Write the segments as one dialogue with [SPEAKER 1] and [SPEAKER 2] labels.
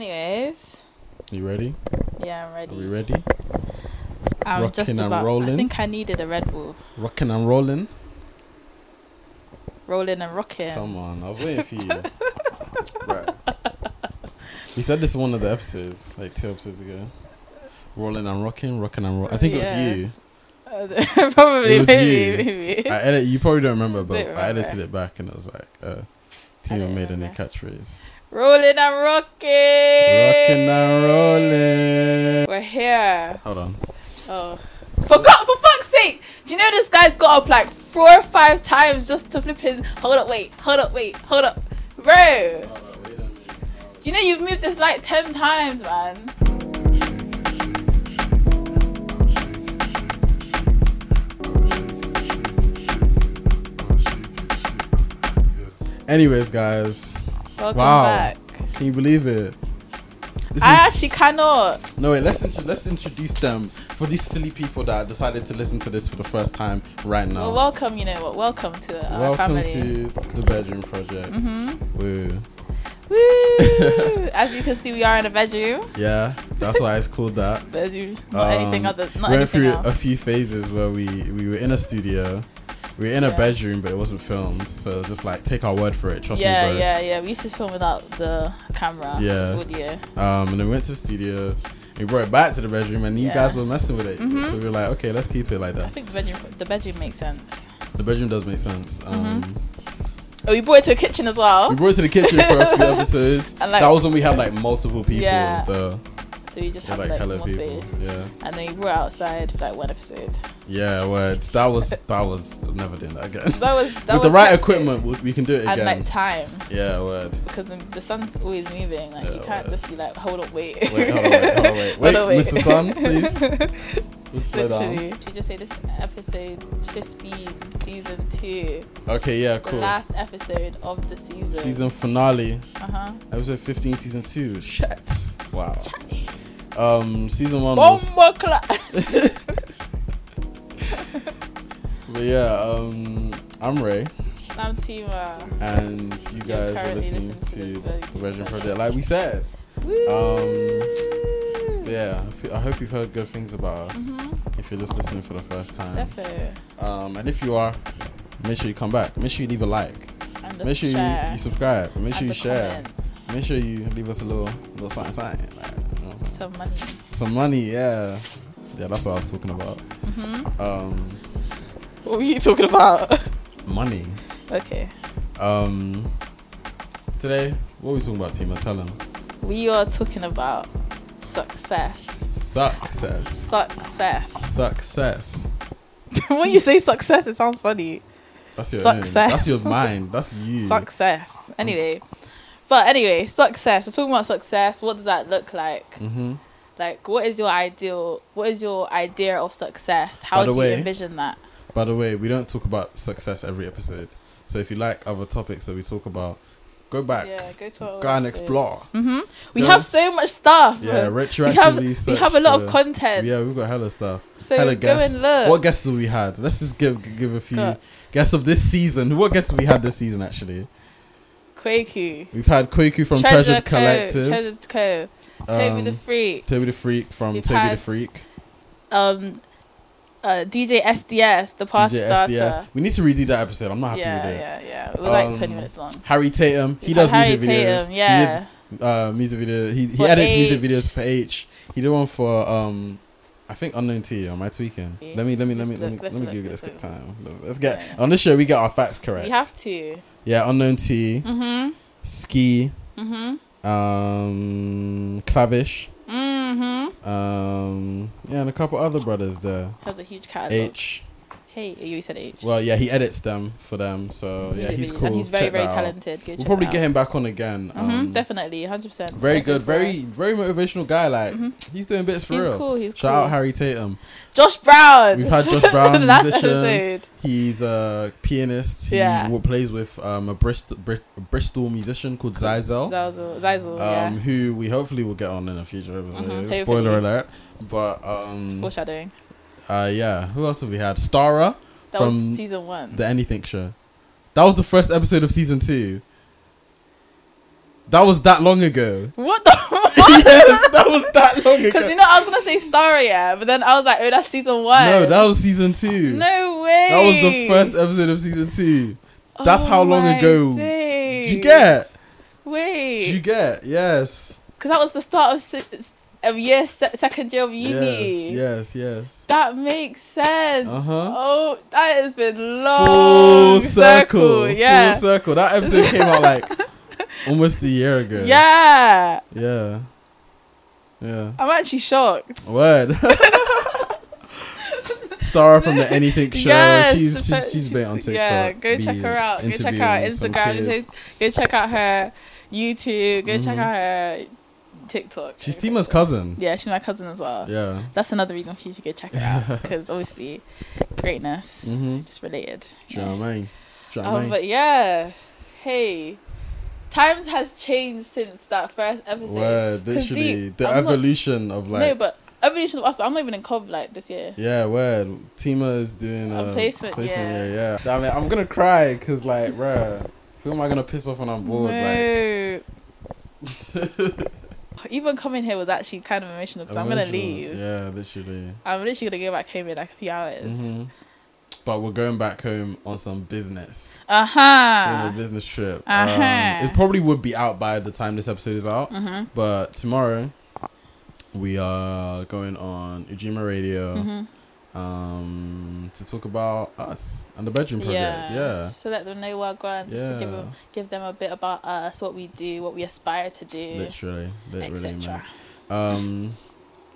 [SPEAKER 1] Anyways,
[SPEAKER 2] You ready?
[SPEAKER 1] yeah, I'm
[SPEAKER 2] Are
[SPEAKER 1] ready.
[SPEAKER 2] we ready?
[SPEAKER 1] I'm
[SPEAKER 2] Rocking
[SPEAKER 1] just
[SPEAKER 2] and
[SPEAKER 1] about. I
[SPEAKER 2] rolling.
[SPEAKER 1] think I needed a Red Bull.
[SPEAKER 2] Rocking and rolling.
[SPEAKER 1] Rolling and rocking.
[SPEAKER 2] Come on, I was waiting for you. right. We said this in one of the episodes, like two episodes ago. Rolling and rocking, rocking and rolling. I think
[SPEAKER 1] Yeah.
[SPEAKER 2] it was you.
[SPEAKER 1] Uh, Probably,
[SPEAKER 2] It was
[SPEAKER 1] maybe,
[SPEAKER 2] you.
[SPEAKER 1] maybe.
[SPEAKER 2] I edit. You probably don't remember, but
[SPEAKER 1] Don't
[SPEAKER 2] I
[SPEAKER 1] remember.
[SPEAKER 2] edited it back, and it was like, uh, Tina
[SPEAKER 1] don't
[SPEAKER 2] made a new
[SPEAKER 1] remember.
[SPEAKER 2] catchphrase.
[SPEAKER 1] Rolling and rocking.
[SPEAKER 2] Rocking and rolling.
[SPEAKER 1] We're here.
[SPEAKER 2] Hold on.
[SPEAKER 1] Oh, for God, for fuck's sake! Do you know this guy's got up like four or five times just to flip his? Hold up, wait, hold up, wait, hold up, bro. Do you know you've moved this light ten times, man?
[SPEAKER 2] Anyways, guys,
[SPEAKER 1] Welcome
[SPEAKER 2] Wow.
[SPEAKER 1] back.
[SPEAKER 2] can you believe it? This
[SPEAKER 1] I
[SPEAKER 2] is-
[SPEAKER 1] actually cannot.
[SPEAKER 2] No, wait, let's, intro- let's introduce them for these silly people that decided to listen to this for the first time right now.
[SPEAKER 1] Well, welcome, you know what? Welcome to our
[SPEAKER 2] Um, Welcome
[SPEAKER 1] family. Mm-hmm.
[SPEAKER 2] to the Bedroom Project. Woo.
[SPEAKER 1] Woo! As you can see, we are in a bedroom.
[SPEAKER 2] Yeah, that's why it's called that.
[SPEAKER 1] Bedroom, not anything
[SPEAKER 2] Um,
[SPEAKER 1] other, not
[SPEAKER 2] we went
[SPEAKER 1] anything
[SPEAKER 2] through
[SPEAKER 1] else.
[SPEAKER 2] a few phases where we, we were in a studio, we were in
[SPEAKER 1] Yeah.
[SPEAKER 2] a bedroom, but it wasn't filmed. So it was just like, take our word for it. Trust
[SPEAKER 1] yeah,
[SPEAKER 2] me, bro.
[SPEAKER 1] yeah, yeah. We used to film without the camera.
[SPEAKER 2] Yeah.
[SPEAKER 1] Just audio.
[SPEAKER 2] Um, and then we went to the studio. We brought it back to the bedroom, and you
[SPEAKER 1] Yeah.
[SPEAKER 2] guys were messing with it.
[SPEAKER 1] Mhm.
[SPEAKER 2] So we were like, okay, let's keep it like
[SPEAKER 1] I
[SPEAKER 2] that.
[SPEAKER 1] think the bedroom, the bedroom makes sense.
[SPEAKER 2] The bedroom does make sense.
[SPEAKER 1] Mm-hmm.
[SPEAKER 2] Um,
[SPEAKER 1] Oh, we brought it to a kitchen as well.
[SPEAKER 2] We brought it to the kitchen for a few episodes.
[SPEAKER 1] And, like-
[SPEAKER 2] that was when we had like multiple people.
[SPEAKER 1] Yeah.
[SPEAKER 2] The,
[SPEAKER 1] so we just
[SPEAKER 2] the,
[SPEAKER 1] have
[SPEAKER 2] like
[SPEAKER 1] like,
[SPEAKER 2] hella
[SPEAKER 1] more
[SPEAKER 2] people.
[SPEAKER 1] space.
[SPEAKER 2] Yeah.
[SPEAKER 1] And then we brought it outside for like one episode.
[SPEAKER 2] Yeah, words. That was that was I'm never doing that again.
[SPEAKER 1] That was that
[SPEAKER 2] With
[SPEAKER 1] was
[SPEAKER 2] the right
[SPEAKER 1] hectic.
[SPEAKER 2] equipment, we, we can do it
[SPEAKER 1] and
[SPEAKER 2] again.
[SPEAKER 1] like time
[SPEAKER 2] yeah, word.
[SPEAKER 1] because the, the sun's always moving. Like you
[SPEAKER 2] Yeah,
[SPEAKER 1] can't
[SPEAKER 2] word.
[SPEAKER 1] just be like, hold up, wait.
[SPEAKER 2] Wait, hold on, wait, hold on, wait. Wait,
[SPEAKER 1] Hold on,
[SPEAKER 2] Mr. Sun, please. Just slow down.
[SPEAKER 1] Literally. Should you just say this is episode 15, season two,
[SPEAKER 2] Okay, yeah,
[SPEAKER 1] the
[SPEAKER 2] cool.
[SPEAKER 1] last episode of the season.
[SPEAKER 2] Season finale,
[SPEAKER 1] Uh huh.
[SPEAKER 2] episode 15, season two. Shit. Wow. Um, season one
[SPEAKER 1] One
[SPEAKER 2] was.
[SPEAKER 1] more clap.
[SPEAKER 2] But yeah, um, I'm Ray,
[SPEAKER 1] I'm
[SPEAKER 2] Um,
[SPEAKER 1] Tima.
[SPEAKER 2] and you
[SPEAKER 1] You're
[SPEAKER 2] guys are
[SPEAKER 1] currently
[SPEAKER 2] listening
[SPEAKER 1] listening to
[SPEAKER 2] to
[SPEAKER 1] the
[SPEAKER 2] the Virgin
[SPEAKER 1] Virgin
[SPEAKER 2] Project. Like we said,
[SPEAKER 1] Woo.
[SPEAKER 2] Um, yeah. I fe- I hope you've heard good things about us.
[SPEAKER 1] Mhm,
[SPEAKER 2] If you're just listening for the first time,
[SPEAKER 1] defo.
[SPEAKER 2] um, and if you are, make sure you come back. Make sure you leave a like.
[SPEAKER 1] And the
[SPEAKER 2] Make sure you,
[SPEAKER 1] share
[SPEAKER 2] you subscribe. Make sure
[SPEAKER 1] and
[SPEAKER 2] you
[SPEAKER 1] the
[SPEAKER 2] share.
[SPEAKER 1] comment.
[SPEAKER 2] Make sure you leave us a little little sign sign. Like, you know what I'm saying?
[SPEAKER 1] Some money.
[SPEAKER 2] Some money, yeah. Yeah, that's what I was talking about.
[SPEAKER 1] hmm
[SPEAKER 2] Um,
[SPEAKER 1] What were you talking about?
[SPEAKER 2] money.
[SPEAKER 1] okay.
[SPEAKER 2] Um, today, what are we talking about, Tima? Tell them.
[SPEAKER 1] We are talking about success.
[SPEAKER 2] Success.
[SPEAKER 1] Success.
[SPEAKER 2] Success.
[SPEAKER 1] when you say success, it sounds funny.
[SPEAKER 2] That's your own.
[SPEAKER 1] Success.
[SPEAKER 2] That's your mind. That's you.
[SPEAKER 1] Success. Anyway. But anyway, success. We're talking about success. What does that look like?
[SPEAKER 2] Mm-hmm.
[SPEAKER 1] Like, what is your ideal? What is your idea of success?
[SPEAKER 2] By
[SPEAKER 1] How
[SPEAKER 2] the
[SPEAKER 1] do
[SPEAKER 2] way-
[SPEAKER 1] you envision that?
[SPEAKER 2] By the way, we don't talk about success every episode. So if you like other topics that we talk about, go back,
[SPEAKER 1] go to our
[SPEAKER 2] go and explore.
[SPEAKER 1] hmm We
[SPEAKER 2] Go-
[SPEAKER 1] have so much stuff.
[SPEAKER 2] Yeah,
[SPEAKER 1] we have,
[SPEAKER 2] retroactively.
[SPEAKER 1] we
[SPEAKER 2] search
[SPEAKER 1] have a lot of
[SPEAKER 2] for-
[SPEAKER 1] content.
[SPEAKER 2] Yeah, we've got hella stuff.
[SPEAKER 1] so
[SPEAKER 2] hella
[SPEAKER 1] go
[SPEAKER 2] guests.
[SPEAKER 1] and look.
[SPEAKER 2] What guests have we had? Let's just give give a few
[SPEAKER 1] Go.
[SPEAKER 2] guests of this season. What guests have we had this season? Actually,
[SPEAKER 1] Quakey.
[SPEAKER 2] we've had Koiku from Treasured
[SPEAKER 1] Co,
[SPEAKER 2] Collective,
[SPEAKER 1] Treasured Co. Toby the
[SPEAKER 2] um,
[SPEAKER 1] Freak.
[SPEAKER 2] Toby the Freak from
[SPEAKER 1] We've
[SPEAKER 2] Toby the
[SPEAKER 1] had
[SPEAKER 2] Freak,
[SPEAKER 1] Um, uh, DJ SDS, the past
[SPEAKER 2] DJ
[SPEAKER 1] starter.
[SPEAKER 2] SDS. We need to redo that episode. I'm not happy
[SPEAKER 1] yeah,
[SPEAKER 2] with it.
[SPEAKER 1] yeah, yeah. It was like 20
[SPEAKER 2] Um,
[SPEAKER 1] minutes long.
[SPEAKER 2] Harry Tatum, he
[SPEAKER 1] We've
[SPEAKER 2] does
[SPEAKER 1] had
[SPEAKER 2] music
[SPEAKER 1] Harry
[SPEAKER 2] videos.
[SPEAKER 1] Tatum,
[SPEAKER 2] He
[SPEAKER 1] Yeah.
[SPEAKER 2] uh music video he, he
[SPEAKER 1] For
[SPEAKER 2] edits music
[SPEAKER 1] H.
[SPEAKER 2] videos for H. He did one for um I think unknown T. Am I tweaking?
[SPEAKER 1] Yeah.
[SPEAKER 2] Let me let me let
[SPEAKER 1] Let's
[SPEAKER 2] me let me
[SPEAKER 1] look,
[SPEAKER 2] let
[SPEAKER 1] let's
[SPEAKER 2] me
[SPEAKER 1] look,
[SPEAKER 2] Google
[SPEAKER 1] let's
[SPEAKER 2] this quick
[SPEAKER 1] look.
[SPEAKER 2] time. Let's, let's get
[SPEAKER 1] Yeah.
[SPEAKER 2] on this show. We get our facts correct.
[SPEAKER 1] We have to.
[SPEAKER 2] yeah, unknown T,
[SPEAKER 1] Mm-hmm.
[SPEAKER 2] ski,
[SPEAKER 1] Mm-hmm.
[SPEAKER 2] um, clavish,
[SPEAKER 1] Mm-hmm.
[SPEAKER 2] um, yeah, and a couple other brothers there.
[SPEAKER 1] Has a huge catalog.
[SPEAKER 2] H.
[SPEAKER 1] Hey, you said H.
[SPEAKER 2] Well, yeah, he edits them for them, so yeah,
[SPEAKER 1] Music
[SPEAKER 2] he's
[SPEAKER 1] video.
[SPEAKER 2] cool.
[SPEAKER 1] And he's very,
[SPEAKER 2] Check
[SPEAKER 1] very
[SPEAKER 2] that out.
[SPEAKER 1] talented. Go
[SPEAKER 2] We'll
[SPEAKER 1] check
[SPEAKER 2] probably
[SPEAKER 1] that
[SPEAKER 2] get
[SPEAKER 1] out.
[SPEAKER 2] him back on again.
[SPEAKER 1] Mhm,
[SPEAKER 2] Um,
[SPEAKER 1] definitely, hundred percent.
[SPEAKER 2] Very good, very very motivational guy. Like he's doing bits for
[SPEAKER 1] Mm-hmm. He's
[SPEAKER 2] real.
[SPEAKER 1] cool. He's
[SPEAKER 2] Shout
[SPEAKER 1] cool.
[SPEAKER 2] out Harry Tatum.
[SPEAKER 1] Josh Brown.
[SPEAKER 2] We've had Josh Brown,
[SPEAKER 1] Last
[SPEAKER 2] musician.
[SPEAKER 1] episode.
[SPEAKER 2] He's a pianist. He
[SPEAKER 1] Yeah.
[SPEAKER 2] wa- plays with um, a Bristol, Bri- Bristol musician called Zyzel,
[SPEAKER 1] Zazzle, Zazzle,
[SPEAKER 2] um,
[SPEAKER 1] yeah.
[SPEAKER 2] who we hopefully will get on in a future episode.
[SPEAKER 1] Mhm,
[SPEAKER 2] Spoiler
[SPEAKER 1] hopefully.
[SPEAKER 2] alert. But um,
[SPEAKER 1] Foreshadowing.
[SPEAKER 2] uh, yeah, who else have we had? Stara,
[SPEAKER 1] That
[SPEAKER 2] from
[SPEAKER 1] was season one.
[SPEAKER 2] the Anything Show. That was the first episode of season two. That was that long ago.
[SPEAKER 1] What the fuck?
[SPEAKER 2] yes, that was that long
[SPEAKER 1] Because
[SPEAKER 2] ago.
[SPEAKER 1] you know I was gonna say Star yeah, but then I was like, oh, that's season one.
[SPEAKER 2] no, that was season two.
[SPEAKER 1] no way.
[SPEAKER 2] That was the first episode of season two. That's how long
[SPEAKER 1] Oh my
[SPEAKER 2] ago.
[SPEAKER 1] days.
[SPEAKER 2] You get? You
[SPEAKER 1] Wait,
[SPEAKER 2] get? Yes.
[SPEAKER 1] because that was the start of si- of year se- second year of uni.
[SPEAKER 2] Yes, yes, yes.
[SPEAKER 1] That makes sense.
[SPEAKER 2] Uh-huh.
[SPEAKER 1] Oh, that has been
[SPEAKER 2] Full
[SPEAKER 1] long
[SPEAKER 2] circle.
[SPEAKER 1] Oh, Yeah.
[SPEAKER 2] Full circle. That episode came out like almost a year ago.
[SPEAKER 1] Yeah.
[SPEAKER 2] Yeah. Yeah.
[SPEAKER 1] I'm actually shocked.
[SPEAKER 2] Word. Star from the Anything show.
[SPEAKER 1] Yes,
[SPEAKER 2] she's,
[SPEAKER 1] but
[SPEAKER 2] she's she's been on TikTok.
[SPEAKER 1] Yeah, go check
[SPEAKER 2] be
[SPEAKER 1] her out. Go check out
[SPEAKER 2] interviewing some
[SPEAKER 1] Instagram.
[SPEAKER 2] kids.
[SPEAKER 1] Go check out her YouTube. Go check
[SPEAKER 2] Mhm.
[SPEAKER 1] out her TikTok.
[SPEAKER 2] She's
[SPEAKER 1] Everything.
[SPEAKER 2] Tima's cousin.
[SPEAKER 1] Yeah, she's my cousin as well.
[SPEAKER 2] Yeah.
[SPEAKER 1] That's another reason for you to go check her out because obviously greatness
[SPEAKER 2] Mm-hmm.
[SPEAKER 1] is related.
[SPEAKER 2] Charmaine.
[SPEAKER 1] Um,
[SPEAKER 2] Charmaine.
[SPEAKER 1] but yeah, hey, times has changed since that first episode.
[SPEAKER 2] Word.
[SPEAKER 1] 'Cause
[SPEAKER 2] Literally.
[SPEAKER 1] the-
[SPEAKER 2] The
[SPEAKER 1] I'm not-
[SPEAKER 2] evolution of like.
[SPEAKER 1] no, but evolution of us. But I'm not even in Cobb like this year.
[SPEAKER 2] Yeah, word. Tima is doing
[SPEAKER 1] A
[SPEAKER 2] uh,
[SPEAKER 1] placement, yeah.
[SPEAKER 2] yeah, yeah. Damn it, I'm gonna cry because, like, bruh, who am I gonna piss off when I'm bored?
[SPEAKER 1] no,
[SPEAKER 2] Like,
[SPEAKER 1] even coming here was actually kind of emotional because I'm gonna
[SPEAKER 2] Emotional.
[SPEAKER 1] leave.
[SPEAKER 2] Yeah, literally.
[SPEAKER 1] I'm literally gonna go back home in like a few hours.
[SPEAKER 2] hmm But we're going back home on some business,
[SPEAKER 1] Uh huh.
[SPEAKER 2] on a business trip. Um,
[SPEAKER 1] Uh-huh.
[SPEAKER 2] it probably would be out by the time this episode is out,
[SPEAKER 1] Mhm.
[SPEAKER 2] but tomorrow we are going on Ujima Radio
[SPEAKER 1] Mhm.
[SPEAKER 2] um, to talk about us and the bedroom project.
[SPEAKER 1] Yeah.
[SPEAKER 2] Yeah,
[SPEAKER 1] So let them know where we're going, just to give them give them a bit about us, what we do, what we aspire to do,
[SPEAKER 2] literally, literally, man.
[SPEAKER 1] etc.
[SPEAKER 2] um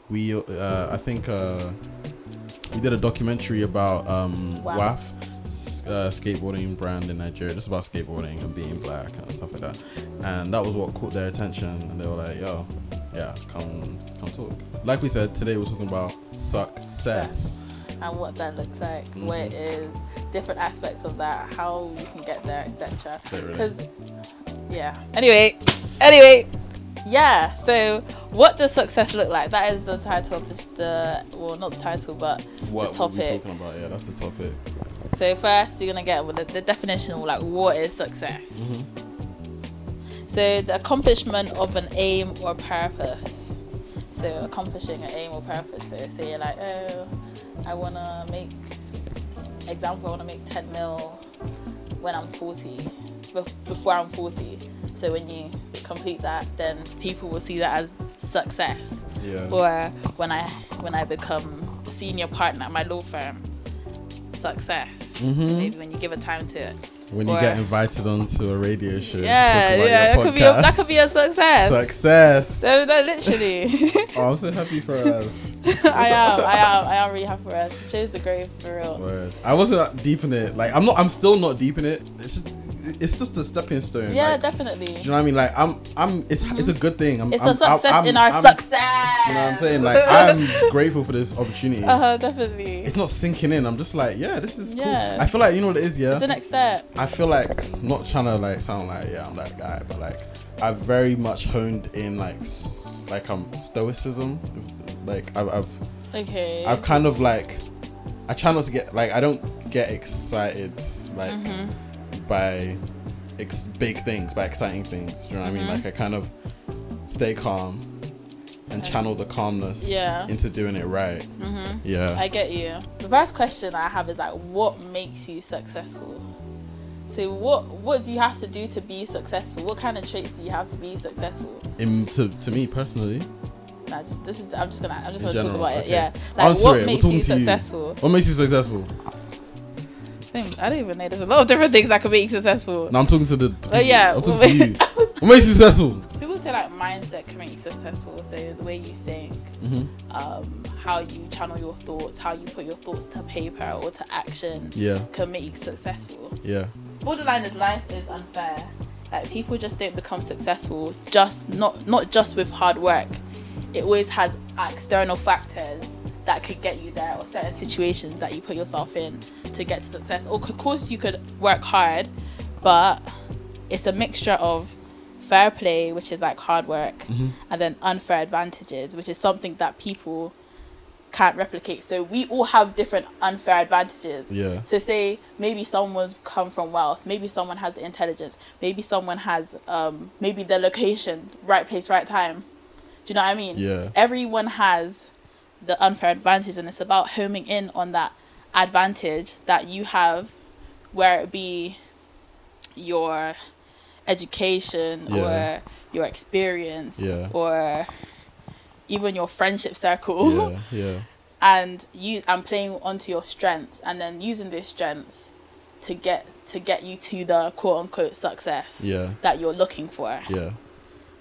[SPEAKER 2] we uh, i think uh we did a documentary about um
[SPEAKER 1] Wow.
[SPEAKER 2] waf s- uh, skateboarding brand in nigeria just about skateboarding and being black and stuff like that and that was what caught their attention and they were like yo yeah come come talk like we said today we're talking about success
[SPEAKER 1] and what that looks like,
[SPEAKER 2] Mm-hmm.
[SPEAKER 1] where it is, different aspects of that, how you can get there, etc.
[SPEAKER 2] Literally.
[SPEAKER 1] Because, yeah. Anyway, anyway, yeah. So, what does success look like? That is the title of this. The well, not the title, but
[SPEAKER 2] what
[SPEAKER 1] the
[SPEAKER 2] we're we
[SPEAKER 1] topic.
[SPEAKER 2] talking about yeah that's the topic
[SPEAKER 1] so first, you're gonna get with the, the definition of like what is success.
[SPEAKER 2] Mhm.
[SPEAKER 1] So the accomplishment of an aim or purpose. So accomplishing an aim or purpose. So say you're like, oh, I wanna make, example, I wanna make 10 mil when I'm 40, bef- before I'm 40. So when you complete that, then people will see that as success.
[SPEAKER 2] yeah
[SPEAKER 1] Or when I when I become senior partner at my law firm, success.
[SPEAKER 2] hmm
[SPEAKER 1] Maybe when you give a time to it.
[SPEAKER 2] when you
[SPEAKER 1] or-
[SPEAKER 2] get invited onto a radio show to
[SPEAKER 1] Yeah,
[SPEAKER 2] talk about
[SPEAKER 1] yeah, that
[SPEAKER 2] your
[SPEAKER 1] could be a,
[SPEAKER 2] podcast.
[SPEAKER 1] that could be a success.
[SPEAKER 2] success
[SPEAKER 1] No, no, literally.
[SPEAKER 2] oh, i'm so happy for us
[SPEAKER 1] I am, I am, I am really happy for us. It shows the growth for real.
[SPEAKER 2] Word. I wasn't that deep in it. Like I'm not. I'm still not deep in it. It's just. It's just a stepping stone.
[SPEAKER 1] Yeah,
[SPEAKER 2] like, Do you
[SPEAKER 1] definitely.
[SPEAKER 2] know what I mean? Like I'm. I'm. It's. It's a good thing. I'm,
[SPEAKER 1] It's
[SPEAKER 2] I'm,
[SPEAKER 1] a success
[SPEAKER 2] I'm-
[SPEAKER 1] in our
[SPEAKER 2] I'm-
[SPEAKER 1] success.
[SPEAKER 2] Do you know what I'm saying? Like I'm grateful for this opportunity.
[SPEAKER 1] Uh huh, definitely.
[SPEAKER 2] It's not sinking in. I'm just like, yeah, this is
[SPEAKER 1] Yeah.
[SPEAKER 2] cool. I feel like you know what it is, yeah.
[SPEAKER 1] It's the next step.
[SPEAKER 2] I feel like not trying to like sound like yeah I'm that guy, but like I've very much honed in like s- like I'm stoicism. Like I've, I've
[SPEAKER 1] Okay.
[SPEAKER 2] I've kind of like I try not to get like I don't get excited like
[SPEAKER 1] Mhm.
[SPEAKER 2] by ex- big things, by exciting things. Do you know what I mean?
[SPEAKER 1] Mm-hmm.
[SPEAKER 2] Like I kind of stay calm and channel the calmness
[SPEAKER 1] Yeah.
[SPEAKER 2] into doing it right.
[SPEAKER 1] Mhm.
[SPEAKER 2] Yeah.
[SPEAKER 1] I get you. The first question I have is like, what makes you successful? So what what do you have to do to be successful? What kind of traits do you have to be successful?
[SPEAKER 2] In, to, to me personally,
[SPEAKER 1] Nah, just, this is I'm just gonna I'm just
[SPEAKER 2] In
[SPEAKER 1] gonna
[SPEAKER 2] general,
[SPEAKER 1] talk about
[SPEAKER 2] okay.
[SPEAKER 1] it. Yeah.
[SPEAKER 2] I'm
[SPEAKER 1] Like
[SPEAKER 2] sorry,
[SPEAKER 1] what
[SPEAKER 2] we're
[SPEAKER 1] makes
[SPEAKER 2] talking
[SPEAKER 1] you
[SPEAKER 2] to you.
[SPEAKER 1] successful?
[SPEAKER 2] what makes you successful?
[SPEAKER 1] Same- I don't even know. There's a lot of different things that could make you successful.
[SPEAKER 2] No, I'm talking to the.
[SPEAKER 1] Oh yeah.
[SPEAKER 2] I'm talking to you. What makes you successful?
[SPEAKER 1] People say like mindset can make you successful. So the way you think,
[SPEAKER 2] hmm
[SPEAKER 1] um, how you channel your thoughts, how you put your thoughts to paper or to action
[SPEAKER 2] Yeah.
[SPEAKER 1] can make you successful.
[SPEAKER 2] Yeah.
[SPEAKER 1] Borderline is life is unfair. Like people just don't become successful just not not just with hard work. It always has uh, external factors that could get you there or certain situations that you put yourself in to get to success. Or of course you could work hard, but it's a mixture of fair play, which is like hard work,
[SPEAKER 2] Mhm.
[SPEAKER 1] and then unfair advantages, which is something that people can't replicate. So we all have different unfair advantages.
[SPEAKER 2] Yeah.
[SPEAKER 1] So say maybe someone's come from wealth, maybe someone has intelligence, maybe someone has um maybe their location, right place, right time. Do you know what I mean?
[SPEAKER 2] Yeah.
[SPEAKER 1] Everyone has the unfair advantage and it's about homing in on that advantage that you have where it be your education
[SPEAKER 2] Yeah.
[SPEAKER 1] or your experience
[SPEAKER 2] Yeah.
[SPEAKER 1] or even your friendship circle
[SPEAKER 2] Yeah. Yeah.
[SPEAKER 1] and use and playing onto your strengths and then using those strengths to get to get you to the quote unquote success
[SPEAKER 2] Yeah.
[SPEAKER 1] that you're looking for.
[SPEAKER 2] Yeah.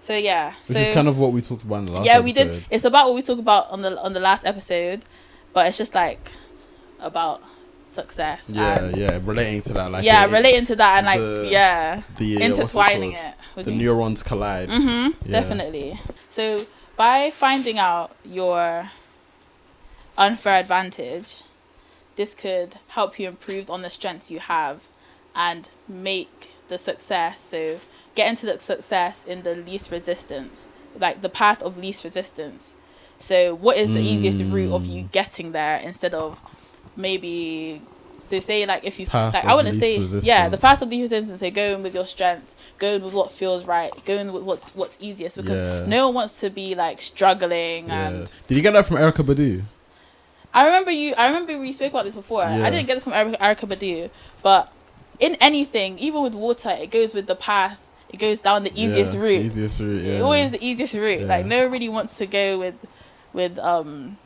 [SPEAKER 1] So yeah.
[SPEAKER 2] Which
[SPEAKER 1] so
[SPEAKER 2] is kind of what we talked about in the last
[SPEAKER 1] yeah,
[SPEAKER 2] episode.
[SPEAKER 1] we did. It's about what we talked about on the on the last episode, but it's just like about success.
[SPEAKER 2] Yeah,
[SPEAKER 1] and,
[SPEAKER 2] yeah, relating to that, like
[SPEAKER 1] Um, yeah,
[SPEAKER 2] it-
[SPEAKER 1] relating to that and like
[SPEAKER 2] the-
[SPEAKER 1] yeah,
[SPEAKER 2] the uh, what's
[SPEAKER 1] intertwining
[SPEAKER 2] called?
[SPEAKER 1] it. With
[SPEAKER 2] The
[SPEAKER 1] you.
[SPEAKER 2] neurons collide.
[SPEAKER 1] Mm-hmm,
[SPEAKER 2] Yeah.
[SPEAKER 1] Definitely. So by finding out your unfair advantage, this could help you improve on the strengths you have and make the success. So get into the success in the least resistance, like the path of least resistance. So what is the easiest route of
[SPEAKER 2] Mm.
[SPEAKER 1] you getting there instead of maybe so say like if you
[SPEAKER 2] Path
[SPEAKER 1] like I
[SPEAKER 2] of
[SPEAKER 1] wouldn't
[SPEAKER 2] least
[SPEAKER 1] say yeah the
[SPEAKER 2] resistance.
[SPEAKER 1] path of least resistance say go in with your strength go in with what feels right go in with what's what's easiest because
[SPEAKER 2] Yeah.
[SPEAKER 1] no one wants to be like struggling
[SPEAKER 2] Yeah.
[SPEAKER 1] and
[SPEAKER 2] Did you get that from Erica Badu?
[SPEAKER 1] I remember you. I remember we spoke about this before.
[SPEAKER 2] Yeah.
[SPEAKER 1] I didn't get this from Erica, Erica Badu, but in anything, even with water, it goes with the path. It goes down the easiest
[SPEAKER 2] Yeah,
[SPEAKER 1] route.
[SPEAKER 2] Easiest route. Yeah.
[SPEAKER 1] Always the easiest route.
[SPEAKER 2] Yeah.
[SPEAKER 1] Like no one really wants to go with, with um,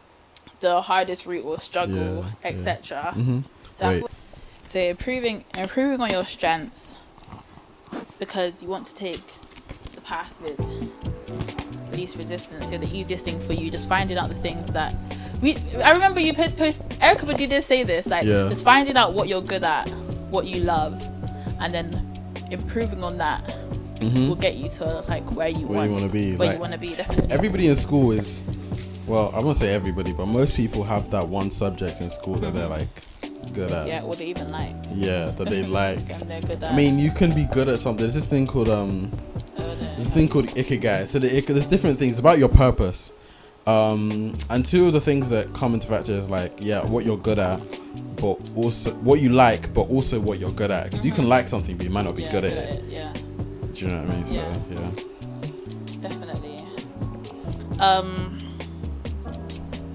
[SPEAKER 1] the hardest route or struggle,
[SPEAKER 2] Yeah, yeah.
[SPEAKER 1] etc.
[SPEAKER 2] hmm
[SPEAKER 1] So, I
[SPEAKER 2] Wait.
[SPEAKER 1] thought- so improving, improving on your strengths, because you want to take the path with least resistance. So the easiest thing for you, just finding out the things that we. I remember you put post Erica, but you did say this, like
[SPEAKER 2] Yeah.
[SPEAKER 1] just finding out what you're good at, what you love, and then improving on that will get you to like where you
[SPEAKER 2] Mm-hmm. Where
[SPEAKER 1] want
[SPEAKER 2] you wanna be,
[SPEAKER 1] where
[SPEAKER 2] like-
[SPEAKER 1] you want to be. Definitely.
[SPEAKER 2] Everybody in school is, well, I won't say everybody, but most people have that one subject in school that they're like good at.
[SPEAKER 1] yeah, or they even like.
[SPEAKER 2] Yeah, that they like.
[SPEAKER 1] and they're good at.
[SPEAKER 2] I mean, you can be good at something. There's this thing called um,
[SPEAKER 1] oh, no.
[SPEAKER 2] this thing called ikigai. So the ik- there's different things about your purpose. Um, and two of the things that come into factor is like, yeah, what you're good at, but also what you like, but also what you're good at. Because you can like something, but you might not be
[SPEAKER 1] yeah,
[SPEAKER 2] good at it.
[SPEAKER 1] Yeah.
[SPEAKER 2] Do you know what I mean? So
[SPEAKER 1] Yeah.
[SPEAKER 2] yeah,
[SPEAKER 1] definitely. Um,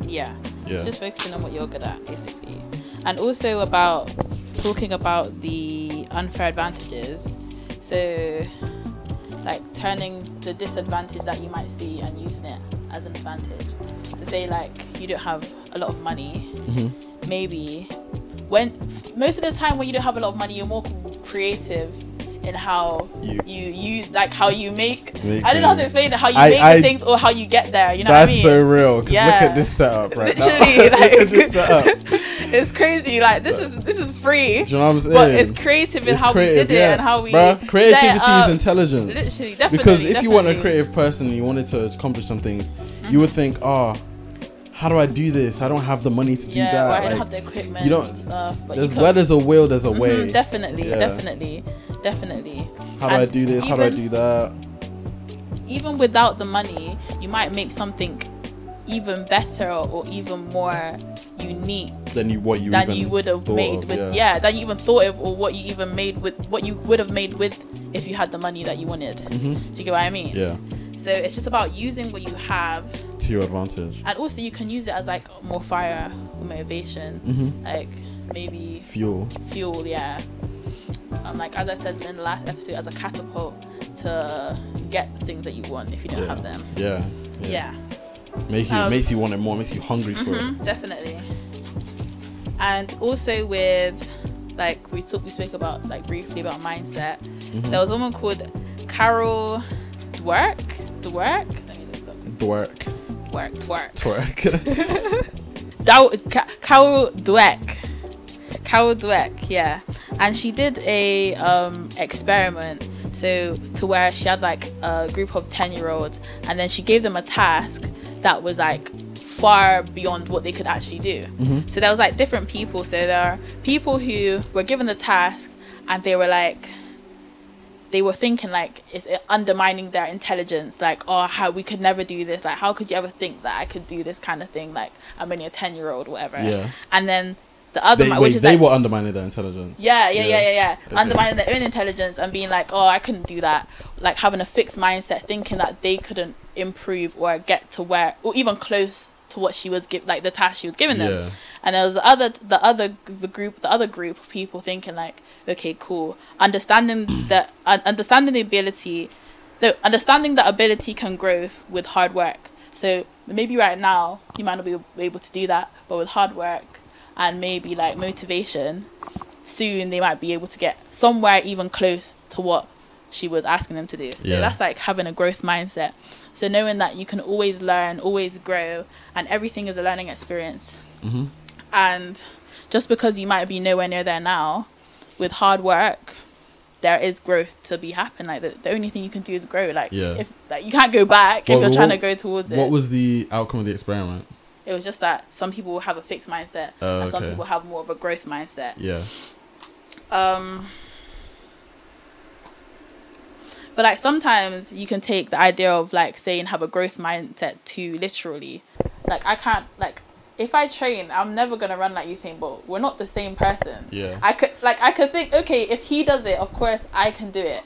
[SPEAKER 1] yeah.
[SPEAKER 2] yeah,
[SPEAKER 1] Just focusing on what you're good at, basically, and also about talking about the unfair advantages. So, like turning the disadvantage that you might see and using it as an advantage. So, say like you don't have a lot of money,
[SPEAKER 2] Mhm.
[SPEAKER 1] maybe when most of the time when you don't have a lot of money, you're more creative in how
[SPEAKER 2] You-
[SPEAKER 1] you you, like how you make.
[SPEAKER 2] Make
[SPEAKER 1] I don't know how to
[SPEAKER 2] moves.
[SPEAKER 1] explain it. How you
[SPEAKER 2] I-
[SPEAKER 1] make
[SPEAKER 2] I-
[SPEAKER 1] the things or how you get there. You know
[SPEAKER 2] That's
[SPEAKER 1] what I
[SPEAKER 2] so
[SPEAKER 1] mean?
[SPEAKER 2] real. Cause look
[SPEAKER 1] Yeah.
[SPEAKER 2] at this setup right now.
[SPEAKER 1] Literally,
[SPEAKER 2] look at this setup.
[SPEAKER 1] like
[SPEAKER 2] Do
[SPEAKER 1] it's crazy. Like this is this is free,
[SPEAKER 2] you know what I'm saying?
[SPEAKER 1] but it's creative in
[SPEAKER 2] It's
[SPEAKER 1] how we
[SPEAKER 2] creative,
[SPEAKER 1] did it
[SPEAKER 2] yeah.
[SPEAKER 1] and how we.
[SPEAKER 2] Bruh,
[SPEAKER 1] set
[SPEAKER 2] creativity
[SPEAKER 1] up.
[SPEAKER 2] is intelligence.
[SPEAKER 1] Literally, definitely.
[SPEAKER 2] because if you weren't a
[SPEAKER 1] definitely. Mm-hmm.
[SPEAKER 2] creative person and you wanted to accomplish some things, you would think, oh, how do I do this? I don't have the money to do
[SPEAKER 1] yeah,
[SPEAKER 2] that.
[SPEAKER 1] Well, I don't
[SPEAKER 2] Like,
[SPEAKER 1] have the equipment.
[SPEAKER 2] you don't-
[SPEAKER 1] and stuff, but you
[SPEAKER 2] there's
[SPEAKER 1] could.
[SPEAKER 2] where there's a will, there's a
[SPEAKER 1] Mhm,
[SPEAKER 2] way.
[SPEAKER 1] Definitely,
[SPEAKER 2] Yeah.
[SPEAKER 1] definitely, definitely.
[SPEAKER 2] How do I
[SPEAKER 1] And
[SPEAKER 2] do this? How do I
[SPEAKER 1] even-
[SPEAKER 2] do that?
[SPEAKER 1] even without the money, you might make something even better or even more unique
[SPEAKER 2] Then you what you
[SPEAKER 1] than
[SPEAKER 2] even
[SPEAKER 1] you would have
[SPEAKER 2] thought
[SPEAKER 1] made
[SPEAKER 2] of,
[SPEAKER 1] with yeah. than you even thought of or what you even made with what you would have made with if you had the money that you wanted. Do you get what I mean?
[SPEAKER 2] Mm-hmm. yeah,
[SPEAKER 1] So it's just about using what you have
[SPEAKER 2] to your advantage.
[SPEAKER 1] and also you can use it as like more fire or motivation.
[SPEAKER 2] Mhm.
[SPEAKER 1] Like maybe
[SPEAKER 2] Fuel.
[SPEAKER 1] fuel, yeah. Um, like as I said in the last episode, as a catapult to get the things that you want if you don't
[SPEAKER 2] Yeah.
[SPEAKER 1] have them.
[SPEAKER 2] Yeah,
[SPEAKER 1] Yeah,
[SPEAKER 2] Make you
[SPEAKER 1] Um,
[SPEAKER 2] makes you want it more. Makes you hungry for it.
[SPEAKER 1] Mhm, definitely. And also with like we talked, we spoke about like briefly about mindset. There was a woman called Carol Dwork. Dwork. Let me look this up.
[SPEAKER 2] Dwork,
[SPEAKER 1] Dwork. Dwork.
[SPEAKER 2] twerk.
[SPEAKER 1] Dow- Ca- Carol Dweck. Carol Dweck, yeah. And she did a um, experiment so to where she had like a group of 10 year olds and then she gave them a task that was like far beyond what they could actually do. So there was like different people. So there are people who were given the task and they were like they were thinking like it's undermining their intelligence like oh how we could never do this like how could you ever think that i could do this kind of thing like i'm only a 10 year old whatever
[SPEAKER 2] Yeah.
[SPEAKER 1] and then the other
[SPEAKER 2] They,
[SPEAKER 1] mi-
[SPEAKER 2] wait,
[SPEAKER 1] which is
[SPEAKER 2] they
[SPEAKER 1] like,
[SPEAKER 2] were undermining their intelligence.
[SPEAKER 1] yeah, yeah, yeah, yeah, yeah.
[SPEAKER 2] Okay.
[SPEAKER 1] Undermining their own intelligence and being like, oh, I couldn't do that. Like having a fixed mindset, thinking that they couldn't improve or get to where, or even close to what she was give, like the task she was giving them.
[SPEAKER 2] Yeah.
[SPEAKER 1] And there was the other, the other, the group, the other group of people thinking like, okay, cool, understanding that, un- understanding the ability, no, understanding that ability can grow with hard work. So maybe right now you might not be able to do that, but with hard work and maybe like motivation, soon they might be able to get somewhere even close to what she was asking them to do. So
[SPEAKER 2] Yeah.
[SPEAKER 1] that's like having a growth mindset. So knowing that you can always learn, always grow, and everything is a learning experience.
[SPEAKER 2] Mhm.
[SPEAKER 1] And just because you might be nowhere near there now, with hard work, there is growth to be happen. Like the, the only thing you can do is grow. Like
[SPEAKER 2] Yeah.
[SPEAKER 1] if like, you can't go back
[SPEAKER 2] Well,
[SPEAKER 1] if you're
[SPEAKER 2] well,
[SPEAKER 1] trying to
[SPEAKER 2] what-
[SPEAKER 1] go towards it.
[SPEAKER 2] What was the outcome of the experiment?
[SPEAKER 1] it was just that some people will have a fixed mindset
[SPEAKER 2] Oh,
[SPEAKER 1] and some
[SPEAKER 2] okay.
[SPEAKER 1] people have more of a growth mindset.
[SPEAKER 2] Yeah.
[SPEAKER 1] Um, but like sometimes you can take the idea of like saying have a growth mindset too literally. Like I can't like if I train, I'm never gonna run like Usain Bolt. We're not the same person.
[SPEAKER 2] Yeah.
[SPEAKER 1] I could like I could think okay if he does it, of course I can do it,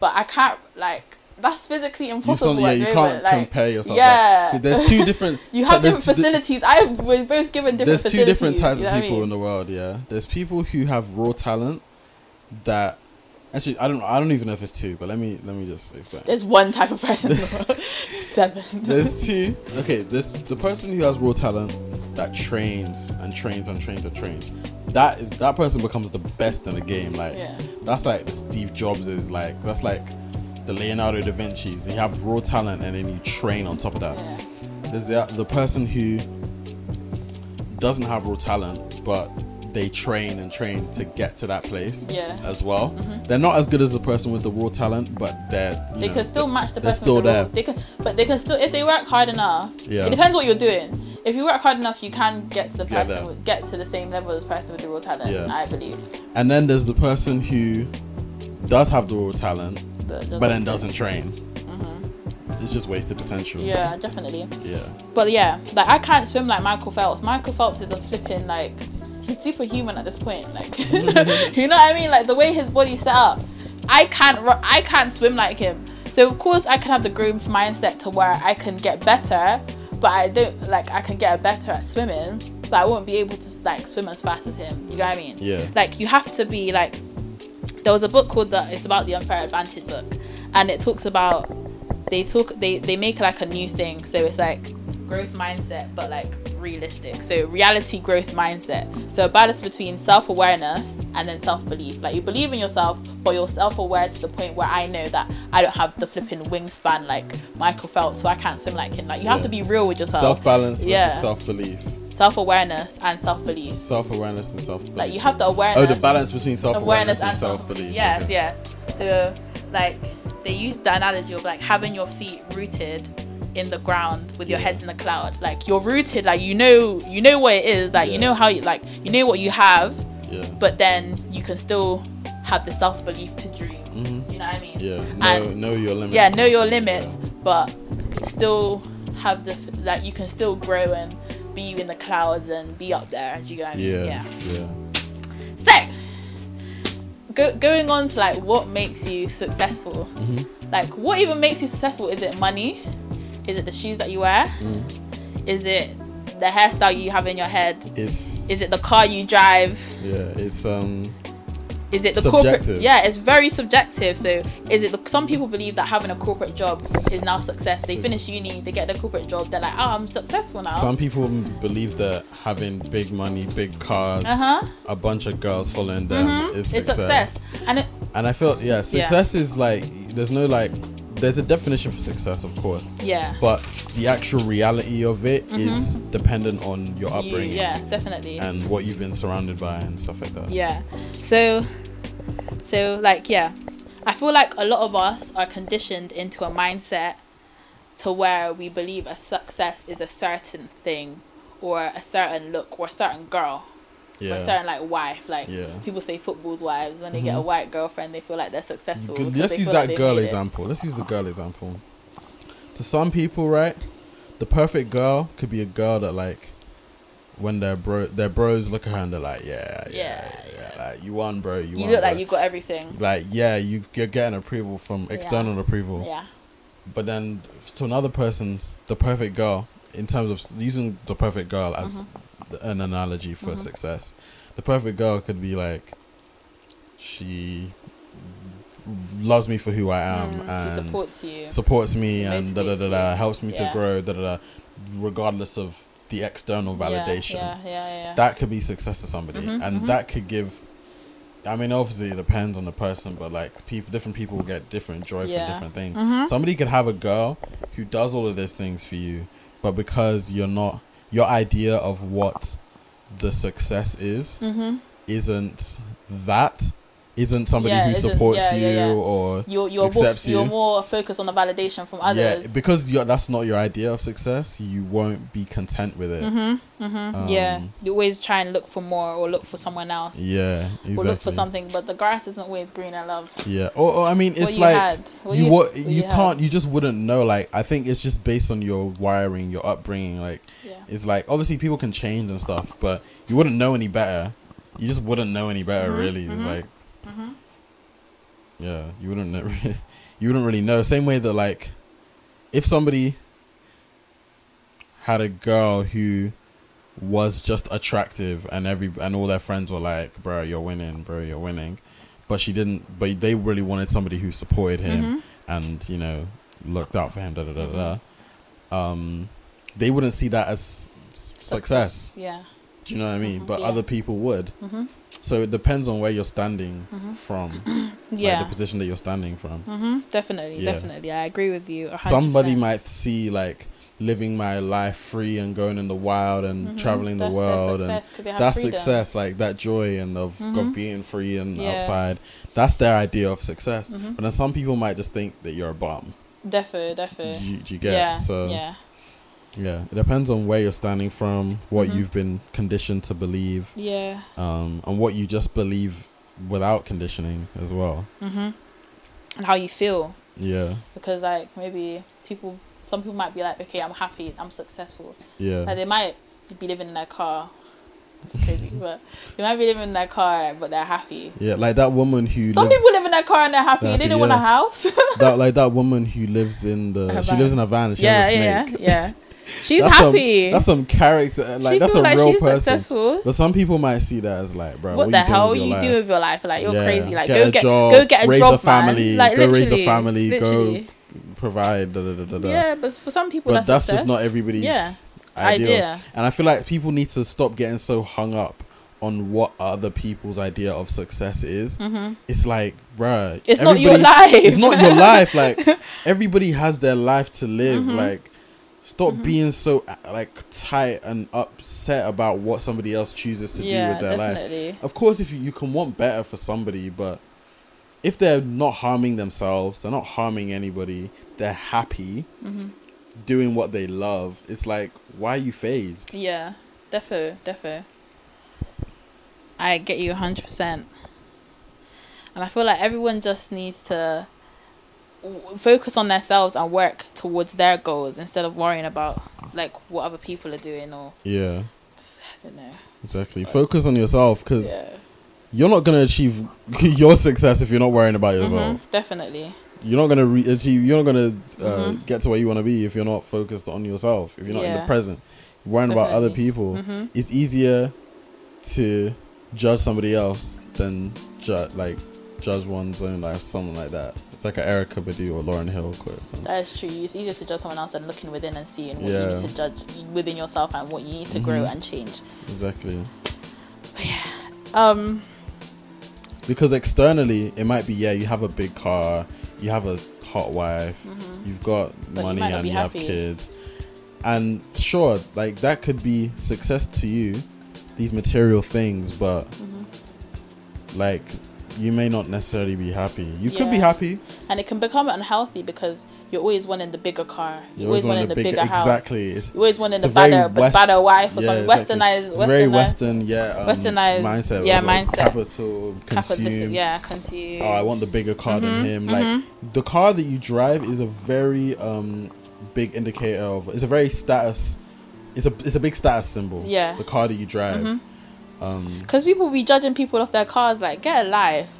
[SPEAKER 1] but I can't like that's physically
[SPEAKER 2] You
[SPEAKER 1] impossible.
[SPEAKER 2] sound, yeah,
[SPEAKER 1] at
[SPEAKER 2] you
[SPEAKER 1] the
[SPEAKER 2] can't
[SPEAKER 1] moment, like,
[SPEAKER 2] compare yourself.
[SPEAKER 1] Yeah.
[SPEAKER 2] Like, there's two different.
[SPEAKER 1] You
[SPEAKER 2] so
[SPEAKER 1] have
[SPEAKER 2] there's
[SPEAKER 1] different
[SPEAKER 2] two-
[SPEAKER 1] facilities. I we're both given different.
[SPEAKER 2] there's two different
[SPEAKER 1] facilities,
[SPEAKER 2] types
[SPEAKER 1] you
[SPEAKER 2] of
[SPEAKER 1] know what I
[SPEAKER 2] people
[SPEAKER 1] mean?
[SPEAKER 2] in the world yeah there's people who have raw talent that actually i don't i don't even know if it's two but let me let me just explain
[SPEAKER 1] There's one type of person. in the world. Seven.
[SPEAKER 2] there's two okay there's the person who has raw talent that trains and trains and trains and trains that is that person becomes the best in the game like
[SPEAKER 1] Yeah.
[SPEAKER 2] that's like the steve jobs is like that's like the leonardo da vinci's you have raw talent and then you train on top of that
[SPEAKER 1] Yeah.
[SPEAKER 2] there's the, the person who doesn't have raw talent, but they train and train to get to that place
[SPEAKER 1] Yeah. Mm-hmm.
[SPEAKER 2] as well. They're not as good as the person with the raw talent, but they're you
[SPEAKER 1] They
[SPEAKER 2] know,
[SPEAKER 1] can still match the
[SPEAKER 2] they're
[SPEAKER 1] person.
[SPEAKER 2] still
[SPEAKER 1] with the
[SPEAKER 2] there.
[SPEAKER 1] role. They can, but they can still if they work hard enough.
[SPEAKER 2] Yeah.
[SPEAKER 1] It depends what you're doing. If you work hard enough, you can get to the
[SPEAKER 2] Get
[SPEAKER 1] person,
[SPEAKER 2] there.
[SPEAKER 1] with, get to the same level as the person with the raw talent.
[SPEAKER 2] Yeah.
[SPEAKER 1] I believe.
[SPEAKER 2] and then there's the person who does have the raw talent,
[SPEAKER 1] But,
[SPEAKER 2] but then doesn't train. It's just wasted potential.
[SPEAKER 1] Mm-hmm. Yeah, definitely.
[SPEAKER 2] Yeah.
[SPEAKER 1] But yeah, like I can't swim like Michael Phelps. Michael Phelps is a flipping like he's superhuman at this point. Like you know what I mean? Like the way his body's set up, I can't ru- I can't swim like him. So of course I can have the growth mindset to where I can get better, but I don't like I can get better at swimming, but I won't be able to like swim as fast as him. You know what I mean?
[SPEAKER 2] Yeah.
[SPEAKER 1] Like you have to be like there was a book called the it's about the unfair advantage book and it talks about they talk they they make like a new thing so it's like growth mindset but like realistic so reality growth mindset so a balance between self-awareness and then self-belief like you believe in yourself but you're self-aware to the point where i know that i don't have the flipping wingspan like michael phelps so i can't swim like him like you have
[SPEAKER 2] Yeah.
[SPEAKER 1] to be real with yourself
[SPEAKER 2] Self balance versus
[SPEAKER 1] Yeah.
[SPEAKER 2] self belief,
[SPEAKER 1] self-awareness and self-belief
[SPEAKER 2] self awareness and self belief.
[SPEAKER 1] like you have the awareness
[SPEAKER 2] oh, the balance between self
[SPEAKER 1] awareness
[SPEAKER 2] awareness
[SPEAKER 1] and
[SPEAKER 2] and self belief.
[SPEAKER 1] Yes, yes. So, like, they use the analogy of like having your feet rooted in the ground with your
[SPEAKER 2] Yeah.
[SPEAKER 1] heads in the cloud. Like you're rooted, like you know, you know what it is. Like
[SPEAKER 2] Yeah.
[SPEAKER 1] you know how you like, you know what you have,
[SPEAKER 2] Yeah.
[SPEAKER 1] but then you can still have the self belief to dream.
[SPEAKER 2] Mhm.
[SPEAKER 1] You know what I mean?
[SPEAKER 2] Yeah. Know,
[SPEAKER 1] And-
[SPEAKER 2] know your limits.
[SPEAKER 1] yeah know your limits but still have the f- like you can still grow and be in the clouds and be up there as you go
[SPEAKER 2] Yeah.
[SPEAKER 1] yeah
[SPEAKER 2] yeah.
[SPEAKER 1] so, go, going on to like what makes you successful.
[SPEAKER 2] Mhm.
[SPEAKER 1] Like, what even makes you successful? Is it money? Is it the shoes that you wear?
[SPEAKER 2] Mm-hmm.
[SPEAKER 1] Is it the hairstyle you have in your head?
[SPEAKER 2] It's
[SPEAKER 1] Is it the car you drive?
[SPEAKER 2] Yeah, it's um
[SPEAKER 1] Is it the corporate?
[SPEAKER 2] Subjective.
[SPEAKER 1] Yeah, it's very subjective. So, is it the, some people believe that having a corporate job is now success? They
[SPEAKER 2] Suc-
[SPEAKER 1] finish uni, they get the corporate job, they're like, oh, I'm successful now.
[SPEAKER 2] some people m- believe that having big money, big cars,
[SPEAKER 1] uh huh.
[SPEAKER 2] a bunch of girls following them
[SPEAKER 1] Mhm.
[SPEAKER 2] is
[SPEAKER 1] It's
[SPEAKER 2] success.
[SPEAKER 1] success. And it,
[SPEAKER 2] And I feel yeah, success is like there's no like there's a definition for success, of course,
[SPEAKER 1] yeah. Mm-hmm.
[SPEAKER 2] but the actual reality of it is dependent on your
[SPEAKER 1] You-
[SPEAKER 2] upbringing
[SPEAKER 1] yeah, definitely.
[SPEAKER 2] and what you've been surrounded by and stuff like that.
[SPEAKER 1] Yeah. So, so like yeah, I feel like a lot of us are conditioned into a mindset to where we believe a success is a certain thing, or a certain look, or a certain girl. for
[SPEAKER 2] Yeah.
[SPEAKER 1] a certain like wife. Like
[SPEAKER 2] Yeah. Mm-hmm.
[SPEAKER 1] people say football's wives when they get a white girlfriend, they feel like they're successful.
[SPEAKER 2] G-
[SPEAKER 1] because
[SPEAKER 2] Let's
[SPEAKER 1] they
[SPEAKER 2] use
[SPEAKER 1] feel like
[SPEAKER 2] that
[SPEAKER 1] they've
[SPEAKER 2] girl
[SPEAKER 1] made it.
[SPEAKER 2] example. Let's use the girl example. To some people, right, the perfect girl could be a girl that like, when their bro their bros look at her and they're like, yeah, yeah,
[SPEAKER 1] Yeah,
[SPEAKER 2] yeah, like you won, bro, you,
[SPEAKER 1] You
[SPEAKER 2] won.
[SPEAKER 1] look
[SPEAKER 2] bro.
[SPEAKER 1] like you got everything.
[SPEAKER 2] like yeah, you you're getting approval from external approval.
[SPEAKER 1] Yeah.
[SPEAKER 2] But then f- to another person's the perfect girl in terms of s- using the perfect girl as th- an analogy for
[SPEAKER 1] Mhm.
[SPEAKER 2] success. The perfect girl could be like she loves me for who I am
[SPEAKER 1] Mm, she
[SPEAKER 2] and supports,
[SPEAKER 1] supports you.
[SPEAKER 2] me and da da
[SPEAKER 1] Motivates
[SPEAKER 2] da da
[SPEAKER 1] you.
[SPEAKER 2] helps me to
[SPEAKER 1] Yeah.
[SPEAKER 2] grow da da da regardless of the external
[SPEAKER 1] Yeah,
[SPEAKER 2] validation.
[SPEAKER 1] Yeah, yeah, yeah. yeah.
[SPEAKER 2] That could be success to somebody
[SPEAKER 1] Mhm,
[SPEAKER 2] and
[SPEAKER 1] mhm.
[SPEAKER 2] that could give I mean obviously it depends on the person but like people different people will get different joy
[SPEAKER 1] Yeah.
[SPEAKER 2] from different things.
[SPEAKER 1] Mhm.
[SPEAKER 2] Somebody could have a girl who does all of those things for you, but because you're not your idea of what the success is
[SPEAKER 1] Mhm.
[SPEAKER 2] isn't that isn't somebody
[SPEAKER 1] Yeah,
[SPEAKER 2] who
[SPEAKER 1] isn't-
[SPEAKER 2] supports
[SPEAKER 1] yeah,
[SPEAKER 2] you
[SPEAKER 1] yeah, yeah.
[SPEAKER 2] or
[SPEAKER 1] You're you're more,
[SPEAKER 2] accepts
[SPEAKER 1] you're
[SPEAKER 2] you.
[SPEAKER 1] more focused on the validation from others.
[SPEAKER 2] yeah because you're, that's not your idea of success you won't be content with it
[SPEAKER 1] Mhm. Mhm. yeah.
[SPEAKER 2] Um,
[SPEAKER 1] You always try and look for more, or look for someone else,
[SPEAKER 2] yeah exactly
[SPEAKER 1] or look for something. But the grass isn't always greener, love.
[SPEAKER 2] yeah or, or i mean
[SPEAKER 1] what
[SPEAKER 2] it's
[SPEAKER 1] you
[SPEAKER 2] like
[SPEAKER 1] had, what
[SPEAKER 2] you what you,
[SPEAKER 1] had.
[SPEAKER 2] can't you just wouldn't know like i think it's just based on your wiring your upbringing like
[SPEAKER 1] Yeah.
[SPEAKER 2] it's like obviously people can change and stuff but you wouldn't know any better you just wouldn't know any better
[SPEAKER 1] Mhm,
[SPEAKER 2] really it's
[SPEAKER 1] mhm.
[SPEAKER 2] like
[SPEAKER 1] Mhm.
[SPEAKER 2] Yeah, you wouldn't know, you wouldn't really know. Same way that like, if somebody had a girl who was just attractive and every and all their friends were like, "Bro, you're winning, bro, you're winning," but she didn't. But they really wanted somebody who supported him
[SPEAKER 1] Mhm.
[SPEAKER 2] and you know looked out for him. Da da da da. da. Um, they wouldn't see that as s- success.
[SPEAKER 1] Yeah.
[SPEAKER 2] Do you know what I mean?
[SPEAKER 1] Mhm,
[SPEAKER 2] But
[SPEAKER 1] yeah.
[SPEAKER 2] other people would.
[SPEAKER 1] Mhm.
[SPEAKER 2] So it depends on where you're standing
[SPEAKER 1] Mhm.
[SPEAKER 2] from,
[SPEAKER 1] Yeah.
[SPEAKER 2] like the position that you're standing from.
[SPEAKER 1] mhm. Definitely.
[SPEAKER 2] Yeah.
[SPEAKER 1] Definitely. I agree with you. a hundred
[SPEAKER 2] somebody
[SPEAKER 1] percent.
[SPEAKER 2] might see like living my life free and going in the wild and
[SPEAKER 1] Mhm.
[SPEAKER 2] traveling the
[SPEAKER 1] That's their
[SPEAKER 2] world and
[SPEAKER 1] success 'cause they have
[SPEAKER 2] that's
[SPEAKER 1] freedom.
[SPEAKER 2] success like that joy and of, of
[SPEAKER 1] Mhm.
[SPEAKER 2] being free and
[SPEAKER 1] Yeah.
[SPEAKER 2] outside that's their idea of success
[SPEAKER 1] Mhm.
[SPEAKER 2] but then some people might just think that you're a bum
[SPEAKER 1] Defo, defo.
[SPEAKER 2] do you, do you get
[SPEAKER 1] yeah,
[SPEAKER 2] so yeah.
[SPEAKER 1] yeah,
[SPEAKER 2] it depends on where you're standing from what
[SPEAKER 1] Mhm.
[SPEAKER 2] you've been conditioned to believe
[SPEAKER 1] yeah.
[SPEAKER 2] um, and what you just believe without conditioning as well
[SPEAKER 1] Mhm. And how you feel,
[SPEAKER 2] yeah
[SPEAKER 1] because like maybe people, some people might be like, okay, I'm happy, I'm successful. Like
[SPEAKER 2] yeah
[SPEAKER 1] they might be living in their car. It's crazy, but they might be living in their car, but they're happy.
[SPEAKER 2] yeah like that woman who
[SPEAKER 1] Some
[SPEAKER 2] lives
[SPEAKER 1] people live in their car and they're happy.
[SPEAKER 2] Happy,
[SPEAKER 1] they don't want a
[SPEAKER 2] yeah.
[SPEAKER 1] house.
[SPEAKER 2] that like that woman who lives in the
[SPEAKER 1] Her
[SPEAKER 2] she
[SPEAKER 1] van.
[SPEAKER 2] lives in a van and she
[SPEAKER 1] yeah,
[SPEAKER 2] has a
[SPEAKER 1] yeah,
[SPEAKER 2] snake.
[SPEAKER 1] yeah. She's
[SPEAKER 2] That's some-
[SPEAKER 1] happy.
[SPEAKER 2] That's some character like
[SPEAKER 1] she
[SPEAKER 2] that's
[SPEAKER 1] feels
[SPEAKER 2] a
[SPEAKER 1] like
[SPEAKER 2] real
[SPEAKER 1] she's
[SPEAKER 2] person.
[SPEAKER 1] successful.
[SPEAKER 2] But some people might see that as like, bro,
[SPEAKER 1] What,
[SPEAKER 2] what,
[SPEAKER 1] the
[SPEAKER 2] you
[SPEAKER 1] hell
[SPEAKER 2] doing with
[SPEAKER 1] you
[SPEAKER 2] your
[SPEAKER 1] do
[SPEAKER 2] life?
[SPEAKER 1] with your life? Like you're
[SPEAKER 2] Yeah.
[SPEAKER 1] crazy. Like
[SPEAKER 2] Get
[SPEAKER 1] go
[SPEAKER 2] a
[SPEAKER 1] get
[SPEAKER 2] job,
[SPEAKER 1] go get a
[SPEAKER 2] raise
[SPEAKER 1] job,
[SPEAKER 2] a
[SPEAKER 1] man.
[SPEAKER 2] family,
[SPEAKER 1] Like
[SPEAKER 2] go raise
[SPEAKER 1] literally,
[SPEAKER 2] a family,
[SPEAKER 1] literally.
[SPEAKER 2] go provide. Da, da, da, da, da.
[SPEAKER 1] Yeah, but for some people
[SPEAKER 2] but that's,
[SPEAKER 1] that's,
[SPEAKER 2] just
[SPEAKER 1] success.
[SPEAKER 2] not everybody's
[SPEAKER 1] Yeah.
[SPEAKER 2] ideal.
[SPEAKER 1] idea.
[SPEAKER 2] And I feel like people need to stop getting so hung up on what other people's idea of success is.
[SPEAKER 1] Mm-hmm.
[SPEAKER 2] It's like, bruh,
[SPEAKER 1] It's not your
[SPEAKER 2] everybody-
[SPEAKER 1] life.
[SPEAKER 2] it's not your life. Like everybody has their life to live.
[SPEAKER 1] Mhm.
[SPEAKER 2] Like stop
[SPEAKER 1] Mhm.
[SPEAKER 2] being so uh, like tight and upset about what somebody else chooses to do with their life.
[SPEAKER 1] definitely.
[SPEAKER 2] Of course, if you, you can want better for somebody, but if they're not harming themselves, they're not harming anybody. They're happy
[SPEAKER 1] Mhm.
[SPEAKER 2] doing what they love. It's like why are you phased?
[SPEAKER 1] Yeah, defo, defo. I get you 100%. And I feel like everyone just needs to w- focus on themselves and work towards their goals instead of worrying about like what other people are doing or
[SPEAKER 2] Yeah,
[SPEAKER 1] I don't know.
[SPEAKER 2] exactly.
[SPEAKER 1] Sucks.
[SPEAKER 2] Focus on yourself because
[SPEAKER 1] Yeah.
[SPEAKER 2] you're not gonna achieve your success if you're not worrying about
[SPEAKER 1] Mhm,
[SPEAKER 2] yourself.
[SPEAKER 1] Definitely.
[SPEAKER 2] you're not gonna re- achieve. You're not gonna uh,
[SPEAKER 1] Mhm.
[SPEAKER 2] get to where you want to be if you're not focused on yourself. If you're not in the
[SPEAKER 1] Yeah.
[SPEAKER 2] present, worrying about other
[SPEAKER 1] Definitely.
[SPEAKER 2] people.
[SPEAKER 1] Mhm.
[SPEAKER 2] It's easier to judge somebody else than ju- like judge one's own life. Something like that. It's like an Erica Badu or Lauren Hill quote. or something.
[SPEAKER 1] That is true. It's easier to judge someone else than looking within and seeing what
[SPEAKER 2] Yeah.
[SPEAKER 1] you need to judge within yourself and what you need to grow
[SPEAKER 2] Mhm.
[SPEAKER 1] and change.
[SPEAKER 2] Exactly.
[SPEAKER 1] Um,
[SPEAKER 2] Because externally, it might be yeah, you have a big car, you have a hot wife,
[SPEAKER 1] mhm.
[SPEAKER 2] you've got
[SPEAKER 1] you
[SPEAKER 2] money
[SPEAKER 1] might not
[SPEAKER 2] and
[SPEAKER 1] be
[SPEAKER 2] you have
[SPEAKER 1] happy.
[SPEAKER 2] kids and sure like that could be success to you these material things but like you may not necessarily be happy you could be
[SPEAKER 1] Mm-hmm. Yeah.
[SPEAKER 2] happy
[SPEAKER 1] and it can become unhealthy because you're always one in the bigger car. You're,
[SPEAKER 2] You're
[SPEAKER 1] always,
[SPEAKER 2] one
[SPEAKER 1] one in the bigger, house.
[SPEAKER 2] Exactly. It's,
[SPEAKER 1] You're always one in
[SPEAKER 2] It's
[SPEAKER 1] the
[SPEAKER 2] a very
[SPEAKER 1] badder,
[SPEAKER 2] West-
[SPEAKER 1] badder wife or
[SPEAKER 2] yeah,
[SPEAKER 1] something.
[SPEAKER 2] exactly.
[SPEAKER 1] Westernized.
[SPEAKER 2] it's very
[SPEAKER 1] westernized-
[SPEAKER 2] Western, yeah. Um,
[SPEAKER 1] Westernized,
[SPEAKER 2] mindset.
[SPEAKER 1] yeah,
[SPEAKER 2] or the
[SPEAKER 1] mindset.
[SPEAKER 2] Capital,
[SPEAKER 1] Capital,
[SPEAKER 2] consume.
[SPEAKER 1] yeah, consume.
[SPEAKER 2] Oh, I want the bigger car
[SPEAKER 1] Mm-hmm,
[SPEAKER 2] than him. Like the car that you drive is a very um big indicator of. It's a very status. It's a it's a big status symbol.
[SPEAKER 1] Yeah. Mm-hmm.
[SPEAKER 2] The car that you drive. Um,
[SPEAKER 1] Because people be judging people off their cars, like get a life.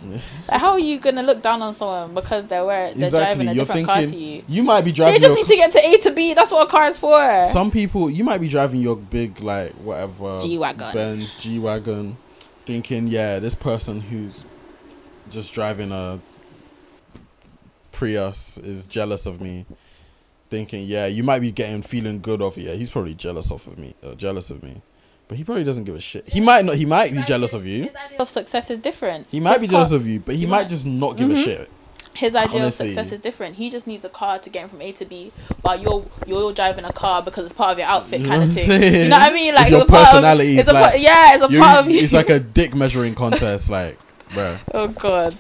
[SPEAKER 1] like, how are you gonna look down on someone because they're wearing, they're
[SPEAKER 2] exactly.
[SPEAKER 1] driving a
[SPEAKER 2] You're
[SPEAKER 1] different
[SPEAKER 2] thinking
[SPEAKER 1] car to you?
[SPEAKER 2] might be
[SPEAKER 1] They
[SPEAKER 2] driving.
[SPEAKER 1] just
[SPEAKER 2] your
[SPEAKER 1] need to get to A to B. That's what a car is for.
[SPEAKER 2] Some people, you might be driving your big, like, whatever.
[SPEAKER 1] G-Wagon.
[SPEAKER 2] Benz, G Wagon, thinking, yeah, this person who's just driving a Prius is jealous of me. Thinking, yeah, you might be getting feeling good off it. Yeah, he's probably jealous off of me, uh, jealous of me. But he probably doesn't give a shit. He might not, he might be jealous of you.
[SPEAKER 1] His idea of success is different.
[SPEAKER 2] He might
[SPEAKER 1] His
[SPEAKER 2] be
[SPEAKER 1] car-
[SPEAKER 2] jealous of you, but he
[SPEAKER 1] he
[SPEAKER 2] might
[SPEAKER 1] might-
[SPEAKER 2] just not give a
[SPEAKER 1] Mhm.
[SPEAKER 2] shit.
[SPEAKER 1] His idea
[SPEAKER 2] Honestly.
[SPEAKER 1] of success is different. He just needs a car to get him from A to B, while you're you're driving a car because it's part of your outfit
[SPEAKER 2] You
[SPEAKER 1] kind
[SPEAKER 2] know
[SPEAKER 1] of
[SPEAKER 2] what I'm
[SPEAKER 1] thing. You
[SPEAKER 2] saying?
[SPEAKER 1] know what I mean?
[SPEAKER 2] It's
[SPEAKER 1] Like
[SPEAKER 2] your
[SPEAKER 1] a part of-
[SPEAKER 2] personality,
[SPEAKER 1] It's
[SPEAKER 2] it's
[SPEAKER 1] a part,
[SPEAKER 2] like-
[SPEAKER 1] yeah, it's a
[SPEAKER 2] You-
[SPEAKER 1] part of you.
[SPEAKER 2] it's like a dick measuring contest, like, bro.
[SPEAKER 1] oh god,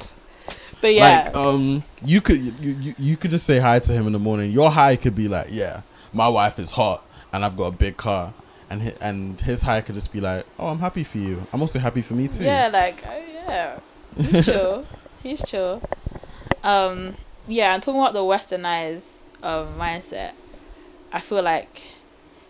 [SPEAKER 1] but yeah,
[SPEAKER 2] Like um, you could you, you you could just say hi to him in the morning. Your hi could be like, yeah, my wife is hot and I've got a big car, and hi, and his hi could just be like, oh, I'm happy for you. I'm also happy for me too.
[SPEAKER 1] yeah, like uh, yeah, he's chill. he's chill. Um, yeah, and talking about the westernized um mindset, I feel like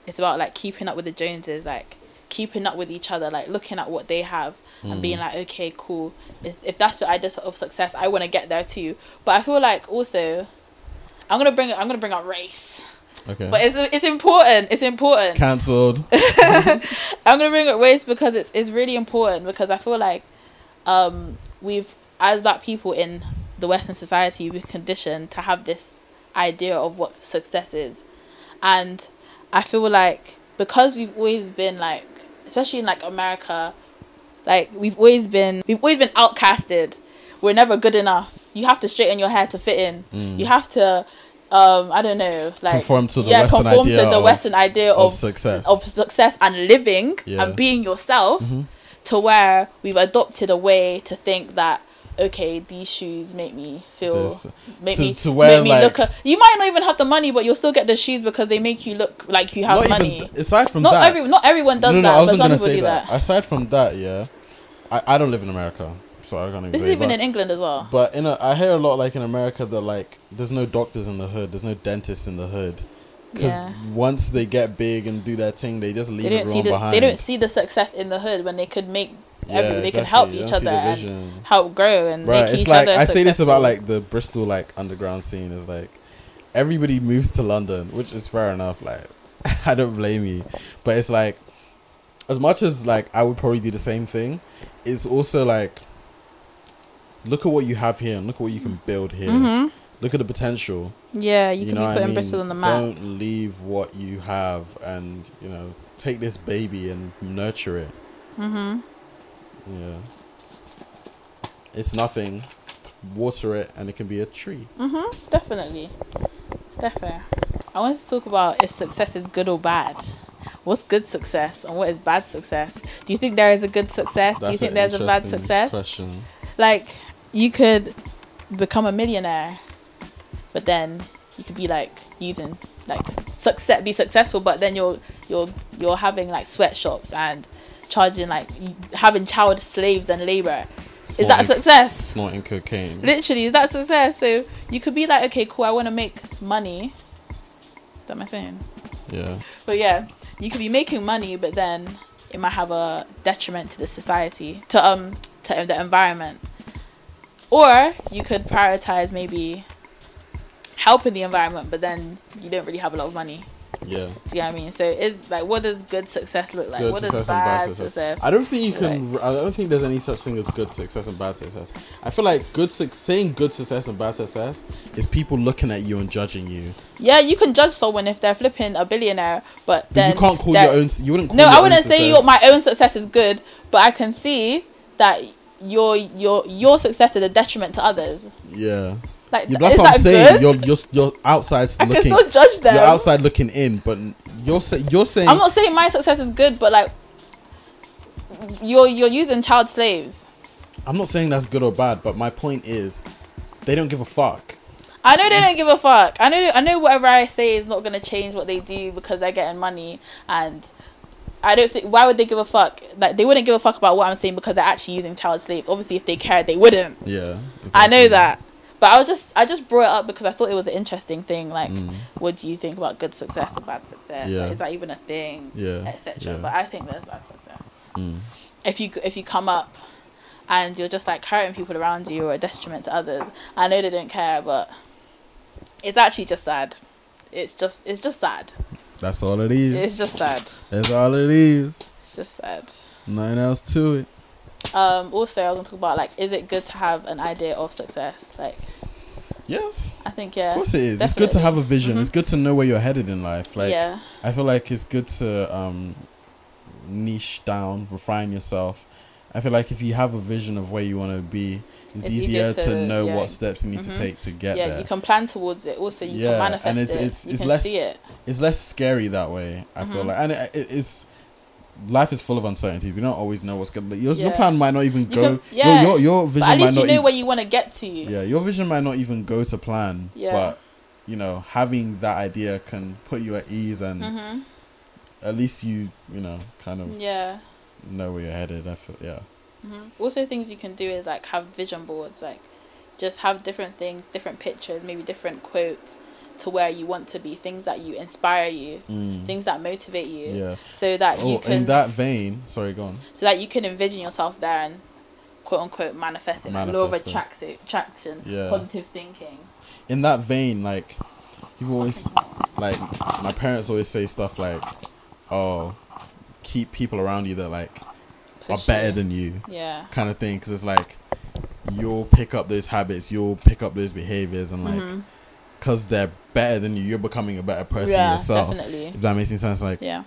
[SPEAKER 1] it's about like keeping up with the Joneses, like keeping up with each other, like looking at what they have. and being like, okay, cool. Is- If that's your idea of success, I want to get there too. But I feel like also, I'm gonna bring I'm gonna bring up race,
[SPEAKER 2] okay,
[SPEAKER 1] but it's it's important. It's important.
[SPEAKER 2] cancelled.
[SPEAKER 1] I'm gonna bring up race because it's it's really important because I feel like um, we've as black people in the Western society we're conditioned to have this idea of what success is, and I feel like because we've always been like, especially in like America, like we've always been we've always been outcasted. We're never good enough. You have to straighten your hair to fit in. You have to, um, I don't know, like
[SPEAKER 2] Mm. Mm-hmm. Conform to the
[SPEAKER 1] yeah,
[SPEAKER 2] Western
[SPEAKER 1] conform to
[SPEAKER 2] idea
[SPEAKER 1] the
[SPEAKER 2] of-
[SPEAKER 1] Western idea
[SPEAKER 2] of
[SPEAKER 1] of
[SPEAKER 2] success.
[SPEAKER 1] of success and living
[SPEAKER 2] Yeah. Mm-hmm.
[SPEAKER 1] and being yourself to where we've adopted a way to think that okay these shoes make me feel
[SPEAKER 2] This-
[SPEAKER 1] make
[SPEAKER 2] to-
[SPEAKER 1] me
[SPEAKER 2] to wear,
[SPEAKER 1] make me
[SPEAKER 2] like-
[SPEAKER 1] look a, you might not even have the money but you'll still get the shoes because they make you look like you have
[SPEAKER 2] Not
[SPEAKER 1] money
[SPEAKER 2] even aside from
[SPEAKER 1] not
[SPEAKER 2] that.
[SPEAKER 1] every not everyone does that but some people do that,
[SPEAKER 2] Aside from that, yeah, I, I don't live in America, so I can't even.
[SPEAKER 1] this is
[SPEAKER 2] say,
[SPEAKER 1] even
[SPEAKER 2] but-
[SPEAKER 1] in England as well
[SPEAKER 2] But in a, I hear a lot like in America that like there's no doctors in the hood, there's no dentists in the hood, because
[SPEAKER 1] Yeah.
[SPEAKER 2] once they get big and do their thing, they just leave
[SPEAKER 1] they don't see
[SPEAKER 2] everyone
[SPEAKER 1] the,
[SPEAKER 2] behind.
[SPEAKER 1] they don't see the success in the hood when they could make
[SPEAKER 2] Yeah,
[SPEAKER 1] every, they could
[SPEAKER 2] exactly.
[SPEAKER 1] help
[SPEAKER 2] You
[SPEAKER 1] each
[SPEAKER 2] don't see
[SPEAKER 1] other
[SPEAKER 2] the
[SPEAKER 1] and
[SPEAKER 2] vision.
[SPEAKER 1] help grow and
[SPEAKER 2] Right,
[SPEAKER 1] make
[SPEAKER 2] it's
[SPEAKER 1] each
[SPEAKER 2] like
[SPEAKER 1] other
[SPEAKER 2] I say this
[SPEAKER 1] successful.
[SPEAKER 2] about like the Bristol like underground scene is like everybody moves to London, which is fair enough. Like I don't blame you, but it's like as much as like I would probably do the same thing. It's also like look at what you have here and look at what you can build here.
[SPEAKER 1] Mhm.
[SPEAKER 2] Look at the potential.
[SPEAKER 1] yeah you, can
[SPEAKER 2] know
[SPEAKER 1] be
[SPEAKER 2] what I
[SPEAKER 1] putting
[SPEAKER 2] mean?
[SPEAKER 1] Bristol on the map
[SPEAKER 2] Don't leave what you have, and you know, take this baby and nurture it.
[SPEAKER 1] hmm
[SPEAKER 2] Yeah, it's nothing. Water it, and it can be a tree.
[SPEAKER 1] Mm-hmm. Definitely. Definitely. I want to talk about if success is good or bad. What's good success and what is bad success? Do you think there is a good success? Do you think
[SPEAKER 2] an
[SPEAKER 1] there's a bad
[SPEAKER 2] interesting
[SPEAKER 1] success?
[SPEAKER 2] Question.
[SPEAKER 1] Like, you could become a millionaire, but then you could be like using like success, be successful, but then you're you're you're having like sweatshops and charging like y- having child slaves and labor. Is that a
[SPEAKER 2] Snorting-
[SPEAKER 1] success?
[SPEAKER 2] Snorting cocaine.
[SPEAKER 1] Literally, is that success? So you could be like, okay, cool, I want to make money. Is that my thing?
[SPEAKER 2] Yeah.
[SPEAKER 1] But yeah, you could be making money, but then it might have a detriment to the society, to um, to the environment. Or you could prioritize maybe helping the environment, but then you don't really have a lot of money. Do you
[SPEAKER 2] Yeah.
[SPEAKER 1] know what I mean? So it's like, what does good success look like?
[SPEAKER 2] Good
[SPEAKER 1] what
[SPEAKER 2] success
[SPEAKER 1] does
[SPEAKER 2] and bad
[SPEAKER 1] bad
[SPEAKER 2] success.
[SPEAKER 1] success?
[SPEAKER 2] I don't think you can. I don't think there's any such thing as good success and bad success. I feel like good suc saying good success and bad success is people looking at you and judging you.
[SPEAKER 1] Yeah, you can judge someone if they're flipping a billionaire, but
[SPEAKER 2] But
[SPEAKER 1] then
[SPEAKER 2] you can't call
[SPEAKER 1] they're-
[SPEAKER 2] your own. You wouldn't. Call
[SPEAKER 1] No,
[SPEAKER 2] your
[SPEAKER 1] I
[SPEAKER 2] own
[SPEAKER 1] wouldn't say your,
[SPEAKER 2] success-
[SPEAKER 1] my own success is good, but I can see that your your your success is a detriment to others.
[SPEAKER 2] Yeah.
[SPEAKER 1] Like
[SPEAKER 2] Yeah,
[SPEAKER 1] th-
[SPEAKER 2] but that's
[SPEAKER 1] is
[SPEAKER 2] what I'm
[SPEAKER 1] that
[SPEAKER 2] saying.
[SPEAKER 1] good?
[SPEAKER 2] You're, you're you're outside
[SPEAKER 1] I can
[SPEAKER 2] looking.
[SPEAKER 1] still judge them.
[SPEAKER 2] You're outside looking in, but you're say, you're saying
[SPEAKER 1] I'm not saying my success is good, but like you're you're using child slaves.
[SPEAKER 2] I'm not saying that's good or bad. But my point is, they don't give a fuck.
[SPEAKER 1] I know they don't give a fuck. I know I know whatever I say is not gonna change what they do because they're getting money and I don't think why would they give a fuck? Like they wouldn't give a fuck about what I'm saying because they're actually using child slaves. Obviously if they cared they wouldn't.
[SPEAKER 2] Yeah.
[SPEAKER 1] I know
[SPEAKER 2] exactly.
[SPEAKER 1] that. But I was just I just brought it up because I thought it was an interesting thing. Like
[SPEAKER 2] Mm.
[SPEAKER 1] what do you think about good success or bad success?
[SPEAKER 2] Yeah.
[SPEAKER 1] Like, is that even a thing?
[SPEAKER 2] Yeah,
[SPEAKER 1] Etc.
[SPEAKER 2] yeah.
[SPEAKER 1] But I think there's bad success.
[SPEAKER 2] Mm.
[SPEAKER 1] If you if you come up and you're just like hurting people around you or a detriment to others, I know they don't care, but it's actually just sad. It's just it's just sad.
[SPEAKER 2] That's all it is.
[SPEAKER 1] It's just sad.
[SPEAKER 2] That's all it is.
[SPEAKER 1] It's just sad.
[SPEAKER 2] Nothing else to it.
[SPEAKER 1] Um, also, I was gonna talk about like, is it good to have an idea of success? Like,
[SPEAKER 2] Yes.
[SPEAKER 1] I think
[SPEAKER 2] Of
[SPEAKER 1] yeah,
[SPEAKER 2] course it is. It's good to
[SPEAKER 1] definitely.
[SPEAKER 2] have a vision.
[SPEAKER 1] Mhm.
[SPEAKER 2] It's good to know where you're headed in life. Like
[SPEAKER 1] yeah,
[SPEAKER 2] I feel like it's good to um, niche down, refine yourself. I feel like if you have a vision of where you want to be, it's,
[SPEAKER 1] It's
[SPEAKER 2] easier,
[SPEAKER 1] easier
[SPEAKER 2] to,
[SPEAKER 1] to-
[SPEAKER 2] know
[SPEAKER 1] yeah.
[SPEAKER 2] what steps you need
[SPEAKER 1] Mhm.
[SPEAKER 2] to take to get
[SPEAKER 1] yeah.
[SPEAKER 2] there.
[SPEAKER 1] You can plan towards it. Also, you
[SPEAKER 2] Yeah,
[SPEAKER 1] can
[SPEAKER 2] and
[SPEAKER 1] manifest
[SPEAKER 2] it's-
[SPEAKER 1] it.
[SPEAKER 2] it's-
[SPEAKER 1] you
[SPEAKER 2] it's
[SPEAKER 1] can
[SPEAKER 2] less-
[SPEAKER 1] see it.
[SPEAKER 2] It's less scary that way. I feel
[SPEAKER 1] Mhm.
[SPEAKER 2] like, and it, it, it's life is full of uncertainty. We don't always know what's going. to Your, your
[SPEAKER 1] Yeah.
[SPEAKER 2] plan might not even
[SPEAKER 1] You
[SPEAKER 2] go.
[SPEAKER 1] can-
[SPEAKER 2] your-
[SPEAKER 1] yeah.
[SPEAKER 2] your your vision
[SPEAKER 1] But at
[SPEAKER 2] might
[SPEAKER 1] least
[SPEAKER 2] not.
[SPEAKER 1] you know
[SPEAKER 2] even-
[SPEAKER 1] where you want to get to. Yeah.
[SPEAKER 2] yeah, your vision might not even go to plan.
[SPEAKER 1] Yeah.
[SPEAKER 2] But you know, having that idea can put you at ease, and
[SPEAKER 1] hmm
[SPEAKER 2] at least you you know kind of
[SPEAKER 1] Yeah.
[SPEAKER 2] know where you're headed. I feel yeah.
[SPEAKER 1] hmm Also, things you can do is like have vision boards, like just have different things, different pictures, maybe different quotes to where you want to be, things that you inspire you,
[SPEAKER 2] Mm.
[SPEAKER 1] things that motivate you,
[SPEAKER 2] Yeah.
[SPEAKER 1] so that you
[SPEAKER 2] Oh,
[SPEAKER 1] can
[SPEAKER 2] in that vein, sorry, go on.
[SPEAKER 1] so that you can envision yourself there and quote unquote manifest it. Like, law of
[SPEAKER 2] Manifest it.
[SPEAKER 1] attract- attraction,
[SPEAKER 2] Yeah.
[SPEAKER 1] positive thinking.
[SPEAKER 2] In that vein, like people always, like my parents always say stuff like, "Oh, keep people around you that like are
[SPEAKER 1] Push
[SPEAKER 2] better
[SPEAKER 1] you.
[SPEAKER 2] than you,"
[SPEAKER 1] Yeah.
[SPEAKER 2] kind of thing. Because it's like you'll pick up those habits, you'll pick up those behaviors, and like
[SPEAKER 1] Mhm.
[SPEAKER 2] because they're better than you, you're becoming a better person
[SPEAKER 1] yeah,
[SPEAKER 2] yourself.
[SPEAKER 1] definitely.
[SPEAKER 2] If that makes any sense, like,
[SPEAKER 1] Yeah.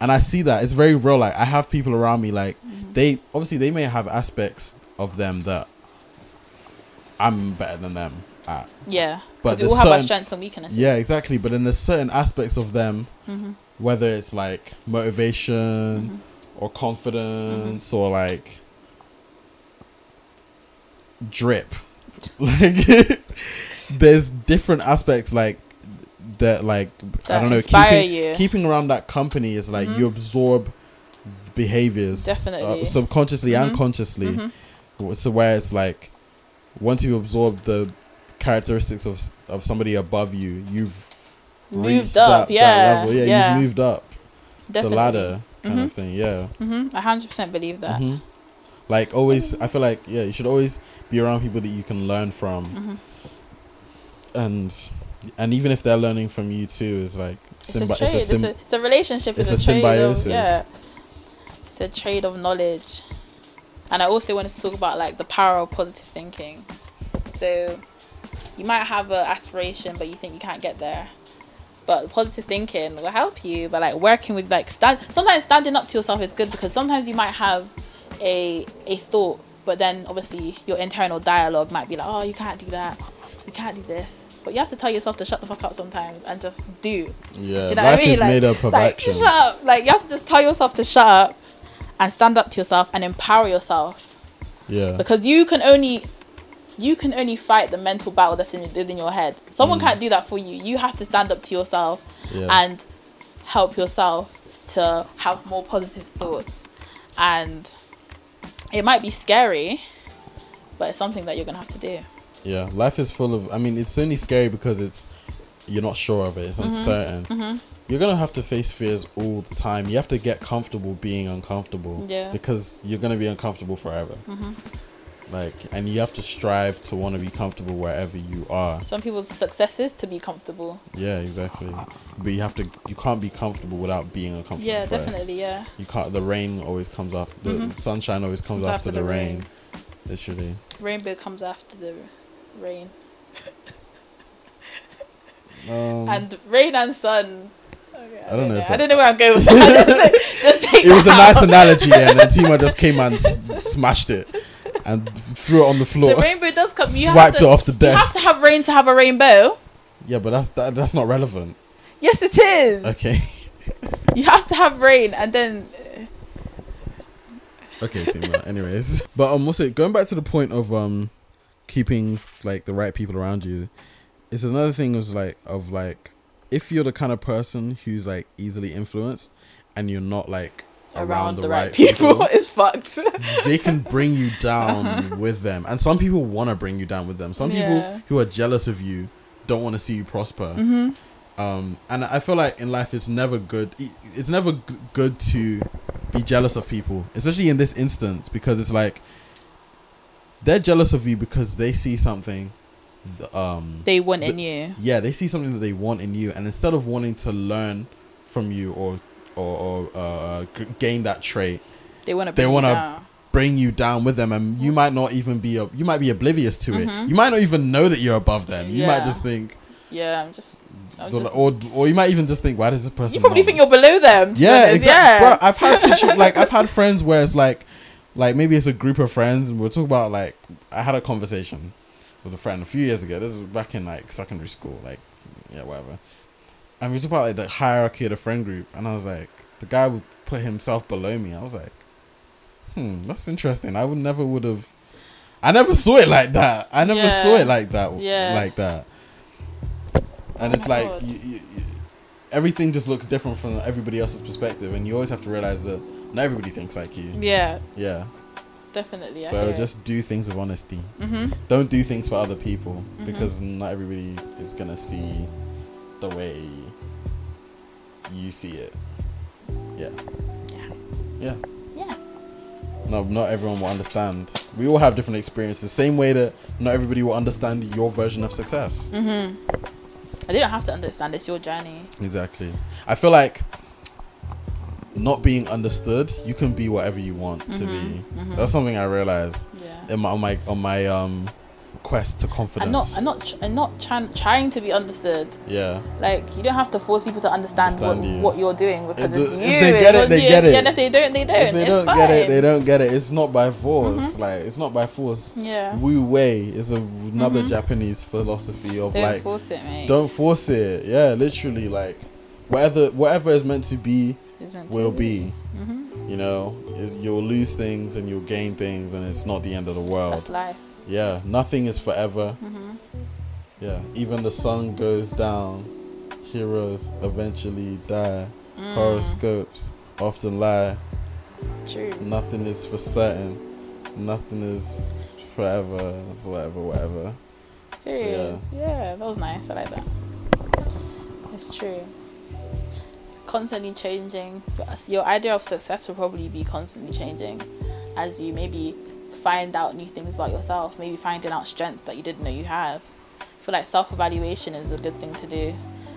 [SPEAKER 2] and I see that it's very real. Like I have people around me, like
[SPEAKER 1] Mhm.
[SPEAKER 2] they obviously they may have aspects of them that I'm better than them at.
[SPEAKER 1] Yeah.
[SPEAKER 2] But
[SPEAKER 1] But we all have
[SPEAKER 2] there's
[SPEAKER 1] our
[SPEAKER 2] certain-
[SPEAKER 1] strengths and weaknesses.
[SPEAKER 2] Yeah, exactly. But then there's certain aspects of them,
[SPEAKER 1] Mhm.
[SPEAKER 2] whether it's like motivation
[SPEAKER 1] Mm-hmm.
[SPEAKER 2] or confidence or like drip, like there's different aspects like that. Like I
[SPEAKER 1] Mm-hmm. That
[SPEAKER 2] don't know,
[SPEAKER 1] inspire
[SPEAKER 2] keeping
[SPEAKER 1] you.
[SPEAKER 2] keeping around that company is like
[SPEAKER 1] Mhm.
[SPEAKER 2] you absorb behaviors uh,
[SPEAKER 1] Definitely.
[SPEAKER 2] subconsciously and
[SPEAKER 1] Mhm.
[SPEAKER 2] consciously.
[SPEAKER 1] Mhm.
[SPEAKER 2] So where it's like, once you absorb the characteristics of s- of somebody above you, you've reached
[SPEAKER 1] Moved up.
[SPEAKER 2] that- that
[SPEAKER 1] yeah.
[SPEAKER 2] level. yeah, You've moved up
[SPEAKER 1] definitely.
[SPEAKER 2] the ladder kind
[SPEAKER 1] Mhm.
[SPEAKER 2] of thing. Yeah.
[SPEAKER 1] Mm-hmm. I hundred percent believe that. Mm-hmm.
[SPEAKER 2] Mhm. Like always, I feel like yeah, you should always be around people that you can learn from,
[SPEAKER 1] Mhm.
[SPEAKER 2] and and even if they're learning from you too, is like
[SPEAKER 1] It's
[SPEAKER 2] symbi-
[SPEAKER 1] a trade. It's a,
[SPEAKER 2] sym-
[SPEAKER 1] it's a relationship. It's,
[SPEAKER 2] it's a
[SPEAKER 1] a,
[SPEAKER 2] symbiosis.
[SPEAKER 1] Trade of, yeah. It's a trade of knowledge. And I also wanted to talk about like the power of positive thinking. So you might have an aspiration, but you think you can't get there. But positive thinking will help you. But like working with like stand sometimes standing up to yourself is good because sometimes you might have a a thought, but then obviously your internal dialogue might be like, oh, you can't do that, you can't do this. But you have to tell yourself to shut the fuck up sometimes and just do.
[SPEAKER 2] yeah.
[SPEAKER 1] You know what I
[SPEAKER 2] Life
[SPEAKER 1] mean?
[SPEAKER 2] is
[SPEAKER 1] Like-
[SPEAKER 2] made up of
[SPEAKER 1] Like,
[SPEAKER 2] action.
[SPEAKER 1] shut up. Like, you have to just tell yourself to shut up and stand up to yourself and empower yourself
[SPEAKER 2] Yeah.
[SPEAKER 1] because you can only you can only fight the mental battle that's in, within your head. Someone
[SPEAKER 2] Mm.
[SPEAKER 1] can't do that for you. You have to stand up to yourself
[SPEAKER 2] Yeah.
[SPEAKER 1] and help yourself to have more positive thoughts. And it might be scary, but it's something that you're gonna have to do.
[SPEAKER 2] yeah. Life is full of. I mean, it's only scary because it's you're not sure of it. It's uncertain. You're gonna have to face fears all the time. You have to get comfortable being uncomfortable.
[SPEAKER 1] Yeah. Mm-hmm.
[SPEAKER 2] Because you're gonna be uncomfortable forever. Like, and you have to strive to want to be comfortable wherever you are.
[SPEAKER 1] Some people's success is to be comfortable.
[SPEAKER 2] Yeah, exactly. But you have to. You can't be comfortable without being uncomfortable.
[SPEAKER 1] Yeah,
[SPEAKER 2] first.
[SPEAKER 1] definitely. Yeah.
[SPEAKER 2] You can't. The rain always comes after. The
[SPEAKER 1] Mhm.
[SPEAKER 2] sunshine always comes after, the, rain. Literally.
[SPEAKER 1] Rainbow comes after the rain.
[SPEAKER 2] Um,
[SPEAKER 1] and rain and sun. Okay,
[SPEAKER 2] I don't know if
[SPEAKER 1] I
[SPEAKER 2] that-
[SPEAKER 1] don't know where I'm going with
[SPEAKER 2] Um,
[SPEAKER 1] that. I don't know. Just take
[SPEAKER 2] it was a
[SPEAKER 1] that
[SPEAKER 2] nice
[SPEAKER 1] out.
[SPEAKER 2] analogy, yeah, and then Tima just came and s- smashed it and threw it on the floor,
[SPEAKER 1] The rainbow does come. You have,
[SPEAKER 2] swiped
[SPEAKER 1] to,
[SPEAKER 2] it off the
[SPEAKER 1] you have
[SPEAKER 2] desk.
[SPEAKER 1] to have rain to have a rainbow.
[SPEAKER 2] Yeah, but that's that, that's not relevant.
[SPEAKER 1] Yes, it is.
[SPEAKER 2] Okay,
[SPEAKER 1] You have to have rain, and then uh,
[SPEAKER 2] okay, Tima. Anyways, but um, what's it? Going back to the point of um, keeping like the right people around you. it's another thing is like of like if you're the kind of person who's like easily influenced and you're not like
[SPEAKER 1] around, the, right, people, is fucked.
[SPEAKER 2] they can bring you down with them. And some people want to bring you down with them. Some
[SPEAKER 1] Yeah.
[SPEAKER 2] people who are jealous of you don't want to see you prosper.
[SPEAKER 1] Mm-hmm.
[SPEAKER 2] Um, and I feel like in life, it's never good. i- It's never g- good to be jealous of people, especially in this instance, because it's like they're jealous of you because they see something. th- Um,
[SPEAKER 1] they want
[SPEAKER 2] The-
[SPEAKER 1] in you.
[SPEAKER 2] yeah, they see something that they want in you, and instead of wanting to learn from you or or, or uh, g- gain that trait,
[SPEAKER 1] They want to.
[SPEAKER 2] they
[SPEAKER 1] They want
[SPEAKER 2] wanna-
[SPEAKER 1] to.
[SPEAKER 2] bring you down with them and you might not even be you might be oblivious to it you might not even know that you're above them you might
[SPEAKER 1] Mm-hmm. Yeah.
[SPEAKER 2] just think
[SPEAKER 1] Yeah, I'm just. I'm just
[SPEAKER 2] or or you might even just think why does this person
[SPEAKER 1] you probably
[SPEAKER 2] want
[SPEAKER 1] think
[SPEAKER 2] me?"
[SPEAKER 1] you're below them. to be
[SPEAKER 2] yeah
[SPEAKER 1] honest.
[SPEAKER 2] exactly
[SPEAKER 1] Yeah.
[SPEAKER 2] Bro, i've had situ- like i've had friends where it's like like maybe it's a group of friends and we're talking about like i had a conversation with a friend a few years ago this was back in like secondary school like yeah whatever and we talked about like the hierarchy of the friend group and i was like the guy would put himself below me i was like hmm that's interesting i would never would have i never saw it like that i never
[SPEAKER 1] Yeah.
[SPEAKER 2] saw it like that
[SPEAKER 1] Yeah.
[SPEAKER 2] like that and
[SPEAKER 1] Oh
[SPEAKER 2] it's
[SPEAKER 1] my
[SPEAKER 2] like
[SPEAKER 1] God.
[SPEAKER 2] you, you, you- everything just looks different from everybody else's perspective and you always have to realize that not everybody thinks like you
[SPEAKER 1] Yeah,
[SPEAKER 2] yeah,
[SPEAKER 1] definitely. I
[SPEAKER 2] so
[SPEAKER 1] hear it.
[SPEAKER 2] just do things with honesty
[SPEAKER 1] Mhm.
[SPEAKER 2] don't do things for other people
[SPEAKER 1] Mhm.
[SPEAKER 2] because not everybody is gonna see the way you see it yeah
[SPEAKER 1] Yeah.
[SPEAKER 2] yeah
[SPEAKER 1] Yeah.
[SPEAKER 2] no not everyone will understand we all have different experiences same way that not everybody will understand your version of success
[SPEAKER 1] Mhm. I didn't have to understand. It's your journey.
[SPEAKER 2] Exactly. I feel like not being understood, you can be whatever you want to be.
[SPEAKER 1] mhm.
[SPEAKER 2] That's something I realized
[SPEAKER 1] Yeah.
[SPEAKER 2] in my on my on my um quest to
[SPEAKER 1] I'm
[SPEAKER 2] confidence.
[SPEAKER 1] not. I'm not. tr- I'm not trying trying to be understood.
[SPEAKER 2] Yeah.
[SPEAKER 1] Like you don't have to force people to understand,
[SPEAKER 2] Understand
[SPEAKER 1] what,
[SPEAKER 2] you.
[SPEAKER 1] what you're doing because
[SPEAKER 2] If
[SPEAKER 1] it's
[SPEAKER 2] the-
[SPEAKER 1] you.
[SPEAKER 2] if they
[SPEAKER 1] it's
[SPEAKER 2] get it,
[SPEAKER 1] on
[SPEAKER 2] they
[SPEAKER 1] you.
[SPEAKER 2] get it.
[SPEAKER 1] Yeah, and if they don't, they don't.
[SPEAKER 2] If they
[SPEAKER 1] it's
[SPEAKER 2] don't
[SPEAKER 1] fine. Mm-hmm.
[SPEAKER 2] get it, they don't get it. It's not by force. Like it's not by force.
[SPEAKER 1] Yeah.
[SPEAKER 2] Wu Wei is a, another
[SPEAKER 1] Mhm.
[SPEAKER 2] Japanese philosophy of
[SPEAKER 1] Don't
[SPEAKER 2] like
[SPEAKER 1] force it, mate.
[SPEAKER 2] don't force it. Yeah, literally like whatever whatever is meant to be
[SPEAKER 1] It's meant to
[SPEAKER 2] will be. Mm-hmm.
[SPEAKER 1] Mhm.
[SPEAKER 2] You know, is you'll lose things and you'll gain things, and it's not the end of the world.
[SPEAKER 1] That's life.
[SPEAKER 2] Yeah, nothing is forever.
[SPEAKER 1] Mhm.
[SPEAKER 2] Yeah, even the sun goes down. Heroes eventually die.
[SPEAKER 1] Mm.
[SPEAKER 2] Horoscopes often lie.
[SPEAKER 1] True.
[SPEAKER 2] Nothing is for certain. Nothing is forever. It's whatever, whatever.
[SPEAKER 1] Period. Yeah. that was nice. I like that. It's true. Constantly changing. Your idea of success will probably be constantly changing as you maybe find out new things about yourself, maybe finding out strengths that you didn't know you have. I feel like self evaluation is a good thing to do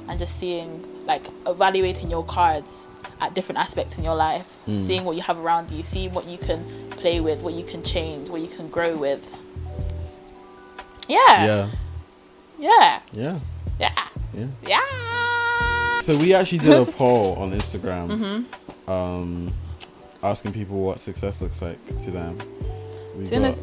[SPEAKER 1] and just seeing, like, evaluating your cards at different aspects in your life,
[SPEAKER 2] Mm.
[SPEAKER 1] seeing what you have around you, seeing what you can play with, what you can change, what you can grow with.
[SPEAKER 2] Yeah,
[SPEAKER 1] Yeah.
[SPEAKER 2] yeah,
[SPEAKER 1] Yeah.
[SPEAKER 2] yeah.
[SPEAKER 1] Yeah.
[SPEAKER 2] So we actually did a poll on Instagram,
[SPEAKER 1] Mm-hmm.
[SPEAKER 2] um, asking people what success looks like to them. We
[SPEAKER 1] Soon
[SPEAKER 2] got,
[SPEAKER 1] as,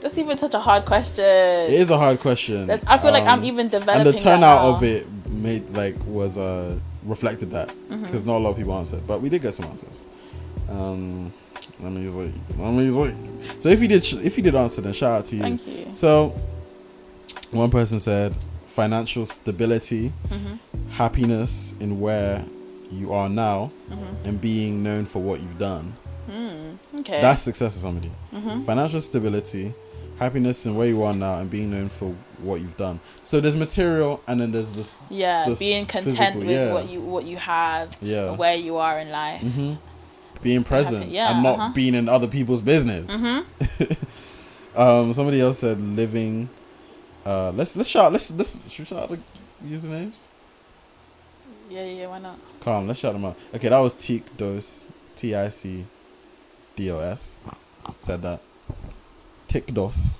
[SPEAKER 1] that's even such a hard question.
[SPEAKER 2] it is a hard question.
[SPEAKER 1] That's- I feel like I'm
[SPEAKER 2] Um,
[SPEAKER 1] even
[SPEAKER 2] and
[SPEAKER 1] developing.
[SPEAKER 2] the turnout
[SPEAKER 1] right now.
[SPEAKER 2] of it made like was uh reflected that
[SPEAKER 1] Mm-hmm.
[SPEAKER 2] because not a lot of people answered but we did get some answers um i mean he's like i mean he's like so if you did sh- if you did answer then shout out to you
[SPEAKER 1] Thank you.
[SPEAKER 2] so one person said financial stability
[SPEAKER 1] Mhm.
[SPEAKER 2] happiness in where you are now
[SPEAKER 1] Mm-hmm.
[SPEAKER 2] and being known for what you've done
[SPEAKER 1] Mm, okay.
[SPEAKER 2] that's success to somebody
[SPEAKER 1] Mhm.
[SPEAKER 2] financial stability, happiness in where you are now, and being known for what you've done. So there's material, and then there's this.
[SPEAKER 1] yeah,
[SPEAKER 2] just
[SPEAKER 1] being content
[SPEAKER 2] physical,
[SPEAKER 1] with
[SPEAKER 2] yeah.
[SPEAKER 1] what you what you have,
[SPEAKER 2] Yeah.
[SPEAKER 1] where you are in life.
[SPEAKER 2] hmm Being present
[SPEAKER 1] yeah,
[SPEAKER 2] and not
[SPEAKER 1] uh-huh.
[SPEAKER 2] being in other people's business.
[SPEAKER 1] Mhm. Mm-hmm.
[SPEAKER 2] um, somebody else said living. Uh, let's let's shout let's let's should we shout out the usernames.
[SPEAKER 1] Yeah, yeah. Why not?
[SPEAKER 2] Calm. Let's shout them out. Okay, that was Teak Dos. T I C D O S. Said that. Tick Dos.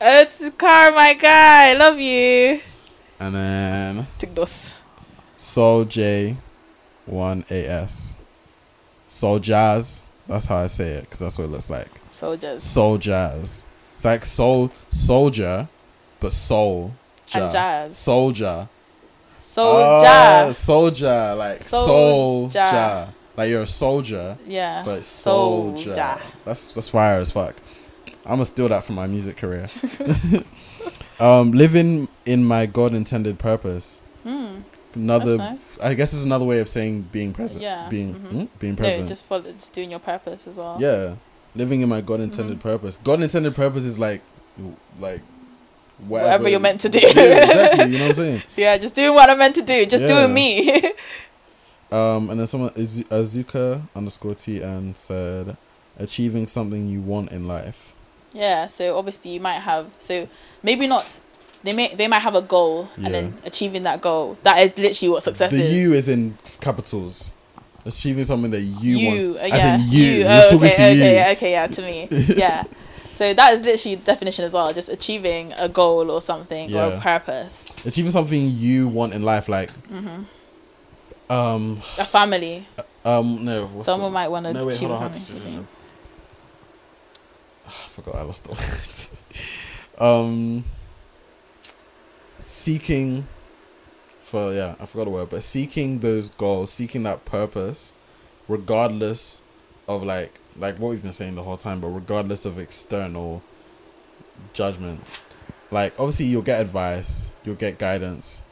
[SPEAKER 1] It's car, my guy. Love you.
[SPEAKER 2] And then
[SPEAKER 1] Take those.
[SPEAKER 2] Soul J, one AS. Soul Jazz. That's how I say it because that's what it looks like.
[SPEAKER 1] Soldiers
[SPEAKER 2] Soul Jazz. It's like soul soldier, but soul.
[SPEAKER 1] and jazz.
[SPEAKER 2] Soldier. Ah,
[SPEAKER 1] Soldier.
[SPEAKER 2] soldier. Like soul
[SPEAKER 1] Soul
[SPEAKER 2] soldier.
[SPEAKER 1] jar.
[SPEAKER 2] Like you're a soldier,
[SPEAKER 1] yeah.
[SPEAKER 2] but
[SPEAKER 1] Soul
[SPEAKER 2] soldier.
[SPEAKER 1] jar.
[SPEAKER 2] That's that's fire as fuck. I'm gonna steal that from my music career. Um, living in my God intended purpose.
[SPEAKER 1] Hmm.
[SPEAKER 2] Another,
[SPEAKER 1] That's
[SPEAKER 2] I guess, is another way of saying being present.
[SPEAKER 1] Yeah,
[SPEAKER 2] Being
[SPEAKER 1] mhm.
[SPEAKER 2] hmm? being present.
[SPEAKER 1] No, just follow, just doing your purpose as well. Mm-hmm.
[SPEAKER 2] yeah, living in my God intended purpose. God intended purpose is like, like,
[SPEAKER 1] Whatever,
[SPEAKER 2] whatever,
[SPEAKER 1] you're meant to do.
[SPEAKER 2] Yeah, exactly. You know what I'm saying.
[SPEAKER 1] Yeah, just doing what I'm meant to do. Just
[SPEAKER 2] Yeah.
[SPEAKER 1] doing me.
[SPEAKER 2] Um, and then someone Az- Azuka underscore T and said, achieving something you want in life.
[SPEAKER 1] yeah. So obviously you might have. So maybe not. They may they might have a goal
[SPEAKER 2] Yeah.
[SPEAKER 1] and then achieving that goal. That is literally what success
[SPEAKER 2] the
[SPEAKER 1] is.
[SPEAKER 2] you is in capitals. Achieving something that you, want,
[SPEAKER 1] uh,
[SPEAKER 2] as
[SPEAKER 1] yeah,
[SPEAKER 2] in you.
[SPEAKER 1] You.
[SPEAKER 2] He's
[SPEAKER 1] Oh,
[SPEAKER 2] talking
[SPEAKER 1] okay,
[SPEAKER 2] to
[SPEAKER 1] okay,
[SPEAKER 2] you.
[SPEAKER 1] Yeah, okay, yeah, to me. yeah. So that is literally the definition as well. Just achieving a goal or something or
[SPEAKER 2] Yeah.
[SPEAKER 1] a purpose. Mm-hmm.
[SPEAKER 2] Achieving something you want in life, like, um,
[SPEAKER 1] A family.
[SPEAKER 2] um, no. What's
[SPEAKER 1] Someone
[SPEAKER 2] the,
[SPEAKER 1] might want to
[SPEAKER 2] no, wait,
[SPEAKER 1] achieve
[SPEAKER 2] hold on. I
[SPEAKER 1] a
[SPEAKER 2] had
[SPEAKER 1] family.
[SPEAKER 2] to- I forgot. I lost the word. um, seeking for yeah, I forgot the word, but seeking those goals, seeking that purpose, regardless of like like what we've been saying the whole time, but regardless of external judgment. Like obviously you'll get advice, you'll get guidance,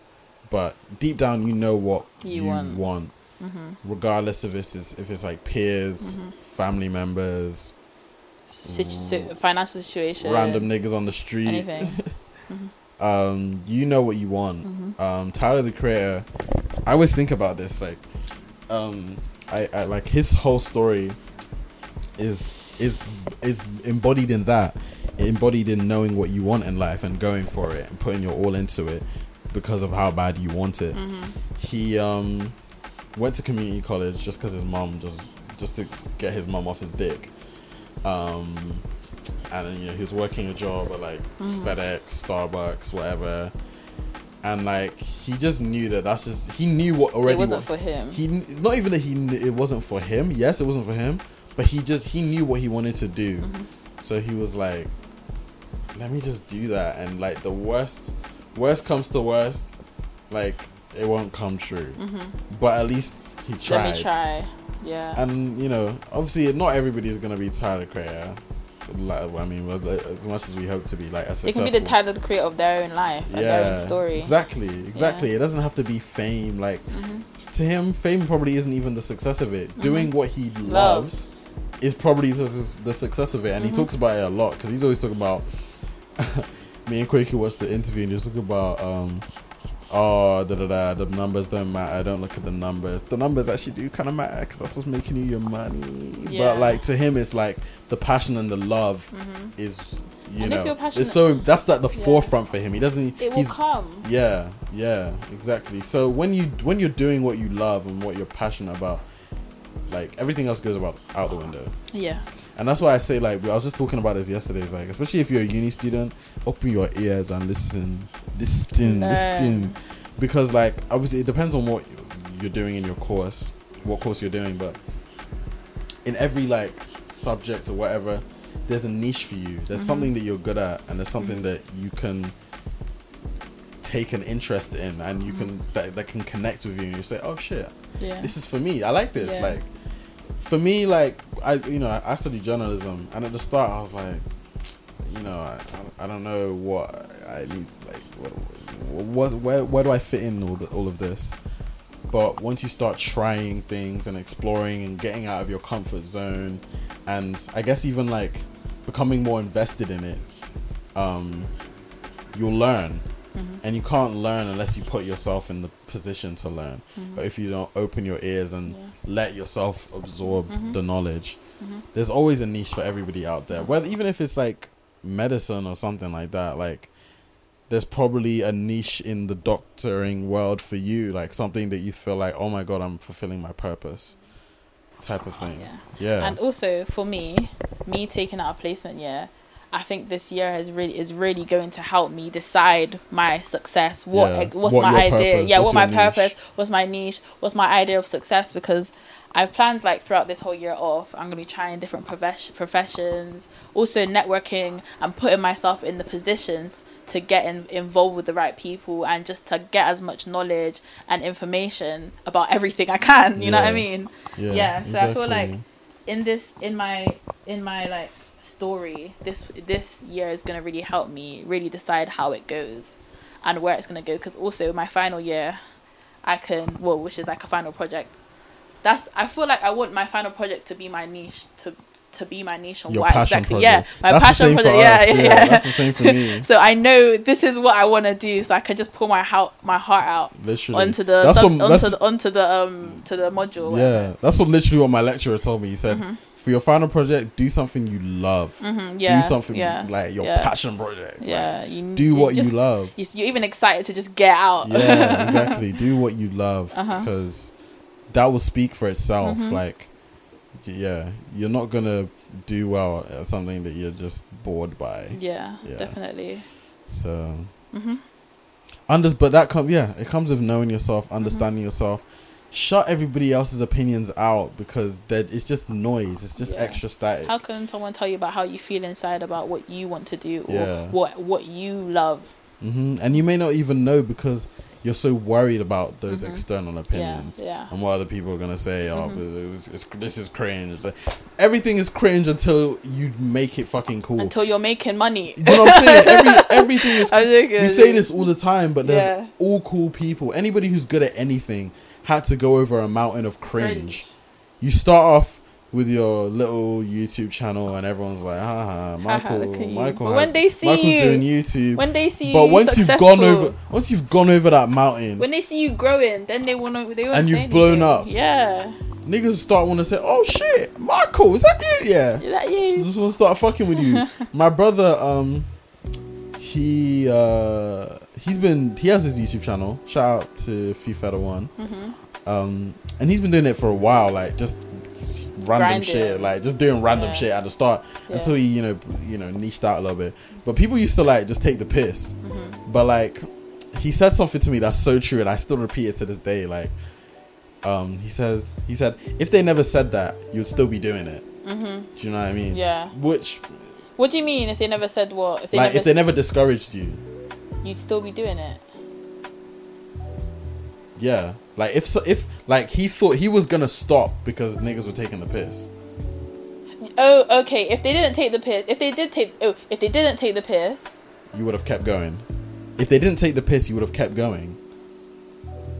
[SPEAKER 2] but deep down you know what
[SPEAKER 1] You want. Mm-hmm.
[SPEAKER 2] regardless of if it's if it's like peers,
[SPEAKER 1] Mhm.
[SPEAKER 2] family members,
[SPEAKER 1] Situ- si- financial situation.
[SPEAKER 2] random niggas on the street.
[SPEAKER 1] Anything.
[SPEAKER 2] Um, you know what you want.
[SPEAKER 1] hmm
[SPEAKER 2] Um, Tyler the Creator. I always think about this. Like, um, I, I like his whole story is is is embodied in that, embodied in knowing what you want in life and going for it and putting your all into it because of how bad you want it.
[SPEAKER 1] hmm
[SPEAKER 2] He um went to community college just because his mom just just to get his mom off his dick. Um, and then, you know he was working a job at like
[SPEAKER 1] Mm-hmm.
[SPEAKER 2] FedEx, Starbucks, whatever. And like he just knew that that's just he knew what already
[SPEAKER 1] It wasn't
[SPEAKER 2] what-
[SPEAKER 1] for him.
[SPEAKER 2] he kn- not even that he kn- it wasn't for him. Yes, it wasn't for him, but he just he knew what he wanted to do.
[SPEAKER 1] Mm-hmm.
[SPEAKER 2] So he was like, "Let me just do that." And like the worst, worst comes to worst, like it won't come true. But at least he tried.
[SPEAKER 1] Mm-hmm. Let me try. Yeah.
[SPEAKER 2] And you know, obviously, not everybody's gonna be Tyler Creator. Like, I mean, well, like, as much as we hope to be, like a
[SPEAKER 1] they
[SPEAKER 2] successful.
[SPEAKER 1] can be the title of the creator of their own life and their own story. Mm-hmm.
[SPEAKER 2] Exactly, exactly. It doesn't have to be fame. Like to him, fame probably isn't even the success of it. Doing what he loves,
[SPEAKER 1] Loves.
[SPEAKER 2] is probably the, su- the success of it, and
[SPEAKER 1] Mm-hmm.
[SPEAKER 2] he talks about it a lot because he's always talking about. me and Quakey watched the interview and he was talking about. Um, Oh, da da da, the numbers don't matter. Don't look at the numbers. The numbers actually do kind of matter because that's what's making you your money.
[SPEAKER 1] Yeah.
[SPEAKER 2] But like to him, it's like the passion and the love is, you
[SPEAKER 1] Mm-hmm. And if
[SPEAKER 2] know,
[SPEAKER 1] you're passionate-
[SPEAKER 2] it's so that's like the
[SPEAKER 1] Yeah.
[SPEAKER 2] forefront for him. He doesn't.
[SPEAKER 1] It will
[SPEAKER 2] he's,
[SPEAKER 1] come.
[SPEAKER 2] yeah, yeah, exactly. So when you when you're doing what you love and what you're passionate about, like everything else goes about out the window.
[SPEAKER 1] Yeah.
[SPEAKER 2] And that's why I say like I was just talking about this yesterday. It's like especially if you're a uni student, open your ears and listen, listen,
[SPEAKER 1] Learn.
[SPEAKER 2] listen, because like obviously it depends on what you're doing in your course, what course you're doing, but in every like subject or whatever, there's a niche for you. There's something that you're good at, and there's something that you can take an interest in, and you can that, that can connect with you. And you say, "Oh shit,
[SPEAKER 1] Yeah.
[SPEAKER 2] this is for me. I like this.
[SPEAKER 1] Yeah.
[SPEAKER 2] Like, for me, like I, you know, I studied journalism, and at the start, I was like, you know, I, I don't know what I need. Like, what, what, where, where do I fit in all the, all of this? But once you start trying things and exploring and getting out of your comfort zone, and I guess even like becoming more invested in it, um, you'll learn.
[SPEAKER 1] Mm-hmm.
[SPEAKER 2] And you can't learn unless you put yourself in the position to learn. But if you don't open your ears and
[SPEAKER 1] Mm-hmm. Yeah. Mm-hmm.
[SPEAKER 2] let yourself absorb the knowledge,
[SPEAKER 1] Mhm.
[SPEAKER 2] there's always a niche for everybody out there. Whether even if it's like medicine or something like that, like there's probably a niche in the doctoring world for you, like something that you feel like, oh my god, I'm fulfilling my purpose, type of thing.
[SPEAKER 1] Yeah.
[SPEAKER 2] Yeah.
[SPEAKER 1] And also for me, me taking out a placement year, I think this year has really is really going to help me decide my success. What
[SPEAKER 2] Yeah.
[SPEAKER 1] like, what's
[SPEAKER 2] What
[SPEAKER 1] my
[SPEAKER 2] your
[SPEAKER 1] idea?
[SPEAKER 2] purpose,
[SPEAKER 1] Yeah,
[SPEAKER 2] what's
[SPEAKER 1] what my
[SPEAKER 2] your niche?
[SPEAKER 1] purpose? What's my niche? What's my idea of success? Because I've planned like throughout this whole year off, I'm gonna be trying different profes- professions, also networking and putting myself in the positions to get in, involved with the right people and just to get as much knowledge and information about everything I can. You know what I
[SPEAKER 2] Yeah.
[SPEAKER 1] mean?
[SPEAKER 2] yeah,
[SPEAKER 1] yeah, so I feel like- in this in my in my like story this this year is gonna really help me really decide how it goes, and where it's gonna go. Because also my final year, I can well, which is like a final project. That's I feel like I want my final project to be my niche to to be my niche and
[SPEAKER 2] Your
[SPEAKER 1] why
[SPEAKER 2] passion
[SPEAKER 1] exactly.
[SPEAKER 2] project.
[SPEAKER 1] Yeah, my
[SPEAKER 2] That's the
[SPEAKER 1] passion
[SPEAKER 2] same for
[SPEAKER 1] project.
[SPEAKER 2] us.
[SPEAKER 1] Yeah, yeah,
[SPEAKER 2] Yeah,
[SPEAKER 1] yeah.
[SPEAKER 2] that's the same for me.
[SPEAKER 1] so I know this is what I want to do, so I can just pull my heart my heart out
[SPEAKER 2] Literally.
[SPEAKER 1] onto the
[SPEAKER 2] That's
[SPEAKER 1] sub-
[SPEAKER 2] what- that's-
[SPEAKER 1] onto the onto the um to the module.
[SPEAKER 2] Yeah, that's what literally what my lecturer told me. He said,
[SPEAKER 1] Mm-hmm.
[SPEAKER 2] for your final project, do something you love.
[SPEAKER 1] Mm, yeah,
[SPEAKER 2] do something
[SPEAKER 1] yeah,
[SPEAKER 2] like your
[SPEAKER 1] yeah,
[SPEAKER 2] passion project. Like,
[SPEAKER 1] Yeah, you,
[SPEAKER 2] do what you love.
[SPEAKER 1] You, are even excited to just get out.
[SPEAKER 2] yeah, exactly. Do what you love
[SPEAKER 1] Uh-huh. Mm-hmm.
[SPEAKER 2] because that will speak for itself. Like, y- yeah, you're not gonna do well at something that you're just bored by.
[SPEAKER 1] yeah,
[SPEAKER 2] Yeah.
[SPEAKER 1] definitely.
[SPEAKER 2] So,
[SPEAKER 1] Mhm.
[SPEAKER 2] under but that comes yeah, it comes with knowing yourself,
[SPEAKER 1] Mm-hmm.
[SPEAKER 2] understanding yourself. Shut everybody else's opinions out because that it's just noise. It's just
[SPEAKER 1] Yeah.
[SPEAKER 2] extra static.
[SPEAKER 1] How can someone tell you about how you feel inside about what you want to do or
[SPEAKER 2] Yeah.
[SPEAKER 1] what what you love?
[SPEAKER 2] hmm And you may not even know because you're so worried about those
[SPEAKER 1] Mhm.
[SPEAKER 2] external opinions.
[SPEAKER 1] Yeah, yeah.
[SPEAKER 2] And what other people are gonna say? Oh,
[SPEAKER 1] Mhm.
[SPEAKER 2] this, is- this is cringe. Like, everything is cringe until you make it fucking cool.
[SPEAKER 1] Until you're making money.
[SPEAKER 2] you know what I'm saying? Every, everything is.
[SPEAKER 1] I'm joking,
[SPEAKER 2] We
[SPEAKER 1] I'm
[SPEAKER 2] say
[SPEAKER 1] joking.
[SPEAKER 2] this all the time, but there's
[SPEAKER 1] Yeah.
[SPEAKER 2] all cool people. Anybody who's good at anything had to go over a mountain of cringe. You start off with your little YouTube channel, and everyone's like, "Ha ha, Michael,
[SPEAKER 1] look at you."
[SPEAKER 2] Michael."
[SPEAKER 1] But when
[SPEAKER 2] has-
[SPEAKER 1] they see
[SPEAKER 2] Michael's
[SPEAKER 1] you-
[SPEAKER 2] doing YouTube,
[SPEAKER 1] When they see
[SPEAKER 2] but
[SPEAKER 1] you
[SPEAKER 2] once
[SPEAKER 1] successful,
[SPEAKER 2] you've gone over, once you've gone over that mountain,
[SPEAKER 1] when they see you growing, then they want to. They won't
[SPEAKER 2] And
[SPEAKER 1] say
[SPEAKER 2] you've blown
[SPEAKER 1] anything.
[SPEAKER 2] up.
[SPEAKER 1] Yeah,
[SPEAKER 2] niggas start want to say, "Oh shit, Michael, is that you?" Yeah,
[SPEAKER 1] is that
[SPEAKER 2] So
[SPEAKER 1] you?
[SPEAKER 2] just want to start fucking with you. My brother, um, he uh, he's been he has his YouTube channel. Shout out to FIFA the One,
[SPEAKER 1] hmm
[SPEAKER 2] um, and he's been doing it for a while, like just random
[SPEAKER 1] Grinding.
[SPEAKER 2] shit, like just doing random
[SPEAKER 1] Yeah.
[SPEAKER 2] shit at the start
[SPEAKER 1] Yeah.
[SPEAKER 2] until he, you know, you know, niched out a little bit. But people used to like just take the piss.
[SPEAKER 1] hmm
[SPEAKER 2] But like, he said something to me that's so true, and I still repeat it to this day. Like, um, he says, he said, if they never said that, you'd still be doing it.
[SPEAKER 1] hmm
[SPEAKER 2] Do you know what I mean?
[SPEAKER 1] Yeah.
[SPEAKER 2] Which,
[SPEAKER 1] What do you mean if they never said what? If they
[SPEAKER 2] like,
[SPEAKER 1] never,
[SPEAKER 2] if they never discouraged you,
[SPEAKER 1] you'd still be doing it.
[SPEAKER 2] yeah. Like, if so, if like he thought he was gonna stop because niggas were taking the piss.
[SPEAKER 1] Oh, okay. If they didn't take the piss, if they did take, oh, if they didn't take the piss,
[SPEAKER 2] You would have kept going. If they didn't take the piss, you would have kept going.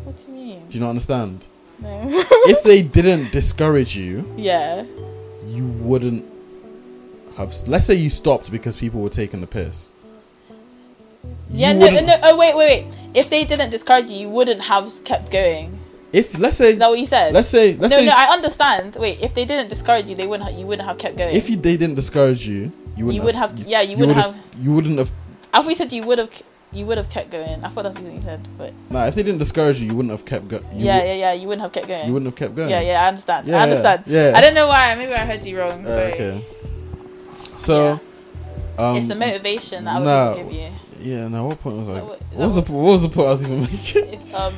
[SPEAKER 1] what do you mean?
[SPEAKER 2] Do you not understand?
[SPEAKER 1] No.
[SPEAKER 2] if they didn't discourage you,
[SPEAKER 1] yeah.
[SPEAKER 2] you wouldn't have. Let's say you stopped because people were taking the piss. You
[SPEAKER 1] Yeah. No,
[SPEAKER 2] wouldn't-
[SPEAKER 1] no. Oh, wait, wait, wait. If they didn't discard you, you wouldn't have kept going.
[SPEAKER 2] If let's say
[SPEAKER 1] Is that what you said?
[SPEAKER 2] let's say let's
[SPEAKER 1] no,
[SPEAKER 2] say
[SPEAKER 1] no, I understand. Wait, if they didn't discourage you, they wouldn't. ha- You wouldn't have kept going.
[SPEAKER 2] if you, they didn't discourage you, you wouldn't
[SPEAKER 1] You would have- yeah, you would
[SPEAKER 2] would
[SPEAKER 1] have-
[SPEAKER 2] you wouldn't have.
[SPEAKER 1] I thought you said you would have. You would have kept going. I thought that's what you said, but
[SPEAKER 2] Nah, if they didn't discourage you, you wouldn't have kept. Go- you
[SPEAKER 1] yeah,
[SPEAKER 2] wou-
[SPEAKER 1] yeah, yeah. You wouldn't have kept going.
[SPEAKER 2] You wouldn't have kept going.
[SPEAKER 1] Yeah, yeah. I understand.
[SPEAKER 2] Yeah,
[SPEAKER 1] I understand.
[SPEAKER 2] yeah.
[SPEAKER 1] I don't know why. Maybe I heard you wrong.
[SPEAKER 2] Uh,
[SPEAKER 1] Sorry.
[SPEAKER 2] okay. So, um,
[SPEAKER 1] it's the motivation that I would
[SPEAKER 2] no.
[SPEAKER 1] give you.
[SPEAKER 2] Yeah. Now, what point was I?
[SPEAKER 1] That wa-
[SPEAKER 2] What
[SPEAKER 1] that
[SPEAKER 2] was the po- what was the point I was even making?
[SPEAKER 1] if um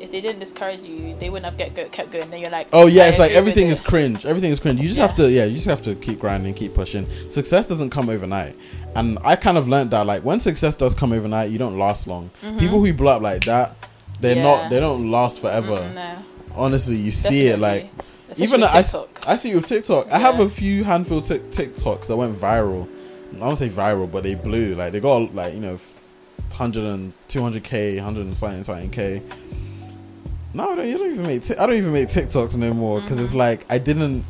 [SPEAKER 1] if they didn't discourage you, they wouldn't have get go, kept going. Then you're like,
[SPEAKER 2] Oh yeah,
[SPEAKER 1] I
[SPEAKER 2] it's
[SPEAKER 1] agree
[SPEAKER 2] like
[SPEAKER 1] with
[SPEAKER 2] everything
[SPEAKER 1] it.
[SPEAKER 2] is cringe. Everything is cringe. You just
[SPEAKER 1] Yeah.
[SPEAKER 2] have to yeah, you just have to keep grinding, keep pushing. Success doesn't come overnight. And I kind of learned that like when success does come overnight, you don't last long. People who blow up like that, they're
[SPEAKER 1] Yeah.
[SPEAKER 2] not they don't last forever.
[SPEAKER 1] Mm, no,
[SPEAKER 2] Honestly, you see it like
[SPEAKER 1] definitely. Especially
[SPEAKER 2] even
[SPEAKER 1] with
[SPEAKER 2] I, s-
[SPEAKER 1] TikTok.
[SPEAKER 2] I see it with TikTok. I have
[SPEAKER 1] Yeah.
[SPEAKER 2] a few handful t- TikToks that went viral. I won't say viral, but they blew. Like they got like you know, 100 and 200k, 100 and something, something k. No, I don't, you don't even make. Ti- I don't even make TikToks no more because
[SPEAKER 1] Mm-hmm.
[SPEAKER 2] it's like I didn't.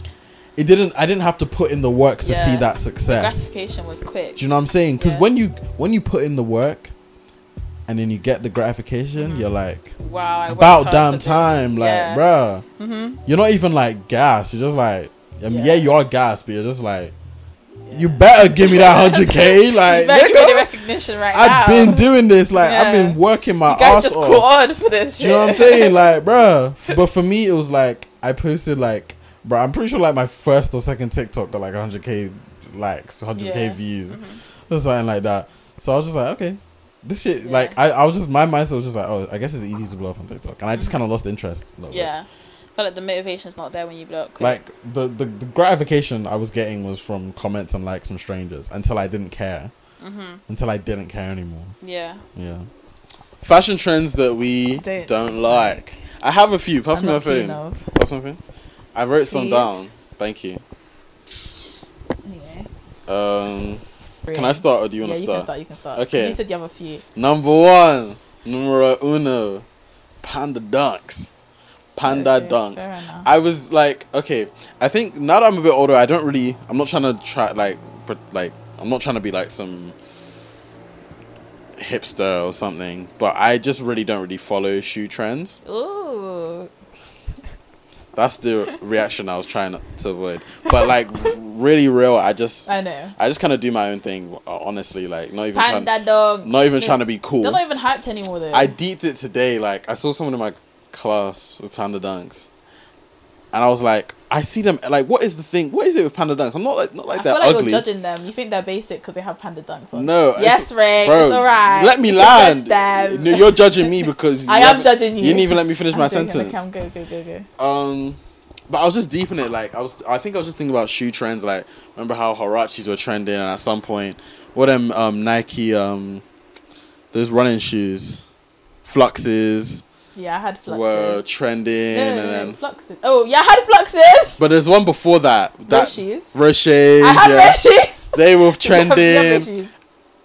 [SPEAKER 2] It didn't. I didn't have to put in the work to
[SPEAKER 1] Yeah.
[SPEAKER 2] see that success.
[SPEAKER 1] gratification was quick.
[SPEAKER 2] Do you know what I'm saying? Because
[SPEAKER 1] Yeah.
[SPEAKER 2] when you when you put in the work, and then you get the gratification, you're like,
[SPEAKER 1] wow, Mm-hmm. I worked
[SPEAKER 2] about
[SPEAKER 1] hard
[SPEAKER 2] damn
[SPEAKER 1] for this.
[SPEAKER 2] time, like,
[SPEAKER 1] Yeah.
[SPEAKER 2] bruh
[SPEAKER 1] Mhm.
[SPEAKER 2] you're not even like gas. You're just like, I mean, yeah,
[SPEAKER 1] Yeah.
[SPEAKER 2] you are gas, but you're just like, you
[SPEAKER 1] Yeah.
[SPEAKER 2] better give me that hundred k, like,
[SPEAKER 1] You better give me the
[SPEAKER 2] nigga.
[SPEAKER 1] recognition right now.
[SPEAKER 2] I've been doing this, like, I've
[SPEAKER 1] Yeah.
[SPEAKER 2] been working my
[SPEAKER 1] You guys
[SPEAKER 2] ass
[SPEAKER 1] just
[SPEAKER 2] off.
[SPEAKER 1] caught on for this.
[SPEAKER 2] Do you know what I'm
[SPEAKER 1] shit.
[SPEAKER 2] saying, like, bruh. But for me, it was like I posted like, bruh, I'm pretty sure like my first or second TikTok got like hundred k likes, hundred k
[SPEAKER 1] Yeah.
[SPEAKER 2] views,
[SPEAKER 1] Mhm.
[SPEAKER 2] or something like that. So I was just like, okay. This shit,
[SPEAKER 1] Yeah.
[SPEAKER 2] like, I, I was just, my mindset was just like, oh, I guess it's easy to blow up on TikTok. And I just
[SPEAKER 1] Mhm.
[SPEAKER 2] kind of lost interest. a little bit.
[SPEAKER 1] yeah, I feel like the motivation's not there when you blow up quick.
[SPEAKER 2] like the, the the gratification I was getting was from comments and likes from strangers until I didn't care
[SPEAKER 1] Mhm.
[SPEAKER 2] until I didn't care anymore.
[SPEAKER 1] Yeah.
[SPEAKER 2] Yeah. Fashion trends that we
[SPEAKER 1] Don't-
[SPEAKER 2] don't like. I have a few. Pass
[SPEAKER 1] I'm
[SPEAKER 2] me my
[SPEAKER 1] not keen
[SPEAKER 2] phone.
[SPEAKER 1] of-
[SPEAKER 2] Pass me my phone. I wrote some
[SPEAKER 1] Please.
[SPEAKER 2] down. Thank you.
[SPEAKER 1] Anyway.
[SPEAKER 2] Um,
[SPEAKER 1] Three.
[SPEAKER 2] can I start or do you want
[SPEAKER 1] yeah,
[SPEAKER 2] to
[SPEAKER 1] you
[SPEAKER 2] start?
[SPEAKER 1] can start. You can start.
[SPEAKER 2] Okay.
[SPEAKER 1] You said you have a few.
[SPEAKER 2] Number one, numero uno, panda dunks. Panda
[SPEAKER 1] Okay,
[SPEAKER 2] dunks.
[SPEAKER 1] fair enough.
[SPEAKER 2] I was like, okay, I think now that I'm a bit older, I don't really, I'm not trying to try, like, pre- like, I'm not trying to be like some hipster or something, but I just really don't really follow shoe trends.
[SPEAKER 1] Ooh.
[SPEAKER 2] That's the reaction I was trying to avoid. But like, really real, I just,
[SPEAKER 1] I know.
[SPEAKER 2] I just kind of do my own thing, honestly, like, not even, trying,
[SPEAKER 1] Panda dog.
[SPEAKER 2] not even trying to be cool.
[SPEAKER 1] They're not even hyped anymore though.
[SPEAKER 2] I deeped it today. Like I saw someone in my class with panda dunks, and I was like, I see them. Like, what is the thing? What is it with panda dunks? I'm not like not like
[SPEAKER 1] I feel
[SPEAKER 2] they're
[SPEAKER 1] like
[SPEAKER 2] ugly.
[SPEAKER 1] you're judging them. You think they're basic because they have panda dunks on.
[SPEAKER 2] No, it's-
[SPEAKER 1] Yes, Ray.
[SPEAKER 2] bro,
[SPEAKER 1] it's alright.
[SPEAKER 2] Let me
[SPEAKER 1] You can
[SPEAKER 2] land.
[SPEAKER 1] judge them.
[SPEAKER 2] No, you're judging me because
[SPEAKER 1] I
[SPEAKER 2] you
[SPEAKER 1] am
[SPEAKER 2] haven't-
[SPEAKER 1] judging you.
[SPEAKER 2] You didn't even let me finish
[SPEAKER 1] I'm
[SPEAKER 2] my
[SPEAKER 1] joking,
[SPEAKER 2] sentence.
[SPEAKER 1] okay, I'm- go, go, go, go.
[SPEAKER 2] Um, but I was just deep in it. Like I was, I think I was just thinking about shoe trends. Like remember how Harachis were trending, and at some point, what them um Nike um those running shoes, Fluxes,
[SPEAKER 1] Yeah, I had fluxes.
[SPEAKER 2] were trending,
[SPEAKER 1] No,
[SPEAKER 2] and
[SPEAKER 1] no, no,
[SPEAKER 2] then.
[SPEAKER 1] fluxes. Oh, yeah, I had fluxes.
[SPEAKER 2] But there's one before that. that
[SPEAKER 1] Roshis.
[SPEAKER 2] Roches,
[SPEAKER 1] I had
[SPEAKER 2] yeah.
[SPEAKER 1] roshis.
[SPEAKER 2] They were
[SPEAKER 1] You have
[SPEAKER 2] trending.
[SPEAKER 1] roshis.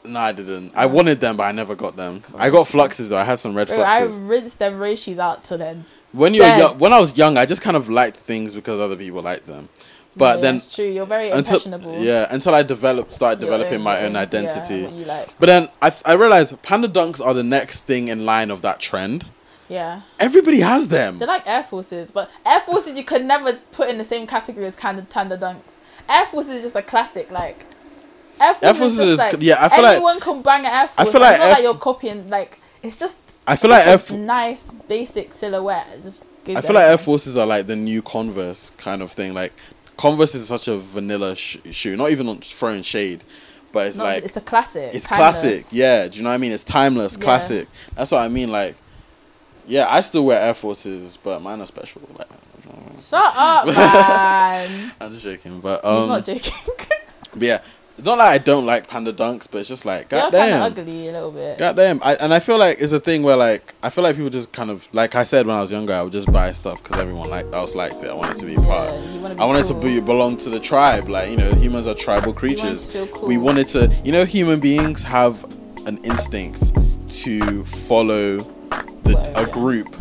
[SPEAKER 2] no, I didn't. I wanted them, but I never got them. I got fluxes though. I had some red
[SPEAKER 1] Bro, I
[SPEAKER 2] fluxes.
[SPEAKER 1] rinsed them roshis out to then.
[SPEAKER 2] When you're
[SPEAKER 1] said-
[SPEAKER 2] young, when I was young, I just kind of liked things because other people liked them. But
[SPEAKER 1] Yeah,
[SPEAKER 2] then
[SPEAKER 1] That's true. You're very impressionable.
[SPEAKER 2] until yeah, until I developed, started
[SPEAKER 1] Your
[SPEAKER 2] developing my own
[SPEAKER 1] yeah,
[SPEAKER 2] identity.
[SPEAKER 1] what you like.
[SPEAKER 2] But then I I realized panda dunks are the next thing in line of that trend.
[SPEAKER 1] Yeah.
[SPEAKER 2] Everybody has them.
[SPEAKER 1] They're like Air Forces, but Air Forces you could never put in the same category as Canada Tanda Dunks. Air Forces is just a classic, like Air Forces,
[SPEAKER 2] Air Forces
[SPEAKER 1] just,
[SPEAKER 2] is-
[SPEAKER 1] like,
[SPEAKER 2] yeah, I feel like-
[SPEAKER 1] anyone can bang an Air Force.
[SPEAKER 2] feel like
[SPEAKER 1] it's not
[SPEAKER 2] Air
[SPEAKER 1] like you're
[SPEAKER 2] F-
[SPEAKER 1] copying. Like it's just
[SPEAKER 2] I feel like
[SPEAKER 1] it's a
[SPEAKER 2] Air F-
[SPEAKER 1] nice basic silhouette. It Just gives
[SPEAKER 2] I feel like Air
[SPEAKER 1] everything.
[SPEAKER 2] Forces are like the new Converse kind of thing. Like Converse is such a vanilla sh- shoe, not even on throwing shade, but it's
[SPEAKER 1] Not-
[SPEAKER 2] like
[SPEAKER 1] it's
[SPEAKER 2] it's,
[SPEAKER 1] a classic. timeless.
[SPEAKER 2] classic. Yeah, do you know what I mean? It's timeless,
[SPEAKER 1] Yeah.
[SPEAKER 2] classic. That's what I mean. Like, yeah, I still wear Air Forces, but mine are special. Like, you know what I mean?
[SPEAKER 1] Shut up, man.
[SPEAKER 2] I'm just joking, but
[SPEAKER 1] I'm
[SPEAKER 2] um,
[SPEAKER 1] not joking.
[SPEAKER 2] but yeah, it's not like I don't like Panda Dunks, but it's just like
[SPEAKER 1] You're
[SPEAKER 2] God
[SPEAKER 1] kind of
[SPEAKER 2] damn.
[SPEAKER 1] ugly a little bit.
[SPEAKER 2] God damn, I, and I feel like it's a thing where like I feel like people just kind of like I said when I was younger, I would just buy stuff because everyone like else liked it. I wanted to be part.
[SPEAKER 1] Yeah, you wanna be
[SPEAKER 2] I wanted
[SPEAKER 1] cool.
[SPEAKER 2] to be belong to the tribe. Like you know, humans are tribal
[SPEAKER 1] wanted
[SPEAKER 2] creatures.
[SPEAKER 1] to feel cool.
[SPEAKER 2] We wanted to, you know, human beings have an instinct to follow the,
[SPEAKER 1] Well,
[SPEAKER 2] a
[SPEAKER 1] yeah.
[SPEAKER 2] group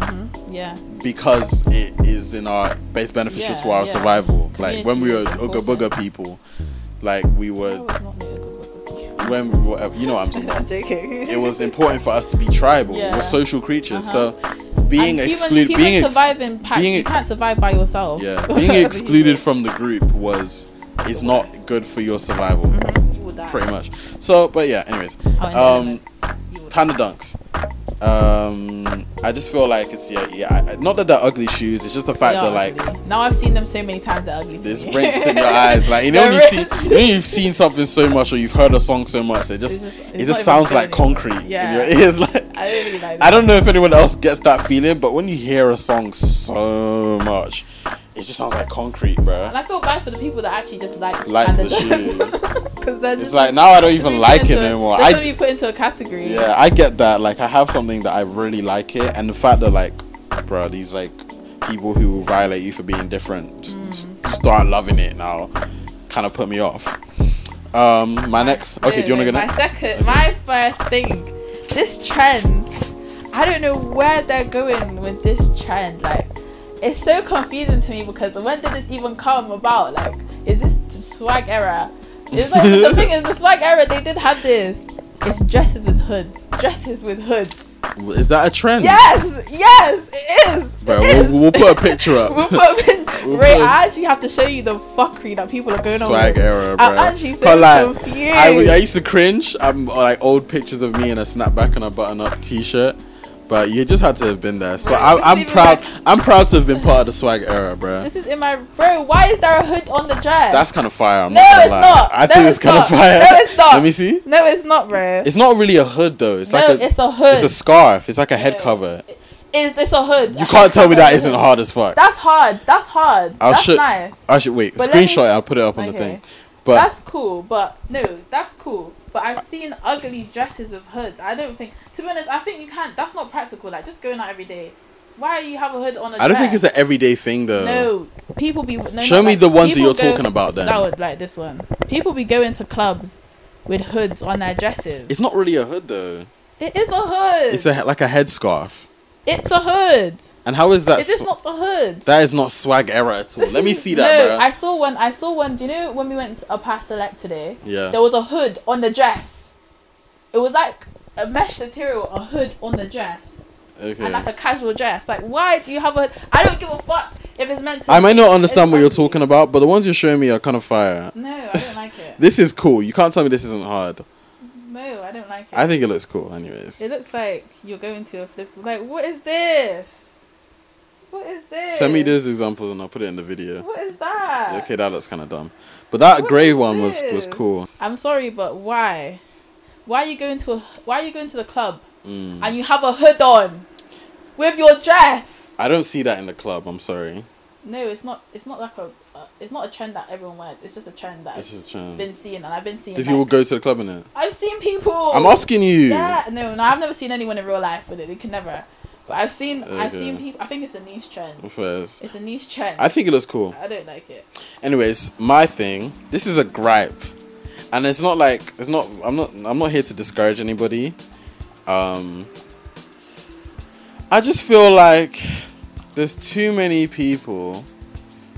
[SPEAKER 1] Yeah.
[SPEAKER 2] because it is in our base beneficial to
[SPEAKER 1] Yeah,
[SPEAKER 2] our
[SPEAKER 1] yeah.
[SPEAKER 2] survival. Like when we were
[SPEAKER 1] Community is
[SPEAKER 2] ooga
[SPEAKER 1] important.
[SPEAKER 2] booga people, like we were
[SPEAKER 1] I was not made a good look.
[SPEAKER 2] when we were, you know what I'm talking about
[SPEAKER 1] I'm joking.
[SPEAKER 2] it was important for us to be tribal.
[SPEAKER 1] Yeah.
[SPEAKER 2] We're social creatures,
[SPEAKER 1] Uh-huh.
[SPEAKER 2] so being
[SPEAKER 1] And human-
[SPEAKER 2] excluded,
[SPEAKER 1] human
[SPEAKER 2] being ex-
[SPEAKER 1] surviving packs,
[SPEAKER 2] being
[SPEAKER 1] you
[SPEAKER 2] ex-
[SPEAKER 1] can't survive by yourself.
[SPEAKER 2] yeah, being excluded from the group was is not good for your survival,
[SPEAKER 1] you will die.
[SPEAKER 2] pretty much. So, but yeah, anyways,
[SPEAKER 1] Oh,
[SPEAKER 2] um, panda dunks. Um, I just feel like it's yeah, yeah. I- Not that they're ugly shoes. It's just the fact that like
[SPEAKER 1] now I've seen them so many times that ugly. to
[SPEAKER 2] there's
[SPEAKER 1] me.
[SPEAKER 2] rinsed in your eyes. Like you know when you
[SPEAKER 1] They're
[SPEAKER 2] see,
[SPEAKER 1] rinsed.
[SPEAKER 2] you know you've seen something so much or you've heard a song so much, it just
[SPEAKER 1] It's just-
[SPEAKER 2] it
[SPEAKER 1] it's
[SPEAKER 2] just
[SPEAKER 1] not even
[SPEAKER 2] sounds like
[SPEAKER 1] good anymore.
[SPEAKER 2] concrete
[SPEAKER 1] Yeah.
[SPEAKER 2] in your ears. Like
[SPEAKER 1] I don't really like
[SPEAKER 2] I don't know if anyone else gets that feeling, but when you hear a song so much, it just sounds like concrete, bro.
[SPEAKER 1] And I feel bad for the people that actually just like
[SPEAKER 2] Like
[SPEAKER 1] Panda
[SPEAKER 2] the shoe.
[SPEAKER 1] Dunks. 'Cause they're
[SPEAKER 2] It's
[SPEAKER 1] just
[SPEAKER 2] like now I don't
[SPEAKER 1] they're
[SPEAKER 2] even
[SPEAKER 1] being
[SPEAKER 2] like
[SPEAKER 1] put
[SPEAKER 2] it
[SPEAKER 1] into-
[SPEAKER 2] anymore.
[SPEAKER 1] They're
[SPEAKER 2] I
[SPEAKER 1] gonna be put into a category.
[SPEAKER 2] yeah, I get that. Like I have something that I really like it, and the fact that like, bro, these like people who violate you for being different just,
[SPEAKER 1] Mm.
[SPEAKER 2] just start loving it now, kind of put me off. Um, my next. Okay, do you want to go
[SPEAKER 1] My
[SPEAKER 2] next?
[SPEAKER 1] second,
[SPEAKER 2] Okay.
[SPEAKER 1] my first thing. This trend, I don't know where they're going with this trend. Like, it's so confusing to me because when did this even come about? Like, is this t- swag era? It's like the thing is, the swag era they did have this. It's dresses with hoods. Dresses with hoods.
[SPEAKER 2] Is that a trend?
[SPEAKER 1] Yes, yes, it is.
[SPEAKER 2] Bro,
[SPEAKER 1] it
[SPEAKER 2] we'll,
[SPEAKER 1] is.
[SPEAKER 2] we'll put a picture up.
[SPEAKER 1] We'll put them in.
[SPEAKER 2] We'll
[SPEAKER 1] Ray,
[SPEAKER 2] put-
[SPEAKER 1] I actually have to show you the fuckery that people are going on.
[SPEAKER 2] swag
[SPEAKER 1] with.
[SPEAKER 2] era, bro.
[SPEAKER 1] I'm actually so
[SPEAKER 2] But, like,
[SPEAKER 1] confused.
[SPEAKER 2] I, w- I used to cringe. I'm like old pictures of me in a snapback and a button-up T-shirt, but you just had to have been there. So
[SPEAKER 1] Bro, this
[SPEAKER 2] I, I'm
[SPEAKER 1] even
[SPEAKER 2] proud.
[SPEAKER 1] like-
[SPEAKER 2] I'm proud to have been part of the swag era, bro.
[SPEAKER 1] This is in my bro. Why is there a hood on the dress?
[SPEAKER 2] That's kind of fire. I'm
[SPEAKER 1] no,
[SPEAKER 2] not gonna
[SPEAKER 1] it's
[SPEAKER 2] lie.
[SPEAKER 1] not.
[SPEAKER 2] I
[SPEAKER 1] No,
[SPEAKER 2] think it's kind
[SPEAKER 1] not.
[SPEAKER 2] of fire.
[SPEAKER 1] No, it's not.
[SPEAKER 2] Let me see.
[SPEAKER 1] No, it's not, bro.
[SPEAKER 2] It's not really a hood though. It's
[SPEAKER 1] no,
[SPEAKER 2] like a.
[SPEAKER 1] it's a hood.
[SPEAKER 2] It's a scarf. It's like a head
[SPEAKER 1] No.
[SPEAKER 2] cover.
[SPEAKER 1] Is this a hood?
[SPEAKER 2] You can't tell me that isn't hard as fuck.
[SPEAKER 1] That's hard. That's hard.
[SPEAKER 2] I'll
[SPEAKER 1] that's
[SPEAKER 2] show-
[SPEAKER 1] nice.
[SPEAKER 2] I should wait.
[SPEAKER 1] But let me
[SPEAKER 2] screenshot
[SPEAKER 1] sh-
[SPEAKER 2] it. I'll put it up on the
[SPEAKER 1] Okay.
[SPEAKER 2] thing. But
[SPEAKER 1] that's cool, but no, that's cool. But I've seen ugly dresses with hoods. I don't think, to be honest, I think you can't. That's not practical. Like just going out every day. Why you have a hood on a
[SPEAKER 2] I don't
[SPEAKER 1] dress?
[SPEAKER 2] think it's an everyday thing though.
[SPEAKER 1] no. people be no,
[SPEAKER 2] Show
[SPEAKER 1] not
[SPEAKER 2] me
[SPEAKER 1] like-
[SPEAKER 2] the ones that
[SPEAKER 1] people
[SPEAKER 2] you're
[SPEAKER 1] go-
[SPEAKER 2] talking about then.
[SPEAKER 1] That would like this one. People be going to clubs with hoods on their dresses.
[SPEAKER 2] It's not really a hood though.
[SPEAKER 1] It is a hood.
[SPEAKER 2] It's a, like a headscarf.
[SPEAKER 1] It's a hood.
[SPEAKER 2] And how is that?
[SPEAKER 1] It is
[SPEAKER 2] sw-
[SPEAKER 1] not a hood.
[SPEAKER 2] that is not swag era at all. Let me see that,
[SPEAKER 1] no,
[SPEAKER 2] bro.
[SPEAKER 1] I saw one. I saw one. Do you know when we went to a past select today?
[SPEAKER 2] Yeah.
[SPEAKER 1] There was a hood on the dress. It was like a mesh material, a hood on the dress, and like
[SPEAKER 2] okay.
[SPEAKER 1] a casual dress. Like, why do you have a? I don't give a fuck if it's meant to.
[SPEAKER 2] I might not
[SPEAKER 1] it's
[SPEAKER 2] understand what you're
[SPEAKER 1] fancy.
[SPEAKER 2] talking about, but the ones you're showing me are kind of fire.
[SPEAKER 1] No, I don't like it.
[SPEAKER 2] This is cool. You can't tell me this isn't hard.
[SPEAKER 1] No, I don't like it.
[SPEAKER 2] I think it looks cool, anyways.
[SPEAKER 1] it looks like you're going to a flip. Like, what is this? What is this?
[SPEAKER 2] Send me those examples and I'll put it in the video.
[SPEAKER 1] What is that?
[SPEAKER 2] Okay, that looks kind of dumb, but that
[SPEAKER 1] What
[SPEAKER 2] grey
[SPEAKER 1] is
[SPEAKER 2] one was was
[SPEAKER 1] this?
[SPEAKER 2] cool.
[SPEAKER 1] I'm sorry, but why? Why are you going to a, Why are you going to the club
[SPEAKER 2] Mm.
[SPEAKER 1] and you have a hood on with your dress?
[SPEAKER 2] I don't see that in the club. I'm sorry.
[SPEAKER 1] No, it's not. It's not like a. Uh, it's not a trend that everyone wears. It's just a trend that
[SPEAKER 2] This
[SPEAKER 1] I've
[SPEAKER 2] is um,
[SPEAKER 1] been seeing, and I've been seeing.
[SPEAKER 2] Do
[SPEAKER 1] like- Oh,
[SPEAKER 2] people go to the club in it?
[SPEAKER 1] I've seen people.
[SPEAKER 2] I'm asking you.
[SPEAKER 1] Yeah, no, no, I've never seen anyone in real life with it. They can never. But I've seen. I've
[SPEAKER 2] Okay.
[SPEAKER 1] seen people. I think it's a niche trend.
[SPEAKER 2] First,
[SPEAKER 1] It's a niche trend.
[SPEAKER 2] I think it looks cool.
[SPEAKER 1] I don't like it.
[SPEAKER 2] Anyways, my thing. This is a gripe, and it's not like it's not. I'm not. I'm not here to discourage anybody. Um, I just feel like there's too many people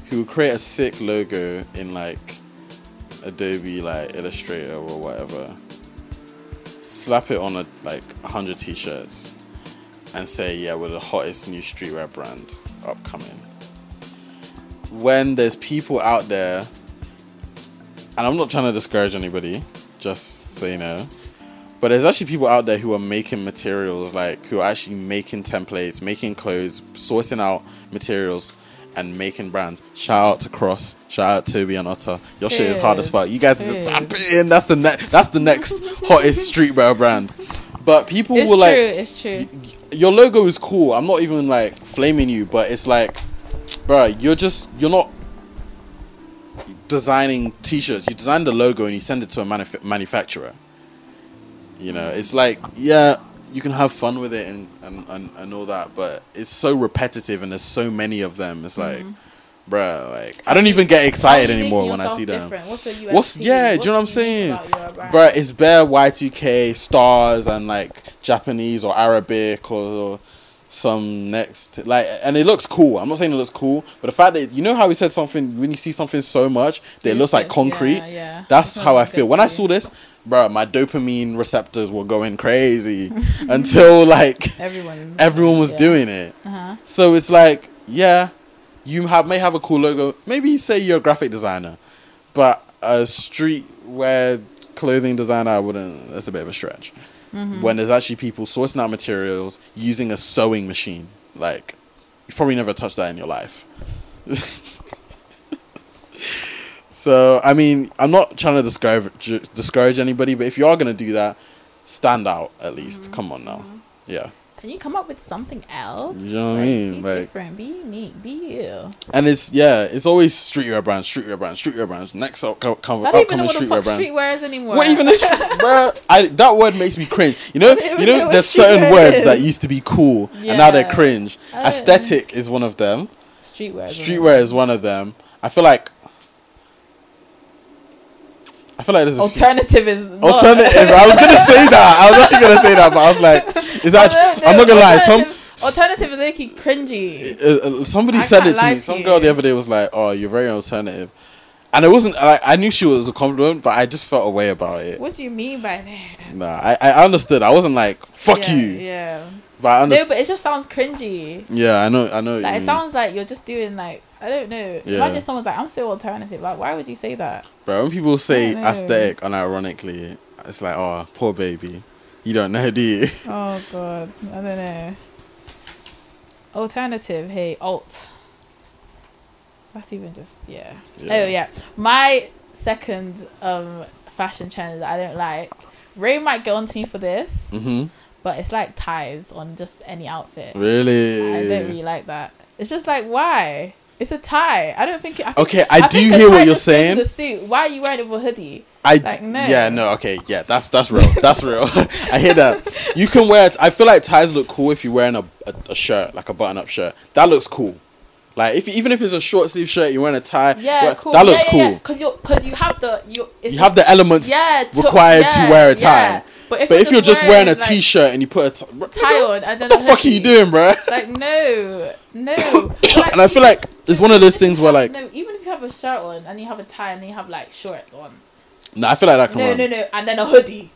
[SPEAKER 2] who create a sick logo in like Adobe, like Illustrator or whatever. Slap it on a like hundred t-shirts, and say, "Yeah, we're the hottest new streetwear brand upcoming." when there's people out there, and I'm not trying to discourage anybody, just so you know, but there's actually people out there who are making materials, like who are actually making templates, making clothes, sourcing out materials, and making brands. Shout out to Cross, shout out to Toby and Otter. Your shit is hard as fuck. You guys need to
[SPEAKER 1] Cheers.
[SPEAKER 2] tap it in. That's the ne- That's the next hottest streetwear brand. But people
[SPEAKER 1] It's
[SPEAKER 2] will
[SPEAKER 1] true.
[SPEAKER 2] like
[SPEAKER 1] it's true.
[SPEAKER 2] y- your logo is cool. I'm not even like flaming you, but it's like, bruh, you're just you're not designing t-shirts. You design the logo and you send it to a manuf- manufacturer. You know, it's like yeah, you can have fun with it and and, and and all that, but it's so repetitive and there's so many of them. It's like, bruh, like I don't even get excited
[SPEAKER 1] How do Mm-hmm. you
[SPEAKER 2] anymore
[SPEAKER 1] think
[SPEAKER 2] when I
[SPEAKER 1] yourself
[SPEAKER 2] see them.
[SPEAKER 1] different? What's the USP?
[SPEAKER 2] What's yeah? do you know what I'm
[SPEAKER 1] What's unique
[SPEAKER 2] saying,
[SPEAKER 1] about your brand?
[SPEAKER 2] bruh? It's bare Y2K stars and like Japanese or Arabic or, or some next like, and it looks cool. I'm not saying it looks cool, but the fact that you know how he said something when you see something so much that it looks like
[SPEAKER 1] Useless,
[SPEAKER 2] concrete.
[SPEAKER 1] yeah, yeah.
[SPEAKER 2] That's
[SPEAKER 1] That's
[SPEAKER 2] how
[SPEAKER 1] what
[SPEAKER 2] I
[SPEAKER 1] I'm
[SPEAKER 2] feel. When I
[SPEAKER 1] thinking.
[SPEAKER 2] saw this, bruh, my dopamine receptors were going crazy until like
[SPEAKER 1] Everyone.
[SPEAKER 2] everyone was
[SPEAKER 1] Mm-hmm. Yeah.
[SPEAKER 2] doing it.
[SPEAKER 1] Uh-huh.
[SPEAKER 2] So it's like, yeah, you have may have a cool logo. Maybe say you're a graphic designer, but a streetwear clothing designer, I wouldn't. That's a bit of a stretch.
[SPEAKER 1] Mm-hmm.
[SPEAKER 2] When there's actually people sourcing out materials using a sewing machine, like you've probably never touched that in your life. so I mean, I'm not trying to discourage discourage anybody, but if you are gonna do that, stand out at least.
[SPEAKER 1] Mm-hmm.
[SPEAKER 2] Come on now, yeah.
[SPEAKER 1] Can you come up with something else?
[SPEAKER 2] You know what I mean?
[SPEAKER 1] Be
[SPEAKER 2] Like-
[SPEAKER 1] different. Be unique. Be you.
[SPEAKER 2] And it's yeah, it's always streetwear brands, streetwear brands, streetwear brands. Next up, co- co-
[SPEAKER 1] I don't even know
[SPEAKER 2] upcoming
[SPEAKER 1] what the fuck
[SPEAKER 2] streetwear brand.
[SPEAKER 1] streetwear is anymore.
[SPEAKER 2] What even is bro? I that word makes me cringe. You know,
[SPEAKER 1] I don't
[SPEAKER 2] you
[SPEAKER 1] even know
[SPEAKER 2] know,
[SPEAKER 1] what
[SPEAKER 2] there's certain
[SPEAKER 1] streetwear
[SPEAKER 2] words
[SPEAKER 1] is.
[SPEAKER 2] that used to be cool and now they're
[SPEAKER 1] Yeah.
[SPEAKER 2] cringe.
[SPEAKER 1] I don't-
[SPEAKER 2] Aesthetic is one of them.
[SPEAKER 1] streetwear. is another.
[SPEAKER 2] Streetwear is one of them. I feel like. I feel like there's a few-
[SPEAKER 1] Alternative is not.
[SPEAKER 2] alternative. I was gonna say that. I was actually gonna say that, but I was like, is that?
[SPEAKER 1] Alternative-
[SPEAKER 2] I'm not gonna lie. Some
[SPEAKER 1] alternative- Alternative is making cringy.
[SPEAKER 2] uh, uh, somebody
[SPEAKER 1] I
[SPEAKER 2] said
[SPEAKER 1] can't
[SPEAKER 2] it to
[SPEAKER 1] lie
[SPEAKER 2] me.
[SPEAKER 1] to
[SPEAKER 2] Some
[SPEAKER 1] you.
[SPEAKER 2] girl the other day was like, "Oh, you're very alternative," and it wasn't. I, I knew she was a compliment, but I just felt a way about it.
[SPEAKER 1] What do you mean by that?
[SPEAKER 2] Nah, I, I understood. I wasn't like "fuck
[SPEAKER 1] Yeah,
[SPEAKER 2] you,"
[SPEAKER 1] Yeah.
[SPEAKER 2] but I
[SPEAKER 1] No,
[SPEAKER 2] understood.
[SPEAKER 1] but it just sounds cringy.
[SPEAKER 2] yeah, I know. I know. what you
[SPEAKER 1] Like it
[SPEAKER 2] mean.
[SPEAKER 1] sounds like you're just doing like I don't know.
[SPEAKER 2] Mm. Yeah.
[SPEAKER 1] Imagine someone's like I'm so alternative. Like why would you say that?
[SPEAKER 2] Bro, when people say
[SPEAKER 1] don't know.
[SPEAKER 2] aesthetic unironically, it's like, "Oh, poor baby, you don't know, do you?"
[SPEAKER 1] Oh god, I don't know. Alternative, hey, alt. That's even just yeah.
[SPEAKER 2] Yeah.
[SPEAKER 1] Oh yeah. My second um fashion trend that I don't like. Ray might get onto me for this,
[SPEAKER 2] hmm
[SPEAKER 1] but it's like ties on just any outfit.
[SPEAKER 2] Really?
[SPEAKER 1] I don't really like that. It's just like why? It's a tie. I don't think. It, I think
[SPEAKER 2] Okay, I do
[SPEAKER 1] think a
[SPEAKER 2] hear what
[SPEAKER 1] tie
[SPEAKER 2] you're
[SPEAKER 1] just goes
[SPEAKER 2] saying.
[SPEAKER 1] with a suit. Why are you wearing it with a hoodie?
[SPEAKER 2] I d-
[SPEAKER 1] Like, no.
[SPEAKER 2] yeah no okay yeah that's that's real that's real I hear that you can wear I feel like ties look cool if you're wearing a, a, a shirt like a button up shirt that looks cool Like if even if it's a short sleeve shirt, you wearing a tie.
[SPEAKER 1] Yeah,
[SPEAKER 2] wear-
[SPEAKER 1] cool.
[SPEAKER 2] That looks
[SPEAKER 1] yeah,
[SPEAKER 2] cool.
[SPEAKER 1] yeah, yeah. Cause you, cause you have the you. it's
[SPEAKER 2] You have the elements
[SPEAKER 1] yeah to-
[SPEAKER 2] required
[SPEAKER 1] yeah,
[SPEAKER 2] to wear a tie.
[SPEAKER 1] yeah. But if,
[SPEAKER 2] But if you're just wearing, a
[SPEAKER 1] like,
[SPEAKER 2] shirt and you put a t-
[SPEAKER 1] tie on, and then
[SPEAKER 2] what the fuck are you doing, bro?
[SPEAKER 1] Like no, no.
[SPEAKER 2] and I feel like it's one of those things where like,
[SPEAKER 1] no, even if you have a shirt on and you have a tie and you have like shorts on.
[SPEAKER 2] nah, I feel like that can
[SPEAKER 1] No,
[SPEAKER 2] run.
[SPEAKER 1] no, no, and then a hoodie.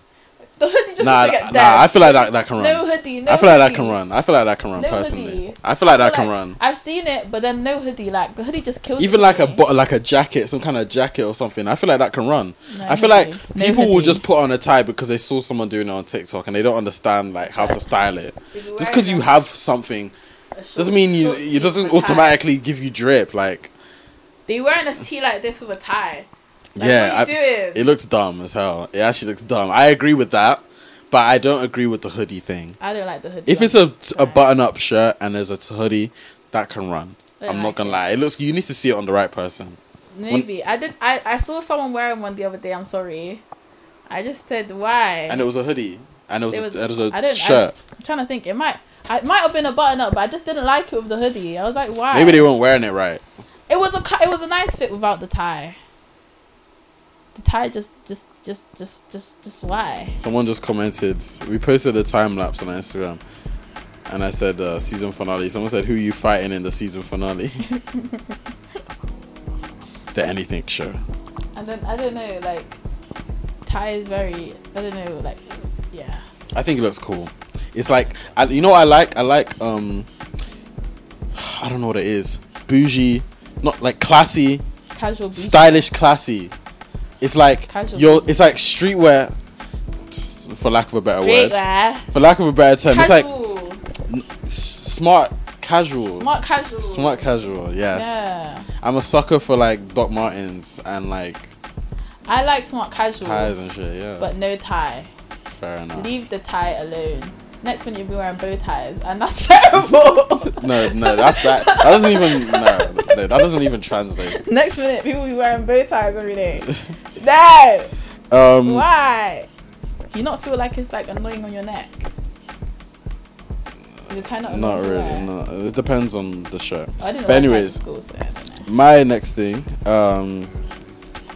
[SPEAKER 1] The hoodie just
[SPEAKER 2] nah,
[SPEAKER 1] to get
[SPEAKER 2] nah,
[SPEAKER 1] there.
[SPEAKER 2] I feel like that, that can run.
[SPEAKER 1] no hoodie. No
[SPEAKER 2] I feel like that
[SPEAKER 1] hoodie.
[SPEAKER 2] can run. I feel like that can run
[SPEAKER 1] No
[SPEAKER 2] personally.
[SPEAKER 1] hoodie.
[SPEAKER 2] I feel like that
[SPEAKER 1] But,
[SPEAKER 2] can
[SPEAKER 1] like,
[SPEAKER 2] run.
[SPEAKER 1] I've seen it, but then no hoodie. Like the hoodie just kills.
[SPEAKER 2] Even
[SPEAKER 1] it
[SPEAKER 2] like
[SPEAKER 1] for
[SPEAKER 2] a
[SPEAKER 1] me.
[SPEAKER 2] bo- like a jacket, some kind of jacket or something. I feel like that can run.
[SPEAKER 1] No
[SPEAKER 2] I feel
[SPEAKER 1] hoodie.
[SPEAKER 2] like
[SPEAKER 1] No
[SPEAKER 2] people will
[SPEAKER 1] hoodie.
[SPEAKER 2] just put on a tie because they saw someone doing it on TikTok and they don't understand like how to style it.
[SPEAKER 1] If you're
[SPEAKER 2] Just because
[SPEAKER 1] wearing
[SPEAKER 2] you
[SPEAKER 1] a-
[SPEAKER 2] have something
[SPEAKER 1] a short-
[SPEAKER 2] doesn't mean you
[SPEAKER 1] short
[SPEAKER 2] it
[SPEAKER 1] sleeve
[SPEAKER 2] doesn't
[SPEAKER 1] with a tie.
[SPEAKER 2] automatically give you drip. Like
[SPEAKER 1] They wearing a tee like this with a tie. Like,
[SPEAKER 2] yeah,
[SPEAKER 1] what are you
[SPEAKER 2] I-
[SPEAKER 1] doing?
[SPEAKER 2] It looks dumb as hell. It actually looks dumb. I agree with that, but I don't agree with the hoodie thing.
[SPEAKER 1] I don't like the hoodie.
[SPEAKER 2] If it's a a button up shirt and there's a t- hoodie, that can run.
[SPEAKER 1] I
[SPEAKER 2] I'm
[SPEAKER 1] like
[SPEAKER 2] not gonna
[SPEAKER 1] it.
[SPEAKER 2] lie. It looks. You need to see it on the right person.
[SPEAKER 1] maybe I did. I, I saw someone wearing one the other day. I'm sorry. I just said why.
[SPEAKER 2] And it was a hoodie. And it was,
[SPEAKER 1] It
[SPEAKER 2] a-
[SPEAKER 1] was-
[SPEAKER 2] it was
[SPEAKER 1] I
[SPEAKER 2] a
[SPEAKER 1] don't- I-
[SPEAKER 2] shirt.
[SPEAKER 1] I'm trying to think. It might. I, it might have been a button up, but I just didn't like it with the hoodie. I was like, why?
[SPEAKER 2] Maybe they weren't wearing it right.
[SPEAKER 1] It was a cu- it was a nice fit without the tie. The tie just just just just just just why?
[SPEAKER 2] Someone just commented. We posted a time lapse on Instagram, and I said uh, season finale. Someone said, "Who you fighting in the season finale?" the anything show.
[SPEAKER 1] And then I don't know like tie is very I don't know like yeah.
[SPEAKER 2] I think it looks cool. It's like I, you know what I like. I like um, I don't know what it is. Bougie, not like classy,
[SPEAKER 1] Casual boots.
[SPEAKER 2] stylish, classy. It's like
[SPEAKER 1] Casual.
[SPEAKER 2] yo. It's like streetwear, for lack of a better word.
[SPEAKER 1] Streetwear.
[SPEAKER 2] For lack of a better term, it's
[SPEAKER 1] Casual.
[SPEAKER 2] like s- smart, casual,
[SPEAKER 1] smart casual.
[SPEAKER 2] Smart casual. Yes.
[SPEAKER 1] Yeah.
[SPEAKER 2] I'm a sucker for like Doc Martens and like
[SPEAKER 1] I like smart casual,
[SPEAKER 2] ties and shit. Yeah,
[SPEAKER 1] but no tie.
[SPEAKER 2] fair enough.
[SPEAKER 1] Leave the tie alone. Next one you'll be wearing bow ties, and that's terrible.
[SPEAKER 2] No, no, that's that. That doesn't even no, no, that doesn't even translate.
[SPEAKER 1] Next minute, people will be wearing bow ties every day. No,
[SPEAKER 2] Um,
[SPEAKER 1] why? Do you not feel like it's like annoying on your neck? Is the tie not
[SPEAKER 2] Not
[SPEAKER 1] annoying to
[SPEAKER 2] really.
[SPEAKER 1] wear?
[SPEAKER 2] No, it depends on the show.
[SPEAKER 1] I didn't wear
[SPEAKER 2] But
[SPEAKER 1] ties
[SPEAKER 2] anyways.
[SPEAKER 1] to school, so I don't know.
[SPEAKER 2] My next thing um,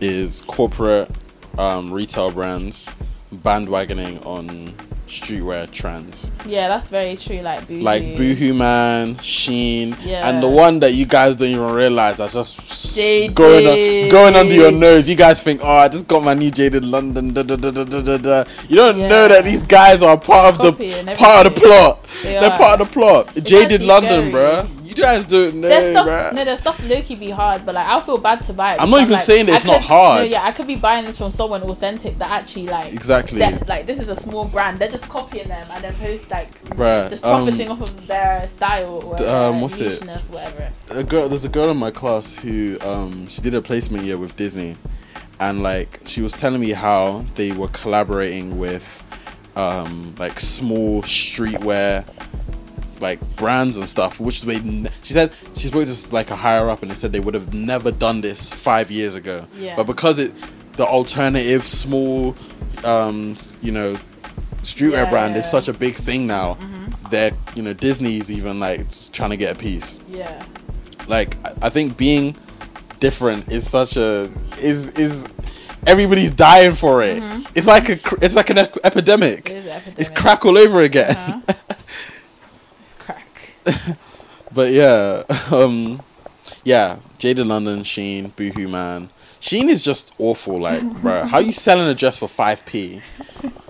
[SPEAKER 2] is corporate um, retail brands bandwagoning on streetwear trends
[SPEAKER 1] yeah, that's very true. Like boohoo.
[SPEAKER 2] like Boohoo Man, Sheen, and the
[SPEAKER 1] Yeah.
[SPEAKER 2] one that you guys don't even realize that's just s-
[SPEAKER 1] Jaded.
[SPEAKER 2] going on, going under your nose. You guys think, oh, I just got my new Jaded London. Da, da, da, da, da, da, da. You don't
[SPEAKER 1] Yeah.
[SPEAKER 2] know that these guys are part of
[SPEAKER 1] Copying
[SPEAKER 2] the part of the
[SPEAKER 1] everything.
[SPEAKER 2] plot.
[SPEAKER 1] They
[SPEAKER 2] They
[SPEAKER 1] are.
[SPEAKER 2] are part of the plot. Jaded
[SPEAKER 1] actually
[SPEAKER 2] London,
[SPEAKER 1] scary.
[SPEAKER 2] bruh. You guys don't know,
[SPEAKER 1] There's stuff,
[SPEAKER 2] bruh.
[SPEAKER 1] no, there's stuff low key be hard, but like I'll feel bad to buy it.
[SPEAKER 2] I'm not
[SPEAKER 1] because
[SPEAKER 2] even
[SPEAKER 1] like,
[SPEAKER 2] saying that
[SPEAKER 1] I
[SPEAKER 2] it's not
[SPEAKER 1] could-
[SPEAKER 2] hard.
[SPEAKER 1] No, yeah, I could be buying this from someone authentic that actually like
[SPEAKER 2] Exactly.
[SPEAKER 1] that- like this is a small brand. They're just copying them and they're post like
[SPEAKER 2] Bruh,
[SPEAKER 1] just
[SPEAKER 2] um,
[SPEAKER 1] profiting off of their style or
[SPEAKER 2] d-
[SPEAKER 1] their
[SPEAKER 2] um, what's it?
[SPEAKER 1] nicheness, whatever.
[SPEAKER 2] a girl there's a girl in my class who um she did a placement year with Disney and like she was telling me how they were collaborating with um like small streetwear like brands and stuff which they n- she said she spoke to like a higher up and they said they would have never done this 5 years ago
[SPEAKER 1] Yeah.
[SPEAKER 2] but because it the alternative small um you know streetwear
[SPEAKER 1] Yeah,
[SPEAKER 2] brand is
[SPEAKER 1] yeah. Mm-hmm.
[SPEAKER 2] such a big thing now they're you know Disney's even like trying to get a piece
[SPEAKER 1] Yeah,
[SPEAKER 2] like I- I think being different is such a is is everybody's dying for it.
[SPEAKER 1] Mm-hmm.
[SPEAKER 2] It's like a cr- it's like an ep- epidemic.
[SPEAKER 1] it is an epidemic.
[SPEAKER 2] It's crack all over again.
[SPEAKER 1] Uh-huh. It's crack.
[SPEAKER 2] but yeah, um, yeah, Jada London, Sheen, Boohoo Man. Sheen is just awful. Like, bro, how you selling a dress for five p?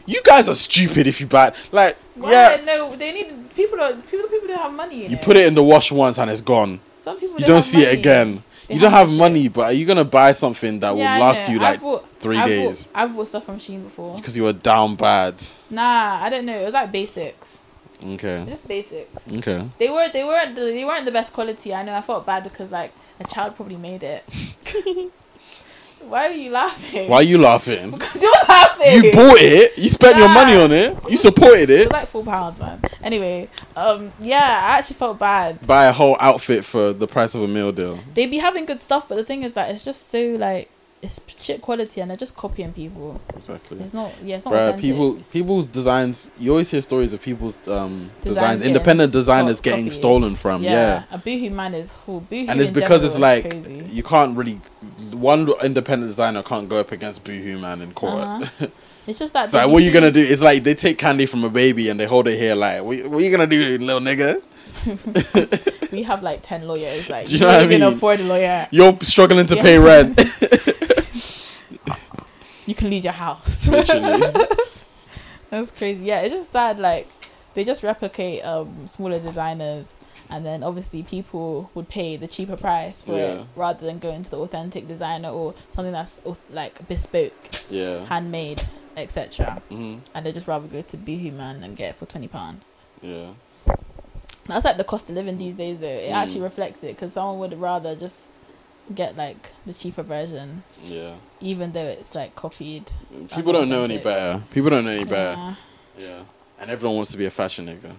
[SPEAKER 2] You guys are stupid if you buy. Like,
[SPEAKER 1] Why?
[SPEAKER 2] yeah,
[SPEAKER 1] No, they need people. Are, people, people don't have money.
[SPEAKER 2] you put it in the wash once and it's gone.
[SPEAKER 1] Some people
[SPEAKER 2] You
[SPEAKER 1] don't,
[SPEAKER 2] don't
[SPEAKER 1] have
[SPEAKER 2] see it
[SPEAKER 1] money.
[SPEAKER 2] again.
[SPEAKER 1] They
[SPEAKER 2] you don't
[SPEAKER 1] have
[SPEAKER 2] have
[SPEAKER 1] shit.
[SPEAKER 2] money, but are you gonna buy something that
[SPEAKER 1] Yeah, I
[SPEAKER 2] will last
[SPEAKER 1] know.
[SPEAKER 2] you
[SPEAKER 1] I
[SPEAKER 2] like
[SPEAKER 1] bought-
[SPEAKER 2] three
[SPEAKER 1] I bought-
[SPEAKER 2] days?
[SPEAKER 1] I've bought stuff from Sheen before.
[SPEAKER 2] because you were down bad.
[SPEAKER 1] Nah, I don't know. It was like basics,
[SPEAKER 2] Okay.
[SPEAKER 1] just basics.
[SPEAKER 2] Okay.
[SPEAKER 1] They were they weren't the, they weren't the best quality. I know. I felt bad because like a child probably made it. Why are you laughing?
[SPEAKER 2] Why are you laughing?
[SPEAKER 1] Because you're laughing.
[SPEAKER 2] You bought it. You spent your money
[SPEAKER 1] Nah.
[SPEAKER 2] on it. You supported
[SPEAKER 1] It
[SPEAKER 2] it.
[SPEAKER 1] was like four pounds, man. Anyway, um, yeah, I actually felt bad.
[SPEAKER 2] Buy a whole outfit for the price of a meal deal.
[SPEAKER 1] They be having good stuff, but the thing is that it's just so like it's shit quality, and they're just copying people.
[SPEAKER 2] Exactly.
[SPEAKER 1] It's not. Yeah, it's not.
[SPEAKER 2] Bruh,
[SPEAKER 1] authentic.
[SPEAKER 2] people people's designs you always hear stories of people's um designs,
[SPEAKER 1] Designs getting
[SPEAKER 2] independent designers
[SPEAKER 1] co-
[SPEAKER 2] getting
[SPEAKER 1] copied.
[SPEAKER 2] stolen from um, yeah,
[SPEAKER 1] a boohoo man is cool. Boohoo
[SPEAKER 2] and it's
[SPEAKER 1] in
[SPEAKER 2] because
[SPEAKER 1] general
[SPEAKER 2] it's
[SPEAKER 1] is
[SPEAKER 2] like
[SPEAKER 1] crazy.
[SPEAKER 2] you can't really one independent designer can't go up against boohoo man in court
[SPEAKER 1] Uh-huh. It's just that.
[SPEAKER 2] it's like what you gonna do it's like they take candy from a baby and they hold it here like what, what you gonna do little nigga
[SPEAKER 1] We have like ten lawyers. Like
[SPEAKER 2] Do you know what I
[SPEAKER 1] ain't gonna
[SPEAKER 2] mean?
[SPEAKER 1] afford a lawyer.
[SPEAKER 2] you're struggling to
[SPEAKER 1] Yeah.
[SPEAKER 2] pay rent
[SPEAKER 1] You can lose your house.
[SPEAKER 2] literally
[SPEAKER 1] That's crazy. Yeah, it's just sad. Like they just replicate um smaller designers, and then obviously people would pay the cheaper price for
[SPEAKER 2] Yeah.
[SPEAKER 1] it rather than going to the authentic designer or something that's au- like bespoke,
[SPEAKER 2] yeah
[SPEAKER 1] handmade, etc.
[SPEAKER 2] hmm
[SPEAKER 1] And they just rather go to Boohoo Man and get it for twenty pound.
[SPEAKER 2] yeah
[SPEAKER 1] That's like the cost of living these days, though. It
[SPEAKER 2] Mm.
[SPEAKER 1] actually reflects it because someone would rather just get like the cheaper version,
[SPEAKER 2] yeah
[SPEAKER 1] even though it's like copied.
[SPEAKER 2] people don't know any
[SPEAKER 1] authentic.
[SPEAKER 2] better people don't know any better
[SPEAKER 1] Yeah.
[SPEAKER 2] Yeah. And everyone wants to be a fashion nigga.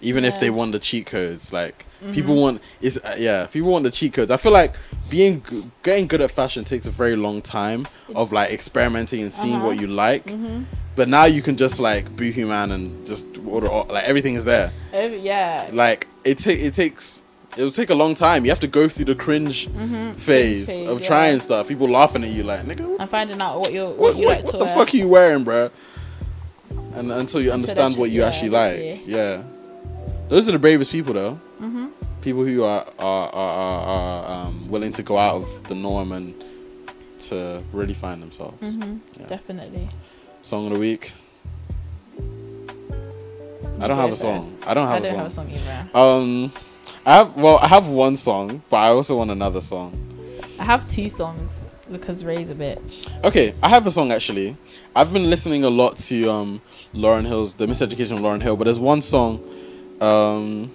[SPEAKER 2] Even if
[SPEAKER 1] Yeah.
[SPEAKER 2] they want the cheat codes, like people
[SPEAKER 1] Mhm.
[SPEAKER 2] want is uh, yeah, people want the cheat codes. I feel like being g- getting good at fashion takes a very long time of like experimenting and seeing what
[SPEAKER 1] Uh-huh.
[SPEAKER 2] you like.
[SPEAKER 1] Mhm.
[SPEAKER 2] But now you can just like boohoo man and just order all, like everything is there.
[SPEAKER 1] Oh, yeah.
[SPEAKER 2] Like it ta- it takes it'll take a long time. You have to go through the cringe phase,
[SPEAKER 1] Mm-hmm. Cringe phase,
[SPEAKER 2] of
[SPEAKER 1] yeah.
[SPEAKER 2] trying stuff. People laughing at you like nigga,
[SPEAKER 1] I'm finding out what you're what,
[SPEAKER 2] what,
[SPEAKER 1] you
[SPEAKER 2] what,
[SPEAKER 1] like
[SPEAKER 2] what
[SPEAKER 1] to
[SPEAKER 2] the
[SPEAKER 1] wear.
[SPEAKER 2] fuck are you wearing, bro? And until you understand
[SPEAKER 1] that
[SPEAKER 2] what
[SPEAKER 1] you-
[SPEAKER 2] you
[SPEAKER 1] yeah,
[SPEAKER 2] actually
[SPEAKER 1] literally.
[SPEAKER 2] like, yeah. Those are the bravest people, though.
[SPEAKER 1] Mhm.
[SPEAKER 2] People who are are, are, are, are um, willing to go out of the norm and to really find themselves.
[SPEAKER 1] Mhm.
[SPEAKER 2] Yeah.
[SPEAKER 1] Definitely.
[SPEAKER 2] Song of the week. I don't have a
[SPEAKER 1] first.
[SPEAKER 2] song. I don't
[SPEAKER 1] I
[SPEAKER 2] have
[SPEAKER 1] don't have
[SPEAKER 2] a
[SPEAKER 1] a
[SPEAKER 2] song.
[SPEAKER 1] song either.
[SPEAKER 2] Um, I have well, I have one song, but I also want another song.
[SPEAKER 1] I have two songs because Ray's a bitch.
[SPEAKER 2] Okay, I have a song actually. I've been listening a lot to um Lauren Hill's The Miseducation of Lauren Hill, but there's one song um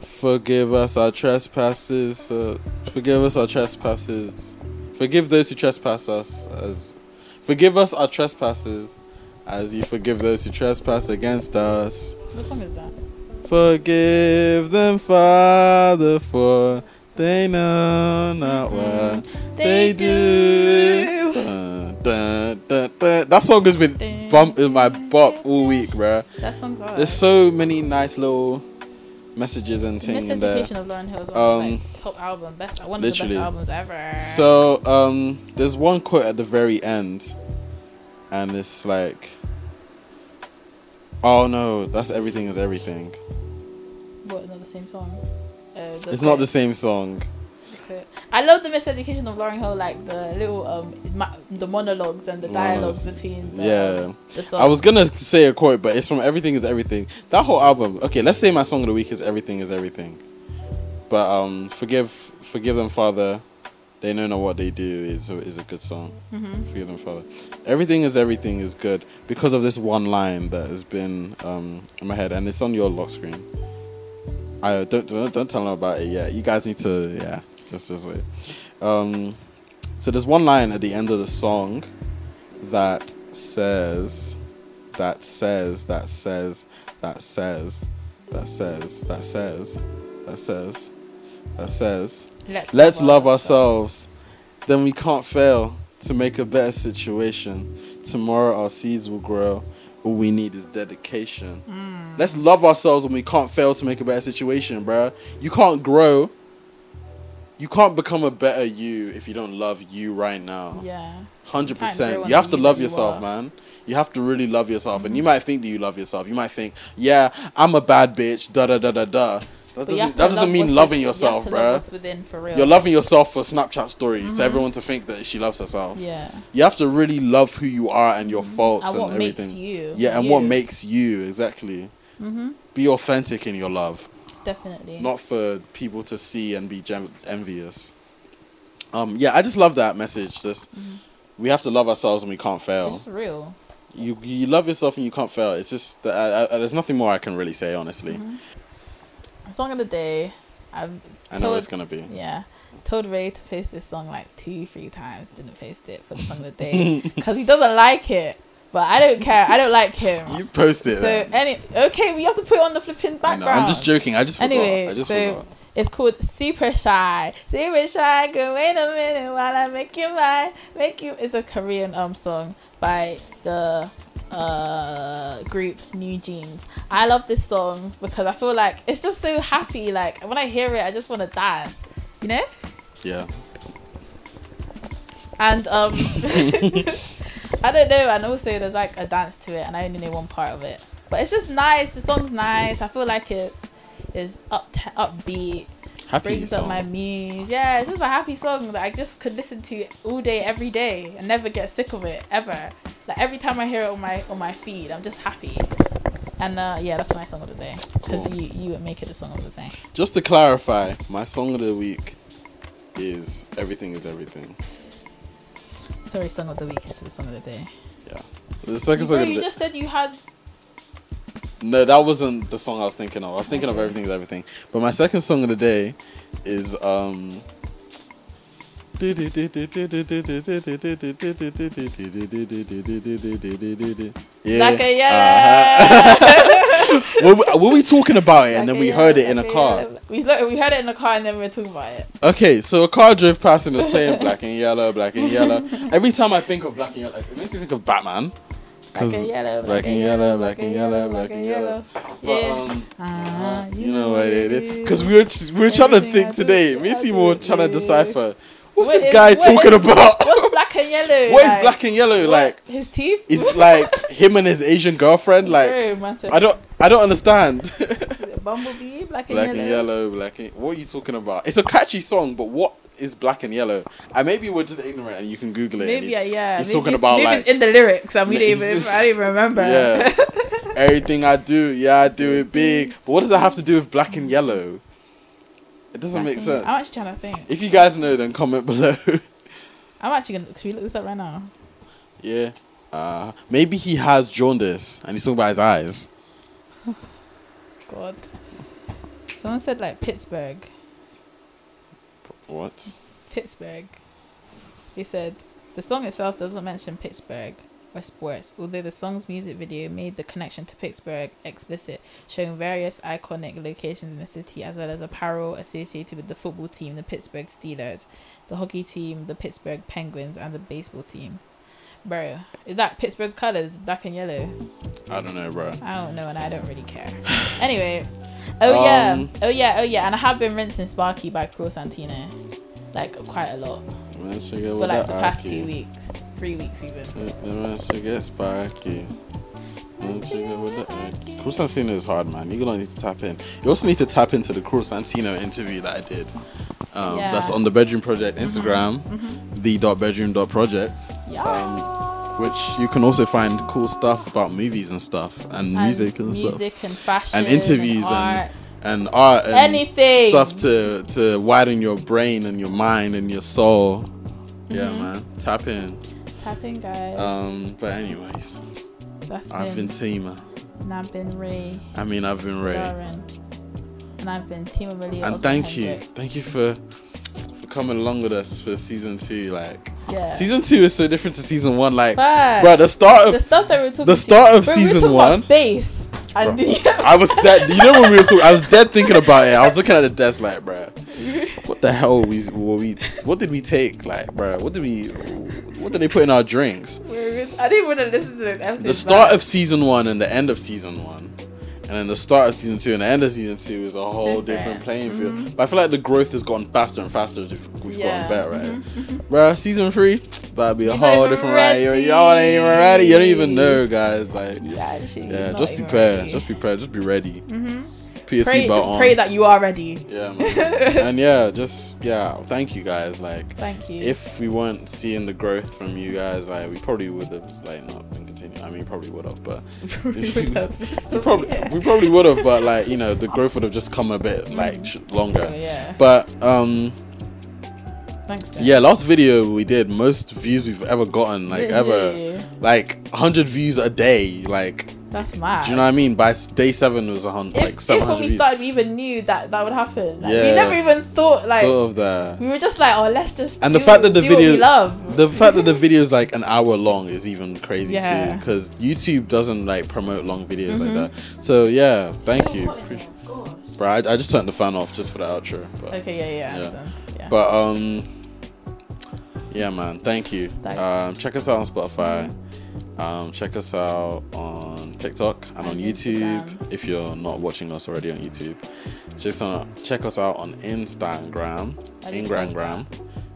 [SPEAKER 2] Forgive us our trespasses, uh, forgive us our trespasses. Forgive those who trespass us as Forgive us our trespasses as you forgive those who trespass against us.
[SPEAKER 1] What song is that?
[SPEAKER 2] Forgive them, Father, for they know not what they, do. Dun, dun, dun, dun. That song has been
[SPEAKER 1] Dun,
[SPEAKER 2] bump in my
[SPEAKER 1] dun,
[SPEAKER 2] bop
[SPEAKER 1] dun,
[SPEAKER 2] all week, bruh.
[SPEAKER 1] That song's alright.
[SPEAKER 2] There's so many nice little messages and things in there.
[SPEAKER 1] Miseducation of Lauren Hill is one of
[SPEAKER 2] Um,
[SPEAKER 1] his, like, top album, best one of the
[SPEAKER 2] literally.
[SPEAKER 1] best albums ever.
[SPEAKER 2] So, um, there's one quote at the very end, and it's like, "Oh no, that's everything is everything."
[SPEAKER 1] what? Not the same song. Uh,
[SPEAKER 2] It's not the same song.
[SPEAKER 1] Okay. I love the miseducation of Lauren Hill, like the little um, ma- the monologues and the dialogues between the,
[SPEAKER 2] Yeah.
[SPEAKER 1] the song.
[SPEAKER 2] I was gonna say a quote, but it's from Everything Is Everything. That whole album. Okay, let's say my song of the week is Everything Is Everything. But um, forgive, forgive them, Father. They don't know what they do. Is a, is a good song.
[SPEAKER 1] Mhm.
[SPEAKER 2] Forgive them, Father. Everything is everything is good because of this one line that has been um in my head, and it's on your lock screen. I uh, don't don't, don't tell them about it yet. You guys need to yeah, just just wait. Um, so there's one line at the end of the song that says, that says, that says, that says, that says, that says, that says, that says,
[SPEAKER 1] Let's,
[SPEAKER 2] let's love ourselves. Then we can't fail to make a better situation. Tomorrow our seeds will grow. All we need is dedication. Let's love ourselves when we can't fail to make a better situation, bruh. You can't grow. You can't become a better you if you don't love you right now.
[SPEAKER 1] Yeah.
[SPEAKER 2] Hundred
[SPEAKER 1] You can't grow
[SPEAKER 2] percent.
[SPEAKER 1] on
[SPEAKER 2] You have
[SPEAKER 1] the
[SPEAKER 2] to
[SPEAKER 1] you
[SPEAKER 2] love
[SPEAKER 1] that you
[SPEAKER 2] yourself,
[SPEAKER 1] are. Mm-hmm.
[SPEAKER 2] man. You have to really love yourself, and you might think that you love yourself. You might think, "Yeah, I'm a bad bitch." Da da da da da. That
[SPEAKER 1] But you have
[SPEAKER 2] doesn't,
[SPEAKER 1] to
[SPEAKER 2] that
[SPEAKER 1] love
[SPEAKER 2] doesn't mean
[SPEAKER 1] what's
[SPEAKER 2] loving
[SPEAKER 1] with- you have
[SPEAKER 2] yourself,
[SPEAKER 1] to love
[SPEAKER 2] bro.
[SPEAKER 1] what's within for real. Mm-hmm.
[SPEAKER 2] You're loving yourself for Snapchat stories, so everyone to think that she loves herself.
[SPEAKER 1] Yeah. Mm-hmm.
[SPEAKER 2] You have to really love who you are and your faults
[SPEAKER 1] And
[SPEAKER 2] and,
[SPEAKER 1] what
[SPEAKER 2] everything.
[SPEAKER 1] makes you.
[SPEAKER 2] yeah, and what
[SPEAKER 1] you.
[SPEAKER 2] makes you exactly.
[SPEAKER 1] Mhm.
[SPEAKER 2] Be authentic in your love,
[SPEAKER 1] Definitely.
[SPEAKER 2] not for people to see and be gem- envious. Um, yeah, I just love that message. Just we have to love ourselves and we can't fail.
[SPEAKER 1] It's Mm-hmm. just real.
[SPEAKER 2] you you love yourself and you can't fail. It's just that I, I, there's nothing more I can really say honestly.
[SPEAKER 1] Mm-hmm. Song of the day. I've
[SPEAKER 2] I know
[SPEAKER 1] told,
[SPEAKER 2] it's gonna be.
[SPEAKER 1] Yeah. Told Ray to post this song like two, three times. Didn't post it for the song of the day because he doesn't like it. But I don't care. I don't like him.
[SPEAKER 2] You post it.
[SPEAKER 1] So
[SPEAKER 2] then.
[SPEAKER 1] any okay, we have to put it on the flipping
[SPEAKER 2] I
[SPEAKER 1] background.
[SPEAKER 2] know. I'm just joking. I just forgot.
[SPEAKER 1] Anyway,
[SPEAKER 2] I just
[SPEAKER 1] so
[SPEAKER 2] forgot.
[SPEAKER 1] It's called Super Shy. Super Shy, go wait a minute while I make you mine. Make you. It's a Korean um song by the uh group New Jeans. I love this song because I feel like it's just so happy. Like when I hear it, I just want to dance. You know.
[SPEAKER 2] Yeah.
[SPEAKER 1] And um, I don't know. And also, there's like a dance to it, and I only know one part of it. But it's just nice. The song's nice. I feel like it's it's up upbeat.
[SPEAKER 2] Happy
[SPEAKER 1] brings
[SPEAKER 2] song.
[SPEAKER 1] up my muse. Yeah, it's just a happy song that I just could listen to all day, every day, and never get sick of it ever. Like every time I hear it on my on my feed, I'm just happy. And uh, yeah, that's my song of the day because
[SPEAKER 2] Cool.
[SPEAKER 1] you you would make it a song of the day.
[SPEAKER 2] Just to clarify, my song of the week is "Everything Is Everything."
[SPEAKER 1] Sorry, song of the week is the song of the day.
[SPEAKER 2] The second song.
[SPEAKER 1] Bro,
[SPEAKER 2] of
[SPEAKER 1] you
[SPEAKER 2] the-
[SPEAKER 1] just said you had
[SPEAKER 2] No, that wasn't the song I was thinking of. I was thinking of everything is everything. But my second song of the day is um yeah.
[SPEAKER 1] like a
[SPEAKER 2] uh-huh.
[SPEAKER 1] yellow.
[SPEAKER 2] were, we, were we talking about it
[SPEAKER 1] Like
[SPEAKER 2] and then
[SPEAKER 1] a
[SPEAKER 2] we
[SPEAKER 1] yellow,
[SPEAKER 2] heard it in
[SPEAKER 1] like
[SPEAKER 2] a car?
[SPEAKER 1] yellow. We look, we heard it in a car and then we were talking about it.
[SPEAKER 2] Okay, so a car drove past and was playing black and yellow, black and yellow. Every time I think of black and yellow, it makes me think of Batman. 'Cause-
[SPEAKER 1] Like a yellow,
[SPEAKER 2] black and yellow, black and yellow, black and yellow. But,
[SPEAKER 1] Yeah.
[SPEAKER 2] um,
[SPEAKER 1] Ah,
[SPEAKER 2] You know what it is? Because
[SPEAKER 1] you-
[SPEAKER 2] we were, ch- we were trying to
[SPEAKER 1] Everything I
[SPEAKER 2] think
[SPEAKER 1] do,
[SPEAKER 2] today. Me and
[SPEAKER 1] I
[SPEAKER 2] Timo were
[SPEAKER 1] do
[SPEAKER 2] trying to
[SPEAKER 1] you.
[SPEAKER 2] decipher. What's
[SPEAKER 1] What
[SPEAKER 2] this
[SPEAKER 1] is-
[SPEAKER 2] guy
[SPEAKER 1] what
[SPEAKER 2] talking
[SPEAKER 1] is-
[SPEAKER 2] about?
[SPEAKER 1] What's black and yellow?
[SPEAKER 2] What is
[SPEAKER 1] like?
[SPEAKER 2] black and yellow?
[SPEAKER 1] What?
[SPEAKER 2] Like,
[SPEAKER 1] his teeth?
[SPEAKER 2] it's like him and his Asian girlfriend. Like,
[SPEAKER 1] Bro, man said
[SPEAKER 2] I don't, I don't understand.
[SPEAKER 1] Bumblebee, black and
[SPEAKER 2] black
[SPEAKER 1] yellow.
[SPEAKER 2] and yellow, black and what are you talking about? It's a catchy song, but what is black and yellow? And maybe we're just ignorant, and you can Google it. and
[SPEAKER 1] Maybe
[SPEAKER 2] it's-
[SPEAKER 1] yeah, yeah.
[SPEAKER 2] he's
[SPEAKER 1] maybe
[SPEAKER 2] talking about,
[SPEAKER 1] maybe
[SPEAKER 2] like-
[SPEAKER 1] it's in the lyrics and we didn't
[SPEAKER 2] He's-
[SPEAKER 1] even I didn't even remember.
[SPEAKER 2] Yeah. Everything I do, yeah, I do it big. But what does that have to do with black and yellow? It doesn't make sense.
[SPEAKER 1] I'm actually trying to think.
[SPEAKER 2] If you guys know, then comment below.
[SPEAKER 1] I'm actually gonna should we look this up right now?
[SPEAKER 2] yeah. Uh, maybe he has jaundice and he's talking about his eyes.
[SPEAKER 1] God. Someone said like Pittsburgh.
[SPEAKER 2] What?
[SPEAKER 1] Pittsburgh. They said the song itself doesn't mention Pittsburgh or sports, although the song's music video made the connection to Pittsburgh explicit, showing various iconic locations in the city as well as apparel associated with the football team, the Pittsburgh Steelers, the hockey team, the Pittsburgh Penguins, and the baseball team. Bro, is that Pittsburgh's colors, black and yellow?
[SPEAKER 2] I don't know, bro.
[SPEAKER 1] I don't know, and I don't really care. Anyway, oh yeah,
[SPEAKER 2] Um,
[SPEAKER 1] oh yeah, oh yeah, and I have been rinsing Sparky by Cruel Santino, like quite a lot
[SPEAKER 2] Man should get
[SPEAKER 1] for
[SPEAKER 2] with
[SPEAKER 1] like
[SPEAKER 2] that
[SPEAKER 1] the past
[SPEAKER 2] Aki.
[SPEAKER 1] two weeks, three weeks even.
[SPEAKER 2] The Man should get sparky. Man should get with the Aki. Cruzantino is hard, man. You're gonna need to tap in. You also need to tap into the Cruzantino interview that I did. Um,
[SPEAKER 1] Yeah. Mm-hmm.
[SPEAKER 2] That's on the Bedroom Project Instagram, the dot bedroom dot project. um,
[SPEAKER 1] Yeah.
[SPEAKER 2] which you can also find cool stuff about movies and stuff and, music and stuff
[SPEAKER 1] music and fashion
[SPEAKER 2] and interviews and,
[SPEAKER 1] art.
[SPEAKER 2] and art and
[SPEAKER 1] Anything.
[SPEAKER 2] stuff to to widen your brain and your mind and your soul yeah
[SPEAKER 1] Mm-hmm.
[SPEAKER 2] man tap in
[SPEAKER 1] Tap in, guys.
[SPEAKER 2] um but anyways
[SPEAKER 1] That's
[SPEAKER 2] i've been
[SPEAKER 1] been,
[SPEAKER 2] tima
[SPEAKER 1] and I've been Ray,
[SPEAKER 2] i mean i've been ray
[SPEAKER 1] Lauren, and I've been Team Amelia.
[SPEAKER 2] and
[SPEAKER 1] Osman
[SPEAKER 2] thank you
[SPEAKER 1] Hendrick.
[SPEAKER 2] thank you for for coming along with us for season two like
[SPEAKER 1] Yeah.
[SPEAKER 2] season two is so different to season one like
[SPEAKER 1] Fuck.
[SPEAKER 2] bro the start of
[SPEAKER 1] the stuff that we we're talking.
[SPEAKER 2] the start of
[SPEAKER 1] to, Bro, we were
[SPEAKER 2] season
[SPEAKER 1] talking
[SPEAKER 2] one-
[SPEAKER 1] About space. And
[SPEAKER 2] I was dead. You know when we were talking, I was dead thinking about it. I was looking at the desk like, bruh, what the hell were we, were we, what did we take? Like, bruh, what did we, what did they put in our drinks?
[SPEAKER 1] We're- I didn't want to listen to this episode.
[SPEAKER 2] The start of season one and the end of season one, and then the start of season two and the end of season two is a whole different,
[SPEAKER 1] Different. Mm-hmm.
[SPEAKER 2] playing field. But I feel like the growth has gotten faster and faster as we've we've
[SPEAKER 1] Yeah. Mm-hmm.
[SPEAKER 2] gotten better, right? Bruh, season three, that'd be a
[SPEAKER 1] You're not
[SPEAKER 2] whole
[SPEAKER 1] even
[SPEAKER 2] different ride. Y'all ain't even ready. You don't even know, guys. Like,
[SPEAKER 1] yeah, shit,
[SPEAKER 2] yeah,
[SPEAKER 1] not
[SPEAKER 2] just
[SPEAKER 1] even
[SPEAKER 2] prepare.
[SPEAKER 1] ready.
[SPEAKER 2] Just prepare. Just be ready.
[SPEAKER 1] Mhm.
[SPEAKER 2] Put your
[SPEAKER 1] pray,
[SPEAKER 2] seatbelt
[SPEAKER 1] just
[SPEAKER 2] on.
[SPEAKER 1] pray that you are ready.
[SPEAKER 2] yeah, man. and yeah, just yeah. Thank you guys. Like,
[SPEAKER 1] Thank you.
[SPEAKER 2] if we weren't seeing the growth from you guys, like we probably would have like not been continuing. I mean, probably would have, but
[SPEAKER 1] Probably would have.
[SPEAKER 2] we probably we probably would have. But like you know, the growth would have just come a bit like sh- longer.
[SPEAKER 1] Oh, yeah.
[SPEAKER 2] But um,
[SPEAKER 1] Thanks. guys.
[SPEAKER 2] yeah, last video we did most views we've ever gotten, like ever,
[SPEAKER 1] Literally.
[SPEAKER 2] like hundred views a day, like.
[SPEAKER 1] That's mad.
[SPEAKER 2] Do you know what I mean? By s- day seven was a hundred,
[SPEAKER 1] if,
[SPEAKER 2] like
[SPEAKER 1] if
[SPEAKER 2] seven
[SPEAKER 1] when
[SPEAKER 2] hundred
[SPEAKER 1] we
[SPEAKER 2] views.
[SPEAKER 1] started, we even knew that that would happen. Like,
[SPEAKER 2] Yeah.
[SPEAKER 1] We never even thought like
[SPEAKER 2] Thought of that.
[SPEAKER 1] we were just like, oh, let's just.
[SPEAKER 2] and the
[SPEAKER 1] do-
[SPEAKER 2] fact that the
[SPEAKER 1] do what we
[SPEAKER 2] video,
[SPEAKER 1] love.
[SPEAKER 2] the fact that the video is like an hour long is even crazy
[SPEAKER 1] Yeah. Mm-hmm.
[SPEAKER 2] too, because YouTube doesn't like promote long videos like that. So yeah, thank you. Appreciate-
[SPEAKER 1] Gosh.
[SPEAKER 2] Bro, I, I just turned the fan off just for the outro. But,
[SPEAKER 1] Okay, yeah, yeah,
[SPEAKER 2] Yeah.
[SPEAKER 1] yeah. understand. yeah.
[SPEAKER 2] but um, yeah, man. Thank you.
[SPEAKER 1] Thank-
[SPEAKER 2] Um, check us out on Spotify. Um, check us out on TikTok and on
[SPEAKER 1] And
[SPEAKER 2] YouTube.
[SPEAKER 1] Instagram.
[SPEAKER 2] If you're not watching us already on YouTube, check us on, check us out on Instagram.
[SPEAKER 1] I just said
[SPEAKER 2] Instagram.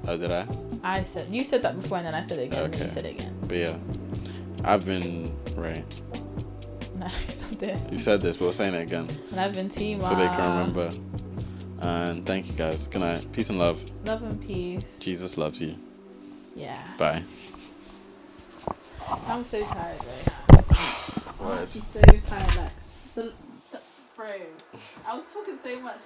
[SPEAKER 2] Oh, did I?
[SPEAKER 1] I said you said that before, and then I said it again, and then you
[SPEAKER 2] Okay.
[SPEAKER 1] said it again.
[SPEAKER 2] But yeah, I've been Ray.
[SPEAKER 1] No, it's not there.
[SPEAKER 2] You said this, but we're saying it again
[SPEAKER 1] And I've been team.
[SPEAKER 2] so they can remember. And thank you guys. Good night. Peace and love.
[SPEAKER 1] Love and peace.
[SPEAKER 2] Jesus loves you.
[SPEAKER 1] Yeah.
[SPEAKER 2] Bye.
[SPEAKER 1] I'm so tired, bro. I'm
[SPEAKER 2] Words.
[SPEAKER 1] actually so tired. Like, the, the, bro, I was talking so much.